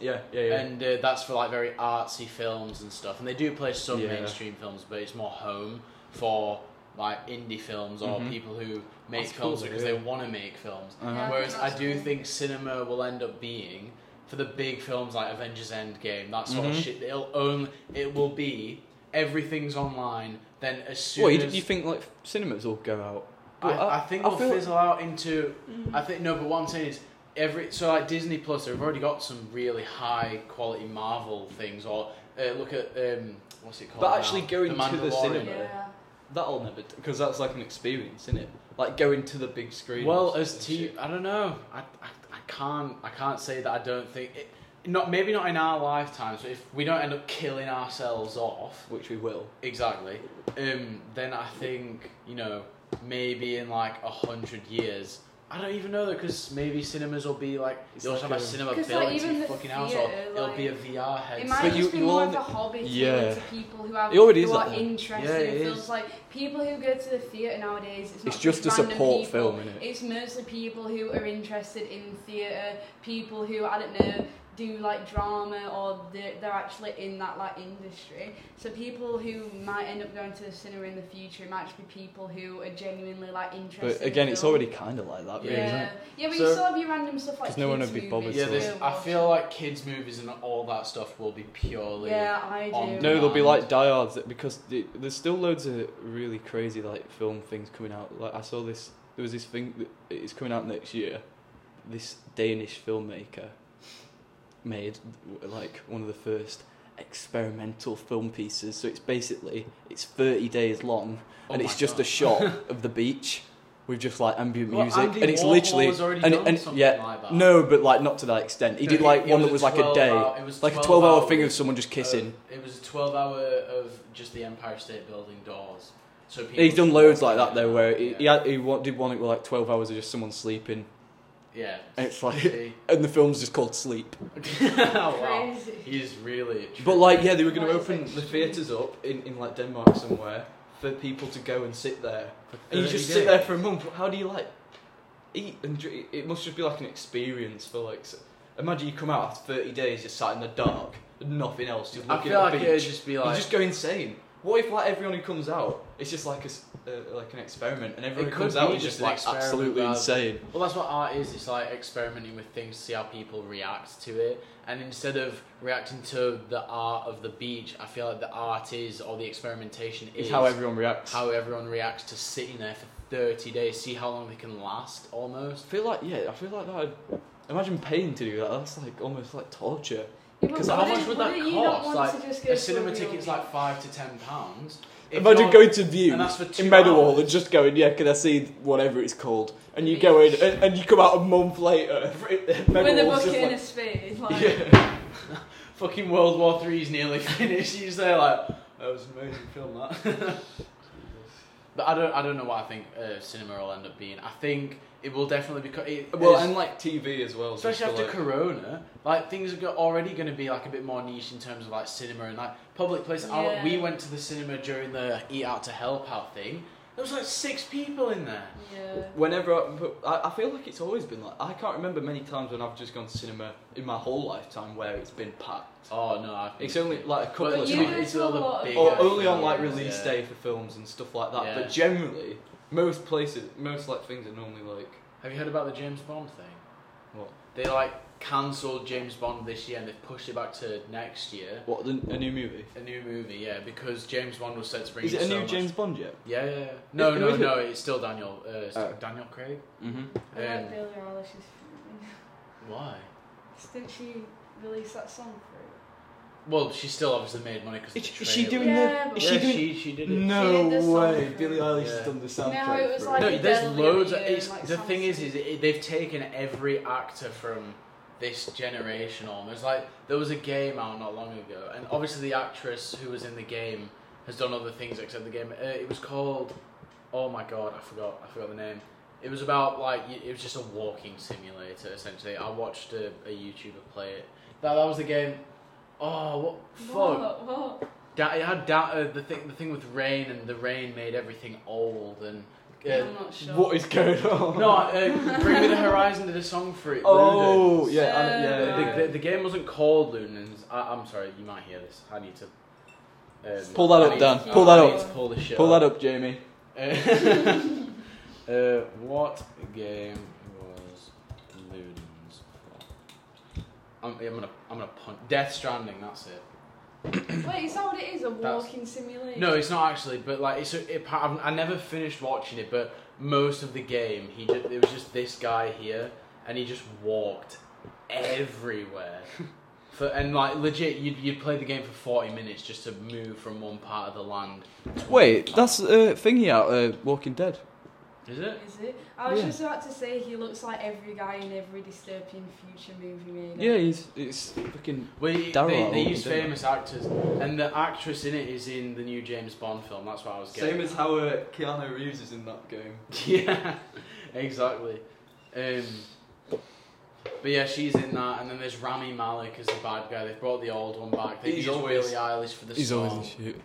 [SPEAKER 3] yeah, yeah, yeah.
[SPEAKER 1] and uh, that's for like very artsy films and stuff. And they do play some
[SPEAKER 3] Yeah.
[SPEAKER 1] mainstream films, but it's more home for like indie films or
[SPEAKER 3] Mhm.
[SPEAKER 1] people who make
[SPEAKER 3] That's
[SPEAKER 1] films
[SPEAKER 3] cool,
[SPEAKER 1] because
[SPEAKER 3] yeah.
[SPEAKER 1] they want to make films.
[SPEAKER 2] Yeah,
[SPEAKER 1] Whereas I
[SPEAKER 2] that's
[SPEAKER 1] do
[SPEAKER 2] cool.
[SPEAKER 1] think cinema will end up being for the big films like Avengers Endgame, that sort
[SPEAKER 3] Mhm.
[SPEAKER 1] of shit. It'll own. It will be everything's online. Then as soon
[SPEAKER 3] Well, you,
[SPEAKER 1] as
[SPEAKER 3] you think like cinemas will go out?
[SPEAKER 1] I,
[SPEAKER 3] Well, I-
[SPEAKER 1] I, think
[SPEAKER 3] I
[SPEAKER 1] we'll
[SPEAKER 3] feel-
[SPEAKER 1] fizzle out into. I think no, but what I'm saying is every so like Disney Plus, they've already got some really high quality Marvel things. Or uh, look at um, what's it called?
[SPEAKER 3] But
[SPEAKER 1] now?
[SPEAKER 3] actually going to the
[SPEAKER 1] Mandalorian.
[SPEAKER 3] cinema.
[SPEAKER 2] yeah.
[SPEAKER 3] That'll never because that's like an experience, isn't it? Like going to the big screen.
[SPEAKER 1] Well,
[SPEAKER 3] and
[SPEAKER 1] as t,
[SPEAKER 3] shit.
[SPEAKER 1] I don't know. I, I, I can't I can't say that I don't think it. Not maybe not in our lifetimes, but if we don't end up killing ourselves off,
[SPEAKER 3] which we will.
[SPEAKER 1] Exactly. Um, then I think you know maybe in like a hundred years I don't even know though, because maybe cinemas will be like
[SPEAKER 3] It's
[SPEAKER 1] they'll
[SPEAKER 3] like
[SPEAKER 1] have a,
[SPEAKER 3] a-
[SPEAKER 1] cinema
[SPEAKER 2] Because,
[SPEAKER 1] built
[SPEAKER 2] like,
[SPEAKER 1] into
[SPEAKER 2] even
[SPEAKER 1] your
[SPEAKER 2] the
[SPEAKER 1] fucking house, or
[SPEAKER 2] theatre,
[SPEAKER 1] it'll be a
[SPEAKER 2] like-
[SPEAKER 1] VR
[SPEAKER 2] It
[SPEAKER 1] headset.
[SPEAKER 2] might
[SPEAKER 3] But
[SPEAKER 2] just
[SPEAKER 3] you-
[SPEAKER 2] be
[SPEAKER 3] you
[SPEAKER 2] more of
[SPEAKER 3] all-
[SPEAKER 2] a hobby to,
[SPEAKER 3] yeah.
[SPEAKER 2] to people who have
[SPEAKER 3] It already is
[SPEAKER 2] who
[SPEAKER 3] like
[SPEAKER 2] are
[SPEAKER 3] that.
[SPEAKER 2] interested
[SPEAKER 1] Yeah,
[SPEAKER 2] in
[SPEAKER 1] it
[SPEAKER 2] films.
[SPEAKER 1] is.
[SPEAKER 2] Like people who go to the theatre nowadays, it's not
[SPEAKER 3] It's just a
[SPEAKER 2] random people.
[SPEAKER 3] support film, innit?
[SPEAKER 2] It's mostly people who are interested in theatre, people who I don't know do like drama or they're, they're actually in that like industry. So people who might end up going to the cinema in the future it might just be people who are genuinely like interested.
[SPEAKER 3] But again,
[SPEAKER 2] in
[SPEAKER 3] it's
[SPEAKER 2] film.
[SPEAKER 3] already kind of like that, really, isn't
[SPEAKER 2] yeah,
[SPEAKER 3] it?
[SPEAKER 2] yeah, but
[SPEAKER 1] So-
[SPEAKER 2] you still have your random stuff like
[SPEAKER 3] 'Cause no one
[SPEAKER 2] kids
[SPEAKER 3] would be bothered
[SPEAKER 2] movies
[SPEAKER 1] yeah,
[SPEAKER 3] to-
[SPEAKER 2] you
[SPEAKER 1] there's,
[SPEAKER 2] watch.
[SPEAKER 1] I feel like kids' movies and all that stuff will be purely.
[SPEAKER 2] yeah, I do.
[SPEAKER 1] on-
[SPEAKER 3] No,
[SPEAKER 1] Yeah.
[SPEAKER 3] they'll be like diehards that- because the, there's still loads of really crazy like film things coming out. Like I saw this, there was this thing that is coming out next year. This Danish filmmaker made like one of the first experimental film pieces. So it's basically it's 30 days long
[SPEAKER 1] Oh
[SPEAKER 3] and
[SPEAKER 1] my
[SPEAKER 3] it's just
[SPEAKER 1] God.
[SPEAKER 3] a shot of the beach with just like ambient
[SPEAKER 1] Well,
[SPEAKER 3] music
[SPEAKER 1] Andy
[SPEAKER 3] and it's
[SPEAKER 1] Warhol
[SPEAKER 3] literally
[SPEAKER 1] has already
[SPEAKER 3] and,
[SPEAKER 1] done
[SPEAKER 3] and
[SPEAKER 1] something
[SPEAKER 3] yeah
[SPEAKER 1] like that.
[SPEAKER 3] no but like not to that extent he
[SPEAKER 1] No,
[SPEAKER 3] did
[SPEAKER 1] it-
[SPEAKER 3] like
[SPEAKER 1] it
[SPEAKER 3] one
[SPEAKER 1] was
[SPEAKER 3] that was like a
[SPEAKER 1] 12
[SPEAKER 3] day
[SPEAKER 1] hour- it was
[SPEAKER 3] like a 12
[SPEAKER 1] 12
[SPEAKER 3] hour uh, thing
[SPEAKER 1] hours
[SPEAKER 3] of someone just kissing
[SPEAKER 1] Of- it was a 12 hour of just the Empire State Building doors. So people
[SPEAKER 3] He's done loads like that though, where he,
[SPEAKER 1] yeah.
[SPEAKER 3] he, had, he wa- did one that were like twelve hours of just someone sleeping,
[SPEAKER 1] yeah.
[SPEAKER 3] and it's like,
[SPEAKER 1] See? Oh,
[SPEAKER 3] and the film's just called Sleep.
[SPEAKER 1] wow.
[SPEAKER 2] Crazy.
[SPEAKER 1] He's really. a
[SPEAKER 3] But like, yeah, they were going to
[SPEAKER 2] Why is
[SPEAKER 3] open
[SPEAKER 2] it-
[SPEAKER 3] the theaters up in, in like Denmark somewhere for people to go and sit there, and you
[SPEAKER 1] 30
[SPEAKER 3] just sit there
[SPEAKER 1] days.
[SPEAKER 3] for a month. How do you like eat and drink? It must just be like an experience for like. s imagine you come out after thirty days, just sat in the dark, nothing else, just
[SPEAKER 1] I
[SPEAKER 3] looking
[SPEAKER 1] feel
[SPEAKER 3] at
[SPEAKER 1] like
[SPEAKER 3] the
[SPEAKER 1] it would
[SPEAKER 3] beach.
[SPEAKER 1] just be
[SPEAKER 3] you
[SPEAKER 1] like.
[SPEAKER 3] just go insane. What if like everyone who comes out, it's just like a s- uh, like an experiment, and everyone
[SPEAKER 1] It
[SPEAKER 3] who
[SPEAKER 1] could
[SPEAKER 3] comes out
[SPEAKER 1] be
[SPEAKER 3] is
[SPEAKER 1] just
[SPEAKER 3] just
[SPEAKER 1] an
[SPEAKER 3] like
[SPEAKER 1] experiment
[SPEAKER 3] absolutely
[SPEAKER 1] rather-
[SPEAKER 3] insane.
[SPEAKER 1] Well, that's what art is. It's like experimenting with things to see how people react to it. And instead of reacting to the art of the beach, I feel like the art is, or the experimentation is,
[SPEAKER 3] It's how everyone reacts.
[SPEAKER 1] how everyone reacts to sitting there for 30 days, see how long they can last
[SPEAKER 3] I
[SPEAKER 1] almost.
[SPEAKER 3] feel like yeah, I feel like that. I'd, imagine paying to do that. That's like almost like torture.
[SPEAKER 2] Yeah, but
[SPEAKER 3] Because
[SPEAKER 1] how
[SPEAKER 2] wouldn't-
[SPEAKER 1] much would that
[SPEAKER 2] wouldn't you not
[SPEAKER 1] cost?
[SPEAKER 2] want
[SPEAKER 1] Like,
[SPEAKER 2] to just go
[SPEAKER 1] A
[SPEAKER 2] to
[SPEAKER 1] cinema
[SPEAKER 2] real-
[SPEAKER 1] ticket's like 5 to 10 pounds. If
[SPEAKER 3] imagine
[SPEAKER 1] you're-
[SPEAKER 3] going to view
[SPEAKER 1] and that's for two
[SPEAKER 3] in Meadowhall
[SPEAKER 1] hours.
[SPEAKER 3] and just going yeah, can I see whatever it's called? And you go in and, and you come out a month later.
[SPEAKER 2] with a
[SPEAKER 3] Meadowhall's
[SPEAKER 2] bucket
[SPEAKER 3] just
[SPEAKER 2] and a
[SPEAKER 3] like,
[SPEAKER 2] spade. Like,
[SPEAKER 1] Yeah. Fucking World War Three's nearly finished. He's there like, that was an amazing film, that. but I don't, I don't know what I think uh, cinema will end up being. I think it will definitely be. co- It,
[SPEAKER 3] well,
[SPEAKER 1] it's-
[SPEAKER 3] and like TV as well.
[SPEAKER 1] especially
[SPEAKER 3] just
[SPEAKER 1] after
[SPEAKER 3] for, like,
[SPEAKER 1] Corona, like things are go- already going to be like a bit more niche in terms of like cinema and like public places. I,
[SPEAKER 2] Yeah.
[SPEAKER 1] we went to the cinema during the Eat Out to Help Out thing. There was like six people in there.
[SPEAKER 2] yeah.
[SPEAKER 3] Whenever I, but I, I feel like it's always been like I can't remember many times when I've just gone to cinema in my whole lifetime where it's been packed.
[SPEAKER 1] Oh no, I
[SPEAKER 3] It's only like a couple
[SPEAKER 2] But
[SPEAKER 3] of
[SPEAKER 2] you
[SPEAKER 3] times.
[SPEAKER 2] go
[SPEAKER 1] it's
[SPEAKER 2] to a
[SPEAKER 1] all the
[SPEAKER 2] lot of-
[SPEAKER 1] bigger
[SPEAKER 3] or only on like
[SPEAKER 2] films,
[SPEAKER 3] release
[SPEAKER 1] yeah.
[SPEAKER 3] day for films and stuff like that.
[SPEAKER 1] Yeah.
[SPEAKER 3] But generally, most places, most like things are normally like
[SPEAKER 1] Have you heard about the James Bond thing?
[SPEAKER 3] What?
[SPEAKER 1] They like cancelled James Bond this year and they've pushed it back to next year.
[SPEAKER 3] what the, a new movie.
[SPEAKER 1] A new movie, yeah, because James Bond was said to bring
[SPEAKER 3] Is
[SPEAKER 1] in
[SPEAKER 3] it a
[SPEAKER 1] so
[SPEAKER 3] new
[SPEAKER 1] much-
[SPEAKER 3] James Bond yet?
[SPEAKER 1] Yeah, yeah, yeah. No,
[SPEAKER 3] Is-
[SPEAKER 1] no,
[SPEAKER 3] is it-
[SPEAKER 1] no. It's still Daniel. Uh, it's
[SPEAKER 3] Oh.
[SPEAKER 1] Daniel Craig.
[SPEAKER 3] Mm-hmm.
[SPEAKER 2] I
[SPEAKER 1] Um,
[SPEAKER 2] like Billie Eilish's.
[SPEAKER 1] Why?
[SPEAKER 2] Didn't she release that song for it?
[SPEAKER 1] Well, she still obviously made money because.
[SPEAKER 3] Is, is she doing
[SPEAKER 2] Yeah,
[SPEAKER 3] the?
[SPEAKER 2] but-
[SPEAKER 3] Is
[SPEAKER 1] yeah,
[SPEAKER 3] she doing?
[SPEAKER 1] she, she did it.
[SPEAKER 3] no
[SPEAKER 2] She did the song
[SPEAKER 3] way!
[SPEAKER 2] for-
[SPEAKER 3] Billie Eilish
[SPEAKER 1] Yeah.
[SPEAKER 3] has done the
[SPEAKER 2] No,
[SPEAKER 3] soundtrack.
[SPEAKER 2] it was
[SPEAKER 3] for
[SPEAKER 2] like-
[SPEAKER 1] No,
[SPEAKER 2] Like
[SPEAKER 1] there's
[SPEAKER 2] Adele
[SPEAKER 1] loads. Of,
[SPEAKER 2] and,
[SPEAKER 1] it's,
[SPEAKER 2] like,
[SPEAKER 1] the
[SPEAKER 2] Sam
[SPEAKER 1] thing is, is
[SPEAKER 2] Smith.
[SPEAKER 1] it, they've taken every actor from this generation almost. Like there was a game out not long ago, and obviously the actress who was in the game has done other things except the game. Uh, it was called. Oh my god, I forgot. I forgot the name. It was about like y- it was just a walking simulator essentially. I watched a, a YouTuber play it. That that was the game. Oh what fuck!
[SPEAKER 2] What? What?
[SPEAKER 1] Da- it had da- uh, the thing the thing with rain and the rain made everything old and. Uh,
[SPEAKER 2] I'm not sure.
[SPEAKER 3] What is going on?
[SPEAKER 1] no, uh, Bring Me the Horizon did a song for it.
[SPEAKER 3] Oh
[SPEAKER 1] Ludens.
[SPEAKER 3] yeah, I-
[SPEAKER 2] So-
[SPEAKER 3] yeah.
[SPEAKER 1] The, the, the game wasn't called Lunans. I, I'm sorry, you might hear this. I need to. Um,
[SPEAKER 3] Pull that
[SPEAKER 1] I
[SPEAKER 3] up,
[SPEAKER 1] need-
[SPEAKER 3] Dan.
[SPEAKER 1] I
[SPEAKER 2] Pull that
[SPEAKER 1] need
[SPEAKER 2] up.
[SPEAKER 1] to Pull, the shit
[SPEAKER 3] Pull that up, Jamie.
[SPEAKER 1] that up. Uh, uh, what game was Ludens? I'm, I'm gonna, I'm gonna punt. Death Stranding. That's it.
[SPEAKER 2] Wait, is that what it is? A
[SPEAKER 1] That's-
[SPEAKER 2] walking simulator?
[SPEAKER 1] No, it's not actually, but like it's a, it, I I never finished watching it, but most of the game he just, it was just this guy here, and he just walked everywhere. For, and like legit, you'd, you'd play the game for forty minutes just to move from one part of the land. to
[SPEAKER 3] Wait,
[SPEAKER 1] another
[SPEAKER 3] that's uh, thingy out. Uh, Walking Dead.
[SPEAKER 1] part. is it?
[SPEAKER 2] Is it? I was
[SPEAKER 3] Yeah.
[SPEAKER 2] just about to say he looks like every guy in every dystopian future movie made.
[SPEAKER 3] Yeah, he's it's fucking.
[SPEAKER 1] Well, they,
[SPEAKER 3] Daryl
[SPEAKER 1] they,
[SPEAKER 3] Hall,
[SPEAKER 1] use
[SPEAKER 3] didn't they?
[SPEAKER 1] famous actors, and the actress in it is in the new James Bond film. That's what I was getting.
[SPEAKER 3] how uh, Keanu Reeves is in that game.
[SPEAKER 1] yeah, exactly. Um, but yeah, she's in that, and then there's Rami Malik as the bad guy. They've brought the old one back. They
[SPEAKER 5] He's
[SPEAKER 1] used
[SPEAKER 5] always-
[SPEAKER 1] Billie Eilish for the
[SPEAKER 5] He's
[SPEAKER 1] song.
[SPEAKER 5] always in shit.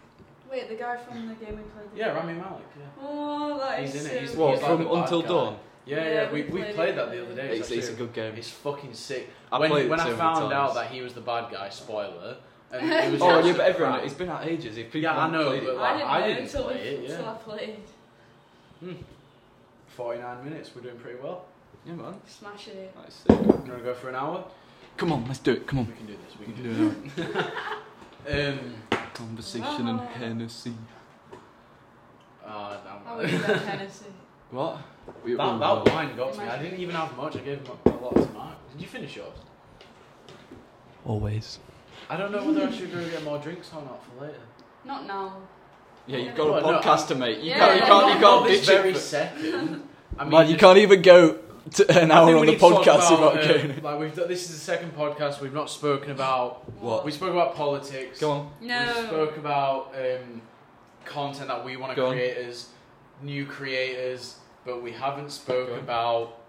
[SPEAKER 2] Wait, the guy from the game we played.
[SPEAKER 1] yeah, Rami Malik. Yeah.
[SPEAKER 2] Oh, that is
[SPEAKER 1] He's in it,
[SPEAKER 2] so
[SPEAKER 1] he's-
[SPEAKER 5] What
[SPEAKER 1] he's
[SPEAKER 2] good.
[SPEAKER 1] like the
[SPEAKER 5] from
[SPEAKER 1] bad
[SPEAKER 5] Until
[SPEAKER 1] guy.
[SPEAKER 5] Dawn?
[SPEAKER 1] Yeah, yeah,
[SPEAKER 2] Yeah,
[SPEAKER 1] we,
[SPEAKER 2] we
[SPEAKER 1] we
[SPEAKER 2] played
[SPEAKER 1] played
[SPEAKER 2] it.
[SPEAKER 1] that the other day.
[SPEAKER 5] It's,
[SPEAKER 1] actually
[SPEAKER 5] it's a good game.
[SPEAKER 1] It's fucking sick.
[SPEAKER 5] I
[SPEAKER 1] when
[SPEAKER 5] played it
[SPEAKER 1] when I
[SPEAKER 5] several
[SPEAKER 1] found out
[SPEAKER 5] times.
[SPEAKER 1] that he was the bad guy, spoiler. And it was
[SPEAKER 5] Oh
[SPEAKER 1] just
[SPEAKER 5] yeah, but everyone,
[SPEAKER 1] crap.
[SPEAKER 5] it's been out ages. If people
[SPEAKER 1] Yeah, I
[SPEAKER 5] haven't
[SPEAKER 1] know,
[SPEAKER 5] played it,
[SPEAKER 1] but-
[SPEAKER 2] I didn't,
[SPEAKER 1] I
[SPEAKER 2] know
[SPEAKER 1] didn't
[SPEAKER 2] until,
[SPEAKER 1] play
[SPEAKER 2] we,
[SPEAKER 1] it, yeah.
[SPEAKER 2] until I played.
[SPEAKER 1] Forty-nine minutes. We're doing pretty well.
[SPEAKER 5] yeah, man,
[SPEAKER 2] Smashing it.
[SPEAKER 5] that's sick.
[SPEAKER 1] You want to go for an hour?
[SPEAKER 3] Come on, let's do it. Come
[SPEAKER 1] We
[SPEAKER 3] on.
[SPEAKER 1] can do this. We
[SPEAKER 3] We
[SPEAKER 1] can
[SPEAKER 3] can
[SPEAKER 1] do.
[SPEAKER 3] do it.
[SPEAKER 1] This. Um.
[SPEAKER 3] Conversation and Hennessy.
[SPEAKER 1] ah,
[SPEAKER 2] I
[SPEAKER 1] damn.
[SPEAKER 2] was about Tennessee.
[SPEAKER 3] What?
[SPEAKER 1] that, that wine got to me. I didn't even have much. I gave him a lot to Mark. Did you finish yours?
[SPEAKER 3] Always.
[SPEAKER 1] I don't know whether I should go get more drinks or not for later.
[SPEAKER 2] Not now.
[SPEAKER 5] Yeah, you've got a
[SPEAKER 1] Well, no,
[SPEAKER 5] podcast to make. You
[SPEAKER 2] Yeah,
[SPEAKER 5] can't, you
[SPEAKER 2] yeah,
[SPEAKER 5] can't,
[SPEAKER 2] yeah.
[SPEAKER 5] you can't
[SPEAKER 1] this
[SPEAKER 5] ditch
[SPEAKER 1] very
[SPEAKER 5] it. for-
[SPEAKER 1] second. I mean,
[SPEAKER 3] Man, you
[SPEAKER 1] just-
[SPEAKER 3] can't even go to an
[SPEAKER 1] I think
[SPEAKER 3] hour
[SPEAKER 1] we
[SPEAKER 3] on the
[SPEAKER 1] need to talk
[SPEAKER 3] podcast
[SPEAKER 1] about,
[SPEAKER 3] without
[SPEAKER 1] uh,
[SPEAKER 3] going.
[SPEAKER 1] Like we've done, this is the second podcast we've not spoken about.
[SPEAKER 5] What?
[SPEAKER 1] We spoke about politics.
[SPEAKER 5] Go on.
[SPEAKER 1] We
[SPEAKER 2] No.
[SPEAKER 1] spoke about um, content that we want
[SPEAKER 5] Go
[SPEAKER 1] to
[SPEAKER 5] on.
[SPEAKER 1] create as new creators, but we haven't spoke
[SPEAKER 5] Go on.
[SPEAKER 1] about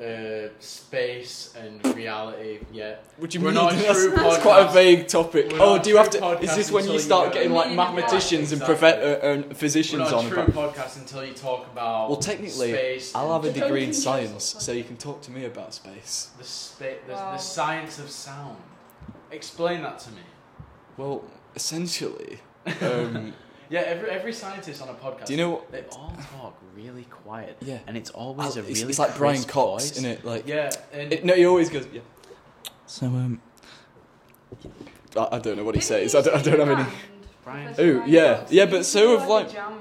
[SPEAKER 1] uh, space and reality yet.
[SPEAKER 3] What do you
[SPEAKER 1] We're
[SPEAKER 3] mean?
[SPEAKER 1] not a
[SPEAKER 3] that's,
[SPEAKER 1] true
[SPEAKER 3] that's quite a
[SPEAKER 1] podcast.
[SPEAKER 3] vague topic.
[SPEAKER 1] We're
[SPEAKER 3] oh,
[SPEAKER 1] not
[SPEAKER 3] do you have
[SPEAKER 1] true
[SPEAKER 3] to? Is
[SPEAKER 1] podcast
[SPEAKER 3] this when
[SPEAKER 1] until
[SPEAKER 3] you
[SPEAKER 1] you
[SPEAKER 3] start
[SPEAKER 1] go-
[SPEAKER 3] getting like
[SPEAKER 2] Yeah,
[SPEAKER 3] mathematicians and
[SPEAKER 1] exactly.
[SPEAKER 3] profe- uh, and
[SPEAKER 1] We're
[SPEAKER 3] physicians
[SPEAKER 1] not
[SPEAKER 3] on
[SPEAKER 1] a true
[SPEAKER 3] about?
[SPEAKER 1] podcast until you talk about
[SPEAKER 3] Well, technically,
[SPEAKER 1] space.
[SPEAKER 3] I'll have a
[SPEAKER 1] and
[SPEAKER 2] Just
[SPEAKER 3] degree
[SPEAKER 2] don't
[SPEAKER 3] in
[SPEAKER 2] think
[SPEAKER 3] science,
[SPEAKER 2] yourself.
[SPEAKER 3] so you can talk to me about space.
[SPEAKER 1] the, spa- the,
[SPEAKER 2] Wow.
[SPEAKER 1] the science of sound. Explain that to me.
[SPEAKER 3] Well, essentially, um,
[SPEAKER 1] Yeah, every every scientist on a podcast.
[SPEAKER 3] do you know what?
[SPEAKER 1] They all talk really quiet.
[SPEAKER 3] Yeah.
[SPEAKER 1] And it's
[SPEAKER 3] Al-
[SPEAKER 1] always
[SPEAKER 3] It's,
[SPEAKER 1] a really
[SPEAKER 3] it's like Brian
[SPEAKER 1] crisp
[SPEAKER 3] Cox,
[SPEAKER 1] voice.
[SPEAKER 3] isn't it? Like,
[SPEAKER 1] Yeah, and
[SPEAKER 3] it, no, he always goes. Yeah.
[SPEAKER 5] So um,
[SPEAKER 3] I, I don't know what he
[SPEAKER 2] Didn't
[SPEAKER 3] says.
[SPEAKER 2] you
[SPEAKER 3] I don't, I
[SPEAKER 2] say
[SPEAKER 3] don't have any.
[SPEAKER 2] Rand?
[SPEAKER 1] Brian-
[SPEAKER 2] Professor
[SPEAKER 3] Ooh,
[SPEAKER 2] Ryan
[SPEAKER 3] yeah.
[SPEAKER 2] Cox?
[SPEAKER 3] Yeah,
[SPEAKER 2] He
[SPEAKER 3] but
[SPEAKER 2] used
[SPEAKER 3] so
[SPEAKER 2] to be
[SPEAKER 3] have,
[SPEAKER 2] a
[SPEAKER 3] like-
[SPEAKER 2] jammer.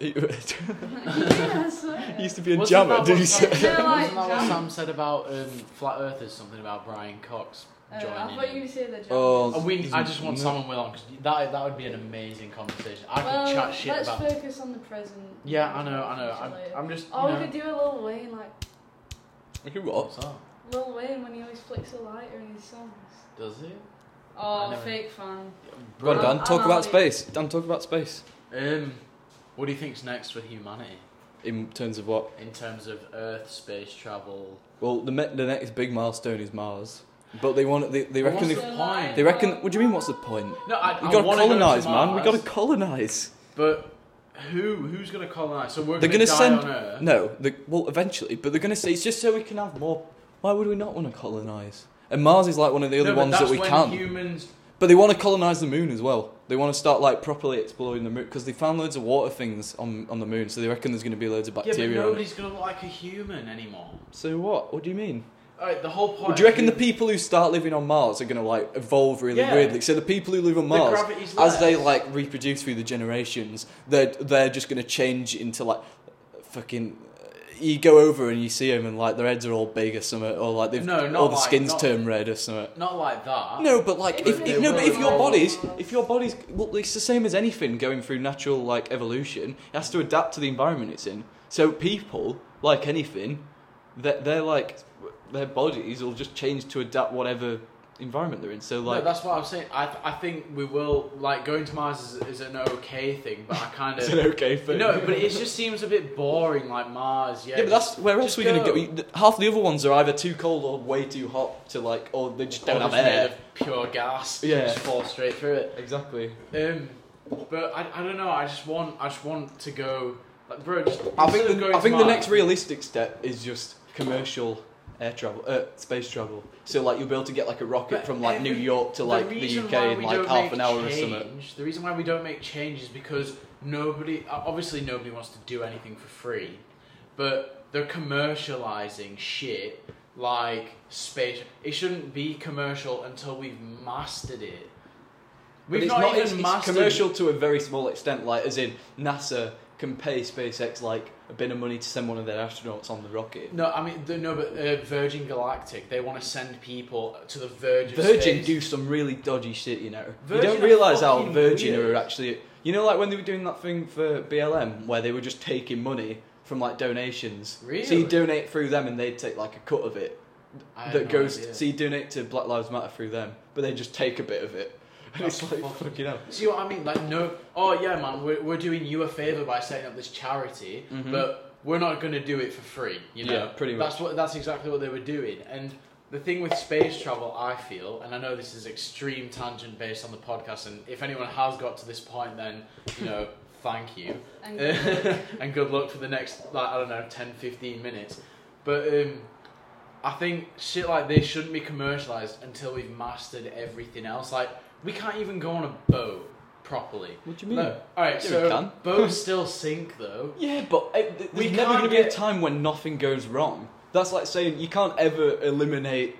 [SPEAKER 3] He
[SPEAKER 2] yeah, I swear.
[SPEAKER 3] used to be a
[SPEAKER 1] Wasn't
[SPEAKER 3] jammer,
[SPEAKER 1] that
[SPEAKER 3] did
[SPEAKER 1] what
[SPEAKER 3] he
[SPEAKER 1] Sam-
[SPEAKER 3] say?
[SPEAKER 2] Yeah, like
[SPEAKER 1] wasn't that what
[SPEAKER 2] John.
[SPEAKER 1] Sam said about um, flat earthers? Something about Brian Cox
[SPEAKER 2] Uh,
[SPEAKER 1] joining.
[SPEAKER 2] I thought you
[SPEAKER 1] in?
[SPEAKER 2] were saying the jammer.
[SPEAKER 3] Oh,
[SPEAKER 1] And we, I just want
[SPEAKER 3] No.
[SPEAKER 1] someone with on because that that would be an amazing conversation. I could
[SPEAKER 2] well,
[SPEAKER 1] chat shit
[SPEAKER 2] let's
[SPEAKER 1] about.
[SPEAKER 2] focus on the present.
[SPEAKER 1] Yeah, I know, I know.
[SPEAKER 2] Shall I-
[SPEAKER 1] I'm, I'm just. You
[SPEAKER 2] Or we
[SPEAKER 1] know,
[SPEAKER 2] could do a Lil Wayne, like
[SPEAKER 3] Who what?
[SPEAKER 1] What's that?
[SPEAKER 2] Lil Wayne when he always flicks a lighter in his songs.
[SPEAKER 1] Does it? I
[SPEAKER 2] Oh,
[SPEAKER 1] never-
[SPEAKER 2] fake fan.
[SPEAKER 3] Go on,
[SPEAKER 2] I'm-
[SPEAKER 3] Dan.
[SPEAKER 2] I'm
[SPEAKER 3] Talk about
[SPEAKER 2] out.
[SPEAKER 3] space. Dan, talk about space.
[SPEAKER 1] Um, what do you think's next for humanity
[SPEAKER 3] In terms of what?
[SPEAKER 1] in terms of Earth space travel?
[SPEAKER 3] Well, the me- the next big milestone is Mars, but they want they, they
[SPEAKER 1] But
[SPEAKER 3] reckon
[SPEAKER 1] what's
[SPEAKER 3] they,
[SPEAKER 1] the-
[SPEAKER 2] Flick
[SPEAKER 1] point?
[SPEAKER 2] a
[SPEAKER 3] they reckon.
[SPEAKER 2] lighter.
[SPEAKER 3] What do you mean? What's the point?
[SPEAKER 1] No, I,
[SPEAKER 3] We
[SPEAKER 1] I
[SPEAKER 3] gotta
[SPEAKER 1] wanna go
[SPEAKER 3] colonize,
[SPEAKER 1] to
[SPEAKER 3] man. We
[SPEAKER 1] Mars.
[SPEAKER 3] gotta colonize.
[SPEAKER 1] But who who's gonna colonize? So we're
[SPEAKER 3] They're
[SPEAKER 1] gonna,
[SPEAKER 3] gonna
[SPEAKER 1] die
[SPEAKER 3] send-
[SPEAKER 1] on Earth.
[SPEAKER 3] No, the, well, eventually, but they're gonna say it's just so we can have more. Why would we not want to colonize? And Mars is like one of the other
[SPEAKER 1] No, but
[SPEAKER 3] ones that
[SPEAKER 1] that's
[SPEAKER 3] we
[SPEAKER 1] when
[SPEAKER 3] can.
[SPEAKER 1] Humans.
[SPEAKER 3] But they want to colonize the moon as well. They want to start like properly exploring the moon because they found loads of water things on on the moon, so they reckon there's gonna be loads of
[SPEAKER 1] yeah,
[SPEAKER 3] bacteria.
[SPEAKER 1] but
[SPEAKER 3] on it.
[SPEAKER 1] nobody's gonna look like a human anymore.
[SPEAKER 3] So what? What do you mean?
[SPEAKER 1] All right, the whole point.
[SPEAKER 3] Well, do you reckon the
[SPEAKER 1] people
[SPEAKER 3] people who start living on Mars are gonna like evolve really
[SPEAKER 1] Yeah.
[SPEAKER 3] weirdly? So the people who live on
[SPEAKER 1] the
[SPEAKER 3] Mars,
[SPEAKER 1] gravity's
[SPEAKER 3] as they
[SPEAKER 1] less?
[SPEAKER 3] like reproduce through the generations, they're they're just gonna change into like fucking. You go over and you see them, and like their heads are all big or something, or like they've
[SPEAKER 1] No, not
[SPEAKER 3] all the
[SPEAKER 1] like-
[SPEAKER 3] skins
[SPEAKER 1] not-
[SPEAKER 3] turn red or something.
[SPEAKER 1] Not like that.
[SPEAKER 3] No, but like if,
[SPEAKER 1] But
[SPEAKER 3] if
[SPEAKER 1] they
[SPEAKER 3] no, but
[SPEAKER 1] will
[SPEAKER 3] if your
[SPEAKER 1] evolve.
[SPEAKER 3] body's if your body's well, it's the same as anything going through natural like evolution. It has to adapt to the environment it's in. So people, like anything, that they're, like their bodies will just change to adapt whatever environment they're in. So
[SPEAKER 1] No,
[SPEAKER 3] like
[SPEAKER 1] that's what I'm saying. I, th- I think we will like going to Mars is, is an okay thing, but I kind
[SPEAKER 3] it's an
[SPEAKER 1] of
[SPEAKER 3] okay thing.
[SPEAKER 1] no, but it just seems a bit boring. Like Mars, yeah.
[SPEAKER 3] yeah, but that's where else
[SPEAKER 1] just
[SPEAKER 3] are we gonna
[SPEAKER 1] go.
[SPEAKER 3] go? You- th- Half the other ones are either too cold or way too hot to like, or they just
[SPEAKER 1] just-
[SPEAKER 3] don't
[SPEAKER 1] or
[SPEAKER 3] have
[SPEAKER 1] just made
[SPEAKER 3] air.
[SPEAKER 1] of pure gas.
[SPEAKER 3] Yeah.
[SPEAKER 1] just fall straight through it.
[SPEAKER 3] Exactly.
[SPEAKER 1] Um, but I, I don't know. I just want I just want to go. Like, bro, just,
[SPEAKER 3] I think
[SPEAKER 1] instead of
[SPEAKER 3] the,
[SPEAKER 1] going
[SPEAKER 3] I
[SPEAKER 1] to
[SPEAKER 3] think the
[SPEAKER 1] Mars-
[SPEAKER 3] next realistic step is just commercial air travel, uh, space travel. So like you'll be able to get like a rocket
[SPEAKER 1] But
[SPEAKER 3] from like
[SPEAKER 1] every-
[SPEAKER 3] New York to like the,
[SPEAKER 1] reason
[SPEAKER 3] UK
[SPEAKER 1] why
[SPEAKER 3] in
[SPEAKER 1] we
[SPEAKER 3] like
[SPEAKER 1] don't
[SPEAKER 3] half
[SPEAKER 1] make
[SPEAKER 3] an hour or something.
[SPEAKER 1] change, The reason why we don't make change is because nobody, uh, obviously, nobody wants to do anything for free, but they're commercializing shit like space. It shouldn't be commercial until we've mastered it.
[SPEAKER 3] But
[SPEAKER 1] We've
[SPEAKER 3] it's
[SPEAKER 1] not, even
[SPEAKER 3] it's, it's
[SPEAKER 1] mastered
[SPEAKER 3] commercial to a very small extent. Like as in NASA can pay SpaceX like a bit of money to send one of their astronauts on the rocket.
[SPEAKER 1] No, I mean the, no, but uh, Virgin Galactic. They want to send people to the verge of
[SPEAKER 3] Virgin
[SPEAKER 1] space.
[SPEAKER 3] do some really dodgy shit, you know.
[SPEAKER 1] Virgin
[SPEAKER 3] you don't
[SPEAKER 1] are
[SPEAKER 3] realise how
[SPEAKER 1] fucking
[SPEAKER 3] Virgin
[SPEAKER 1] weird.
[SPEAKER 3] are actually. You know, like when they were doing that thing for BLM where they were just taking money from like donations. So
[SPEAKER 1] Really?
[SPEAKER 3] you donate through them and they'd take like a cut of it
[SPEAKER 1] I have
[SPEAKER 3] that
[SPEAKER 1] no
[SPEAKER 3] goes.
[SPEAKER 1] idea.
[SPEAKER 3] So you donate to Black Lives Matter through them, but they just take a bit of it. And
[SPEAKER 1] That's
[SPEAKER 3] it's like,
[SPEAKER 1] fucked.
[SPEAKER 3] fucking hell.
[SPEAKER 1] See what I mean? Like, no, oh yeah, man, we're, we're doing you a favour by setting up this charity,
[SPEAKER 3] Mhm.
[SPEAKER 1] but we're not going to do it for free. You know,
[SPEAKER 3] Yeah, pretty much.
[SPEAKER 1] That's what that's exactly what they were doing. And the thing with space travel, I feel, and I know this is extreme tangent based on the podcast. And if anyone has got to this point, then you know, thank you
[SPEAKER 2] And
[SPEAKER 1] and good luck for the next like I don't know 10 15 minutes but um I think shit like this shouldn't be commercialized until we've mastered everything else like we can't even go on a boat properly
[SPEAKER 3] What do
[SPEAKER 1] Look, all right
[SPEAKER 3] Yeah,
[SPEAKER 1] so
[SPEAKER 3] we can.
[SPEAKER 1] boats still sink though
[SPEAKER 3] Yeah, but uh, th-
[SPEAKER 1] We
[SPEAKER 3] there's never
[SPEAKER 1] can't
[SPEAKER 3] going to be
[SPEAKER 1] get-
[SPEAKER 3] a time when nothing goes wrong. That's like saying you can't ever eliminate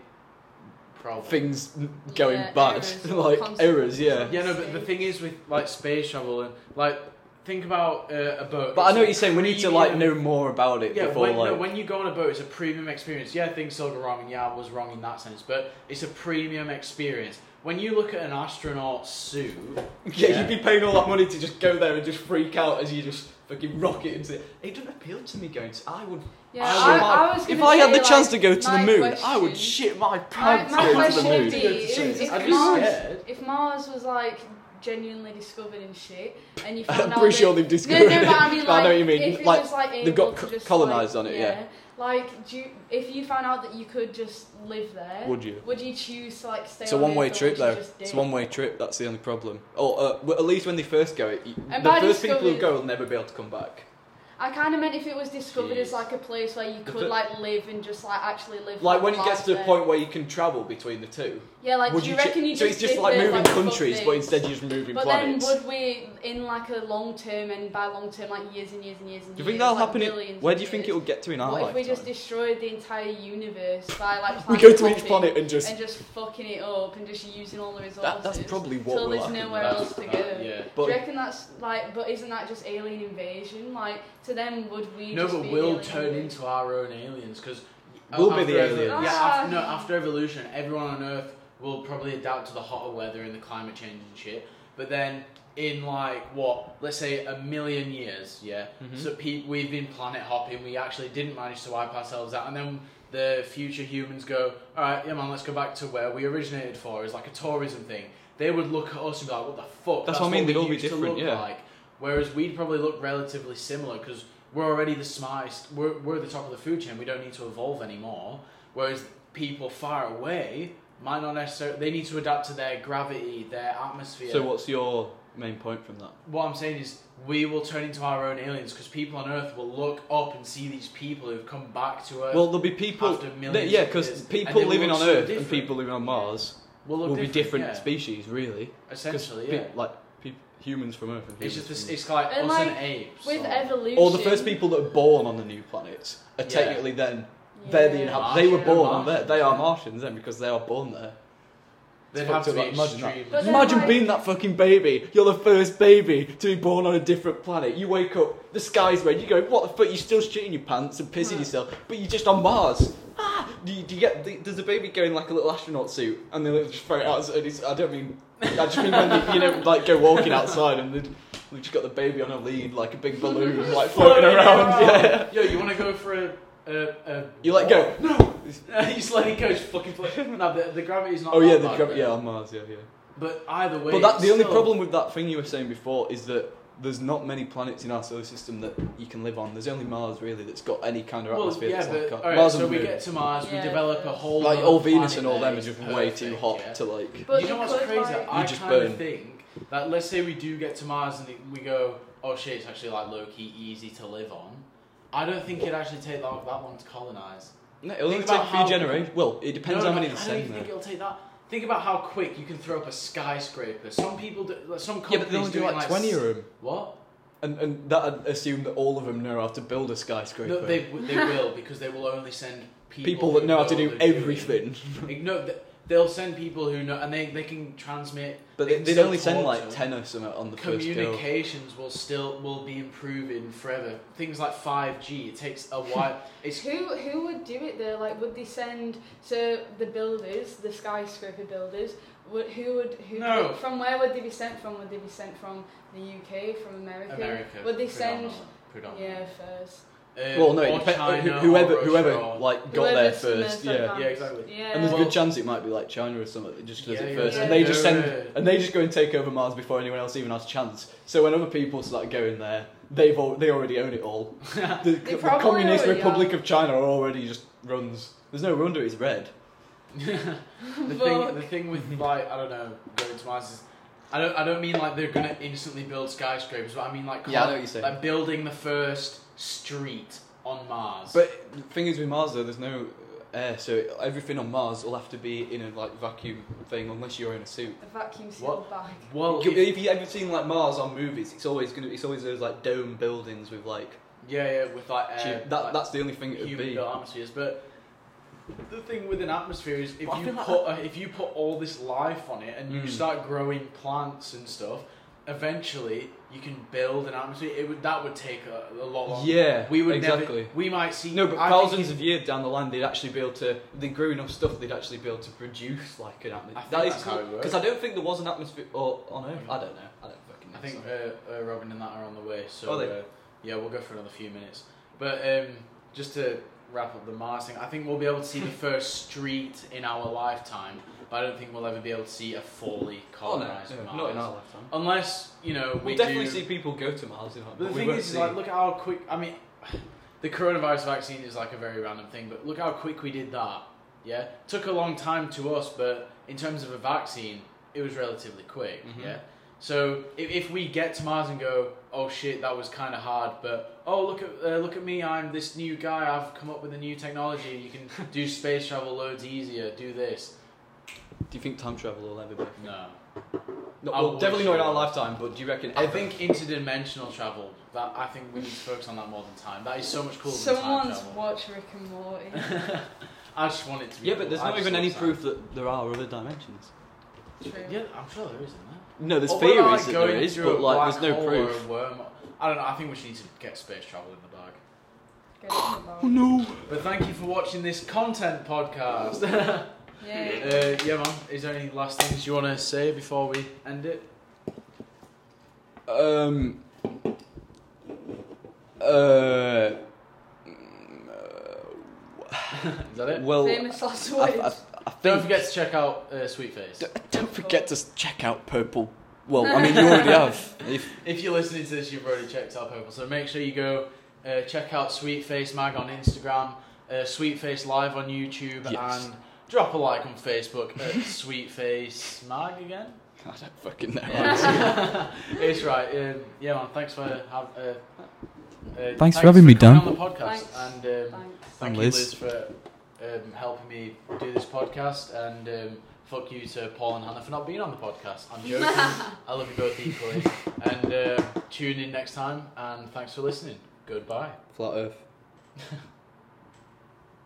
[SPEAKER 1] probably
[SPEAKER 3] things n- going
[SPEAKER 2] Yeah,
[SPEAKER 3] bad,
[SPEAKER 2] errors,
[SPEAKER 3] like
[SPEAKER 2] constant-
[SPEAKER 3] errors. Yeah.
[SPEAKER 1] yeah no but the thing is with like space travel and like think about uh, a boat
[SPEAKER 3] But I know
[SPEAKER 1] It's
[SPEAKER 3] what you're saying. We need to like
[SPEAKER 1] premium-
[SPEAKER 3] know more about it
[SPEAKER 1] Yeah,
[SPEAKER 3] before
[SPEAKER 1] when, no,
[SPEAKER 3] like.
[SPEAKER 1] when you go on a boat, it's a premium experience. Yeah, things still go wrong, and yeah, I was wrong in that sense, but it's a premium experience. When you look at an astronaut suit,
[SPEAKER 3] yeah, you'd be paying all that money to just go there and just freak out as you just fucking rocket into it. It doesn't appeal to me going. To, I would.
[SPEAKER 2] yeah,
[SPEAKER 3] I
[SPEAKER 2] I,
[SPEAKER 3] would-
[SPEAKER 2] I was
[SPEAKER 3] if
[SPEAKER 2] gonna
[SPEAKER 3] I had
[SPEAKER 2] say,
[SPEAKER 3] the chance
[SPEAKER 2] like,
[SPEAKER 3] to go to the
[SPEAKER 2] my
[SPEAKER 3] moon, I
[SPEAKER 2] question-
[SPEAKER 3] would shit my
[SPEAKER 2] My,
[SPEAKER 3] pants
[SPEAKER 2] my
[SPEAKER 3] to go to
[SPEAKER 2] question
[SPEAKER 3] the
[SPEAKER 2] would
[SPEAKER 3] moon.
[SPEAKER 2] be
[SPEAKER 1] Jesus.
[SPEAKER 2] if, if
[SPEAKER 1] I'd be
[SPEAKER 2] Mars,
[SPEAKER 1] scared.
[SPEAKER 2] if Mars was like genuinely discovered and shit, and you found
[SPEAKER 3] I'm
[SPEAKER 2] out
[SPEAKER 3] pretty
[SPEAKER 2] that-
[SPEAKER 3] sure they've
[SPEAKER 2] No, no,
[SPEAKER 3] discovered
[SPEAKER 2] but I mean, like,
[SPEAKER 3] it. But I know what you mean.
[SPEAKER 2] If it
[SPEAKER 3] Like,
[SPEAKER 2] was, like
[SPEAKER 3] they've got
[SPEAKER 2] able to
[SPEAKER 3] co-
[SPEAKER 2] just,
[SPEAKER 3] colonised
[SPEAKER 2] like,
[SPEAKER 3] on it, yeah.
[SPEAKER 2] Like, do you, if you found out that you could just live there,
[SPEAKER 3] Would you?
[SPEAKER 2] Would you choose to like stay?
[SPEAKER 3] It's a
[SPEAKER 2] on
[SPEAKER 3] one way
[SPEAKER 2] Earth or
[SPEAKER 3] trip,
[SPEAKER 2] would you
[SPEAKER 3] though.
[SPEAKER 2] just
[SPEAKER 3] It's a
[SPEAKER 2] dip?
[SPEAKER 3] one way trip. That's the only problem. Or uh, well, at least when they first go, it, you-
[SPEAKER 2] And
[SPEAKER 3] the
[SPEAKER 2] by
[SPEAKER 3] first people who
[SPEAKER 2] discovery-
[SPEAKER 3] go will never be able to come back.
[SPEAKER 2] I kind of meant if it was discovered
[SPEAKER 1] Jeez.
[SPEAKER 2] as like a place where you
[SPEAKER 3] The
[SPEAKER 2] could
[SPEAKER 3] fir-
[SPEAKER 2] like live and just like actually live.
[SPEAKER 3] Like when it
[SPEAKER 2] life
[SPEAKER 3] gets to the
[SPEAKER 2] there.
[SPEAKER 3] point where you can travel between the two.
[SPEAKER 2] Yeah, like
[SPEAKER 3] would
[SPEAKER 2] do you,
[SPEAKER 3] ch-
[SPEAKER 2] reckon you
[SPEAKER 3] so
[SPEAKER 2] just
[SPEAKER 3] it's just
[SPEAKER 2] dip
[SPEAKER 3] like
[SPEAKER 2] it,
[SPEAKER 3] moving
[SPEAKER 2] like, fuck
[SPEAKER 3] countries, but
[SPEAKER 2] this?
[SPEAKER 3] instead you're just moving
[SPEAKER 2] But
[SPEAKER 3] planets.
[SPEAKER 2] then would we in like a long term and by long term like years and years and years and
[SPEAKER 3] do you think
[SPEAKER 2] years,
[SPEAKER 3] that'll
[SPEAKER 2] like,
[SPEAKER 3] happen? In,
[SPEAKER 2] billions
[SPEAKER 3] where
[SPEAKER 2] of
[SPEAKER 3] do you think
[SPEAKER 2] years?
[SPEAKER 3] it'll get to in our
[SPEAKER 2] What if we
[SPEAKER 3] lifetime?
[SPEAKER 2] just destroyed the entire universe by like
[SPEAKER 3] we go to
[SPEAKER 2] planet
[SPEAKER 3] each
[SPEAKER 2] hopping?
[SPEAKER 3] planet and just.
[SPEAKER 2] and just fucking it up and just using all the
[SPEAKER 3] That,
[SPEAKER 2] resources.
[SPEAKER 3] that's probably what
[SPEAKER 2] till
[SPEAKER 3] will
[SPEAKER 2] there's
[SPEAKER 3] happen.
[SPEAKER 2] nowhere
[SPEAKER 1] That's-
[SPEAKER 2] else to
[SPEAKER 1] that-
[SPEAKER 2] go.
[SPEAKER 1] yeah.
[SPEAKER 2] Do
[SPEAKER 3] But
[SPEAKER 2] you reckon that's like? But isn't that just alien invasion? Like to them, would we?
[SPEAKER 1] no,
[SPEAKER 2] just
[SPEAKER 1] but
[SPEAKER 2] be
[SPEAKER 1] we'll
[SPEAKER 2] alien
[SPEAKER 1] turn
[SPEAKER 2] invasion?
[SPEAKER 1] into our own aliens because
[SPEAKER 3] We'll be the aliens.
[SPEAKER 1] Yeah, after, no,
[SPEAKER 2] Ah.
[SPEAKER 1] after evolution, everyone on Earth will probably adapt to the hotter weather and the climate change and shit. But then, in like what, let's say a million years, yeah.
[SPEAKER 3] Mm-hmm.
[SPEAKER 1] So pe- we've been planet hopping. We actually didn't manage to wipe ourselves out, and then the future humans go, all right, yeah, man, let's go back to where we originated for, is like a tourism thing. They would look at us and be like, what the fuck?
[SPEAKER 3] That's what I mean,
[SPEAKER 1] we
[SPEAKER 3] they'd all be
[SPEAKER 1] used to
[SPEAKER 3] different,
[SPEAKER 1] look
[SPEAKER 3] yeah.
[SPEAKER 1] Like. Whereas we'd probably look relatively similar because we're already the smartest. We're we're the top of the food chain. We don't need to evolve anymore. Whereas people far away might not necessarily. They need to adapt to their gravity, their atmosphere.
[SPEAKER 3] So what's your main point from that?
[SPEAKER 1] What I'm saying is, we will turn into our own aliens because people on Earth will look up and see these people who've come back to Earth.
[SPEAKER 3] Well, there'll be people.
[SPEAKER 1] after millions
[SPEAKER 3] They, yeah,
[SPEAKER 1] of years,
[SPEAKER 3] because
[SPEAKER 1] and
[SPEAKER 3] people
[SPEAKER 1] they will
[SPEAKER 3] living
[SPEAKER 1] look
[SPEAKER 3] on
[SPEAKER 1] so
[SPEAKER 3] Earth
[SPEAKER 1] different.
[SPEAKER 3] and people living on Mars
[SPEAKER 1] will
[SPEAKER 3] will
[SPEAKER 1] look
[SPEAKER 3] be different
[SPEAKER 1] yeah.
[SPEAKER 3] species, really. 'Cause
[SPEAKER 1] Essentially,
[SPEAKER 3] pe-
[SPEAKER 1] yeah.
[SPEAKER 3] like pe- humans from Earth. And
[SPEAKER 1] It's
[SPEAKER 3] humans
[SPEAKER 1] just this,
[SPEAKER 3] from-
[SPEAKER 1] it's like
[SPEAKER 2] And,
[SPEAKER 1] us and
[SPEAKER 2] like,
[SPEAKER 1] apes.
[SPEAKER 2] With
[SPEAKER 1] or-
[SPEAKER 2] evolution,
[SPEAKER 3] or the first people that are born on the new planets are
[SPEAKER 1] Yeah.
[SPEAKER 3] technically then
[SPEAKER 2] Yeah.
[SPEAKER 3] they're the inhabitants. They were
[SPEAKER 1] Martian,
[SPEAKER 3] born on there.
[SPEAKER 1] Martians,
[SPEAKER 3] They are
[SPEAKER 1] yeah.
[SPEAKER 3] Martians then because they are born there.
[SPEAKER 1] they'd
[SPEAKER 3] It's
[SPEAKER 1] have
[SPEAKER 3] fucked
[SPEAKER 1] to
[SPEAKER 3] up,
[SPEAKER 1] be
[SPEAKER 3] like, imagine that.
[SPEAKER 1] extremely-
[SPEAKER 2] But then,
[SPEAKER 3] Imagine
[SPEAKER 2] like-
[SPEAKER 3] being that fucking baby. You're the first baby to be born on a different planet. You wake up, the sky's red. You go, what the fuck? You're still shitting your pants and pissing
[SPEAKER 2] Right.
[SPEAKER 3] yourself, but you're just on Mars. Ah! Do you, do you get? Does the baby go in like a little astronaut suit and they just throw it out? And it's, I don't mean. I just mean when they, you know, like go walking outside and they'd- they've just got the baby on a lead, like a big balloon, like floating around. Yeah.
[SPEAKER 1] Yo, you want to go for a, a, a
[SPEAKER 3] You let go.
[SPEAKER 1] No, you just let it go. Just fucking flip. No, the, the gravity's not.
[SPEAKER 3] Oh yeah,
[SPEAKER 1] that
[SPEAKER 3] the
[SPEAKER 1] bad,
[SPEAKER 3] gra-
[SPEAKER 1] but-
[SPEAKER 3] yeah on Mars, yeah, yeah.
[SPEAKER 1] But either way,
[SPEAKER 3] But that,
[SPEAKER 1] it's
[SPEAKER 3] the only
[SPEAKER 1] still-
[SPEAKER 3] problem with that thing you were saying before is that there's not many planets in our solar system that you can live on. There's only Mars really that's got any kind of
[SPEAKER 1] Well,
[SPEAKER 3] atmosphere.
[SPEAKER 1] yeah,
[SPEAKER 3] that's like
[SPEAKER 1] but
[SPEAKER 3] on-
[SPEAKER 1] all right,
[SPEAKER 3] Mars and
[SPEAKER 1] so
[SPEAKER 3] the
[SPEAKER 1] we
[SPEAKER 3] Moon.
[SPEAKER 1] get to Mars, we
[SPEAKER 2] Yeah.
[SPEAKER 1] develop a whole.
[SPEAKER 3] like
[SPEAKER 1] other
[SPEAKER 3] all Venus
[SPEAKER 1] planet
[SPEAKER 3] and
[SPEAKER 1] there,
[SPEAKER 3] all them are
[SPEAKER 1] it's
[SPEAKER 3] just way too
[SPEAKER 1] perfect,
[SPEAKER 3] hot
[SPEAKER 1] yeah.
[SPEAKER 3] to like.
[SPEAKER 2] But
[SPEAKER 1] you know
[SPEAKER 2] it
[SPEAKER 1] what's
[SPEAKER 2] could,
[SPEAKER 1] crazy?
[SPEAKER 2] like-
[SPEAKER 1] I
[SPEAKER 3] You just
[SPEAKER 1] kind of
[SPEAKER 3] burn.
[SPEAKER 1] think that let's say we do get to Mars and we go, oh shit, it's actually like low key easy to live on. I don't think it'd actually take that, that long to colonize.
[SPEAKER 3] No, it'll only
[SPEAKER 1] Think
[SPEAKER 3] take
[SPEAKER 1] about
[SPEAKER 3] a few
[SPEAKER 1] how-
[SPEAKER 3] generations. Well, it depends
[SPEAKER 1] No,
[SPEAKER 3] how
[SPEAKER 1] no,
[SPEAKER 3] many they
[SPEAKER 1] I don't
[SPEAKER 3] send
[SPEAKER 1] even
[SPEAKER 3] there.
[SPEAKER 1] think it'll take that. Think about how quick you can throw up a skyscraper. Some people, do, like, some
[SPEAKER 3] Yeah,
[SPEAKER 1] companies
[SPEAKER 3] but they only do
[SPEAKER 1] doing,
[SPEAKER 3] like twenty of them,
[SPEAKER 1] What?
[SPEAKER 3] and and that would assume that all of them know how to build a skyscraper.
[SPEAKER 1] No, they, w- they will because they will only send people,
[SPEAKER 3] People
[SPEAKER 1] who
[SPEAKER 3] that know how to
[SPEAKER 1] what
[SPEAKER 3] do
[SPEAKER 1] they're doing.
[SPEAKER 3] everything,
[SPEAKER 1] Like, No, th- they'll send people who know, and they, they can transmit.
[SPEAKER 3] but
[SPEAKER 1] they
[SPEAKER 3] they,
[SPEAKER 1] can
[SPEAKER 3] they'd
[SPEAKER 1] still
[SPEAKER 3] only send
[SPEAKER 1] talk
[SPEAKER 3] like
[SPEAKER 1] to them.
[SPEAKER 3] ten or something on the first go.
[SPEAKER 1] Communications will still will be improving forever. Things like five G, it takes a while. It's
[SPEAKER 2] Who who would do it though? Like, would they send so the builders, the skyscraper builders? Would, who would who
[SPEAKER 1] No.
[SPEAKER 2] from where would they be sent from? Would they be sent from the UK, from America?
[SPEAKER 1] America.
[SPEAKER 2] Would they send?
[SPEAKER 1] predominantly,
[SPEAKER 2] Yeah, first.
[SPEAKER 1] Um,
[SPEAKER 3] well, no, it
[SPEAKER 1] or
[SPEAKER 3] depends-
[SPEAKER 1] China
[SPEAKER 3] who-
[SPEAKER 1] or
[SPEAKER 3] whoever
[SPEAKER 1] Russia
[SPEAKER 3] whoever
[SPEAKER 1] or-
[SPEAKER 3] like got there
[SPEAKER 2] Whoever's
[SPEAKER 3] first,
[SPEAKER 2] the most
[SPEAKER 3] yeah.
[SPEAKER 2] advanced.
[SPEAKER 1] Yeah, exactly.
[SPEAKER 2] Yeah.
[SPEAKER 3] And there's a
[SPEAKER 1] Well-
[SPEAKER 3] good chance it might be like China or something that just does
[SPEAKER 1] Yeah,
[SPEAKER 3] it
[SPEAKER 1] yeah,
[SPEAKER 3] first,
[SPEAKER 2] yeah.
[SPEAKER 3] and they just send
[SPEAKER 1] Yeah.
[SPEAKER 3] and they just go and take over Mars before anyone else even has a chance. So when other people start going there, they've al- they already own it all. The, the
[SPEAKER 2] probably
[SPEAKER 3] Communist
[SPEAKER 2] already
[SPEAKER 3] Republic of China already just runs. There's no wonder it's red.
[SPEAKER 1] the thing, the thing with like I don't know going to Mars is, I don't I don't mean like they're gonna instantly build skyscrapers, but I mean like
[SPEAKER 3] Yeah, I know
[SPEAKER 1] col-
[SPEAKER 3] what you're saying.
[SPEAKER 1] like building the first street on Mars.
[SPEAKER 3] But-
[SPEAKER 4] But the thing is with Mars though, there's no air, so everything on Mars will have to be in a like vacuum thing unless you're in a suit.
[SPEAKER 2] A vacuum sealed bag.
[SPEAKER 1] well,
[SPEAKER 4] You-
[SPEAKER 1] if-
[SPEAKER 4] if you ever seen like Mars on movies, it's always gonna it's always those like dome buildings with like
[SPEAKER 1] yeah, yeah, with like uh,
[SPEAKER 4] cheap-
[SPEAKER 1] like,
[SPEAKER 4] that, that's the only thing it would
[SPEAKER 1] human
[SPEAKER 4] be.
[SPEAKER 1] built atmospheres, but. The thing with an atmosphere is if
[SPEAKER 4] But I
[SPEAKER 1] you
[SPEAKER 4] feel like
[SPEAKER 1] put a, if you put all this life on it and you
[SPEAKER 4] Mm.
[SPEAKER 1] start growing plants and stuff, eventually you can build an atmosphere. It would that would take a, a lot longer.
[SPEAKER 4] Yeah,
[SPEAKER 1] we would
[SPEAKER 4] exactly.
[SPEAKER 1] never. We might see
[SPEAKER 4] No, but
[SPEAKER 1] I think
[SPEAKER 4] thousands of years down the line, they'd actually be able to. They grew enough stuff, they'd actually be able to produce like an
[SPEAKER 1] I
[SPEAKER 4] atmosphere.
[SPEAKER 1] think
[SPEAKER 4] That is
[SPEAKER 1] that's how it works.
[SPEAKER 4] because I don't think there was an atmosphere or on Earth. I don't know. I don't fucking know.
[SPEAKER 1] I think
[SPEAKER 4] so.
[SPEAKER 1] uh, uh, Robin and that are on the way, so
[SPEAKER 4] Are they?
[SPEAKER 1] uh, yeah, we'll go for another few minutes. But um, just to wrap up the Mars thing, I think we'll be able to see the first street in our lifetime, but I don't think we'll ever be able to see a fully
[SPEAKER 4] Oh no,
[SPEAKER 1] colonized
[SPEAKER 4] no,
[SPEAKER 1] Mars.
[SPEAKER 4] not in our lifetime.
[SPEAKER 1] Unless you know we
[SPEAKER 4] We'll definitely
[SPEAKER 1] do-
[SPEAKER 4] see people go to Mars. You know,
[SPEAKER 1] But the
[SPEAKER 4] we
[SPEAKER 1] thing
[SPEAKER 4] won't
[SPEAKER 1] is, is
[SPEAKER 4] see-
[SPEAKER 1] like, look at how quick. I mean, the coronavirus vaccine is like a very random thing, but look how quick we did that. Yeah, took a long time to us, but in terms of a vaccine, it was relatively quick.
[SPEAKER 4] Mhm.
[SPEAKER 1] Yeah. So if, if we get to Mars and go, oh shit, that was kind of hard, but oh look at uh, look at me, I'm this new guy. I've come up with a new technology. You can do space travel loads easier. Do this.
[SPEAKER 4] do you think time travel will ever be?
[SPEAKER 1] No,
[SPEAKER 4] No,
[SPEAKER 1] I
[SPEAKER 4] well,
[SPEAKER 1] wish
[SPEAKER 4] definitely not in
[SPEAKER 1] it
[SPEAKER 4] our
[SPEAKER 1] was.
[SPEAKER 4] lifetime. But do you reckon?
[SPEAKER 1] I
[SPEAKER 4] ever?
[SPEAKER 1] think interdimensional travel. That I think we need to focus on that more than time. That is so much cooler. than time
[SPEAKER 2] Someone's
[SPEAKER 1] travel.
[SPEAKER 2] watched Rick and Morty.
[SPEAKER 1] I just want it to be.
[SPEAKER 4] Yeah,
[SPEAKER 1] cool.
[SPEAKER 4] but there's
[SPEAKER 1] I
[SPEAKER 4] not
[SPEAKER 1] just
[SPEAKER 4] even
[SPEAKER 1] love
[SPEAKER 4] any
[SPEAKER 1] that.
[SPEAKER 4] proof that there are other dimensions.
[SPEAKER 2] True.
[SPEAKER 1] Yeah, I'm sure there is, isn't there?
[SPEAKER 4] No, there's
[SPEAKER 1] Or what about,
[SPEAKER 4] theories
[SPEAKER 1] like,
[SPEAKER 4] that
[SPEAKER 1] going
[SPEAKER 4] there is,
[SPEAKER 1] through
[SPEAKER 4] but
[SPEAKER 1] a
[SPEAKER 4] like there's
[SPEAKER 1] black
[SPEAKER 4] no
[SPEAKER 1] hole
[SPEAKER 4] proof.
[SPEAKER 1] or a worm- I don't know. I think we should need to get space travel in the dark.
[SPEAKER 2] Get it in the bag.
[SPEAKER 4] Oh, no.
[SPEAKER 1] But thank you for watching this content podcast. uh,
[SPEAKER 2] Yeah.
[SPEAKER 1] yeah, man. Is there any last things you want to say before we end it?
[SPEAKER 4] Um. Uh.
[SPEAKER 1] Is that it?
[SPEAKER 4] Well,
[SPEAKER 2] Famous last
[SPEAKER 4] I,
[SPEAKER 2] words.
[SPEAKER 4] I, I think.
[SPEAKER 1] Don't forget to check out uh, Sweetface.
[SPEAKER 4] Don't forget to check out Purple. Well, I mean, you already have. If,
[SPEAKER 1] If you're listening to this, you've already checked out Purple, so make sure you go uh, check out Sweetface Mag on Instagram, uh, Sweetface Live on YouTube,
[SPEAKER 4] Yes.
[SPEAKER 1] and drop a like on Facebook at Sweetface Mag again.
[SPEAKER 4] I don't fucking know.
[SPEAKER 1] Yeah. it's right. Um, yeah, man. Thanks for have, uh, uh, thanks,
[SPEAKER 4] for having me, Dan.
[SPEAKER 1] coming on the podcast,
[SPEAKER 2] Thanks.
[SPEAKER 1] and um,
[SPEAKER 2] Thanks.
[SPEAKER 1] thank
[SPEAKER 4] And
[SPEAKER 1] you,
[SPEAKER 4] Liz.
[SPEAKER 1] Liz, for um, helping me do this podcast. And um, fuck you to Paul and Hannah for not being on the podcast. I'm joking. I love you both equally. um, And uh, tune in next time. And thanks for listening. Goodbye.
[SPEAKER 4] Flat Earth.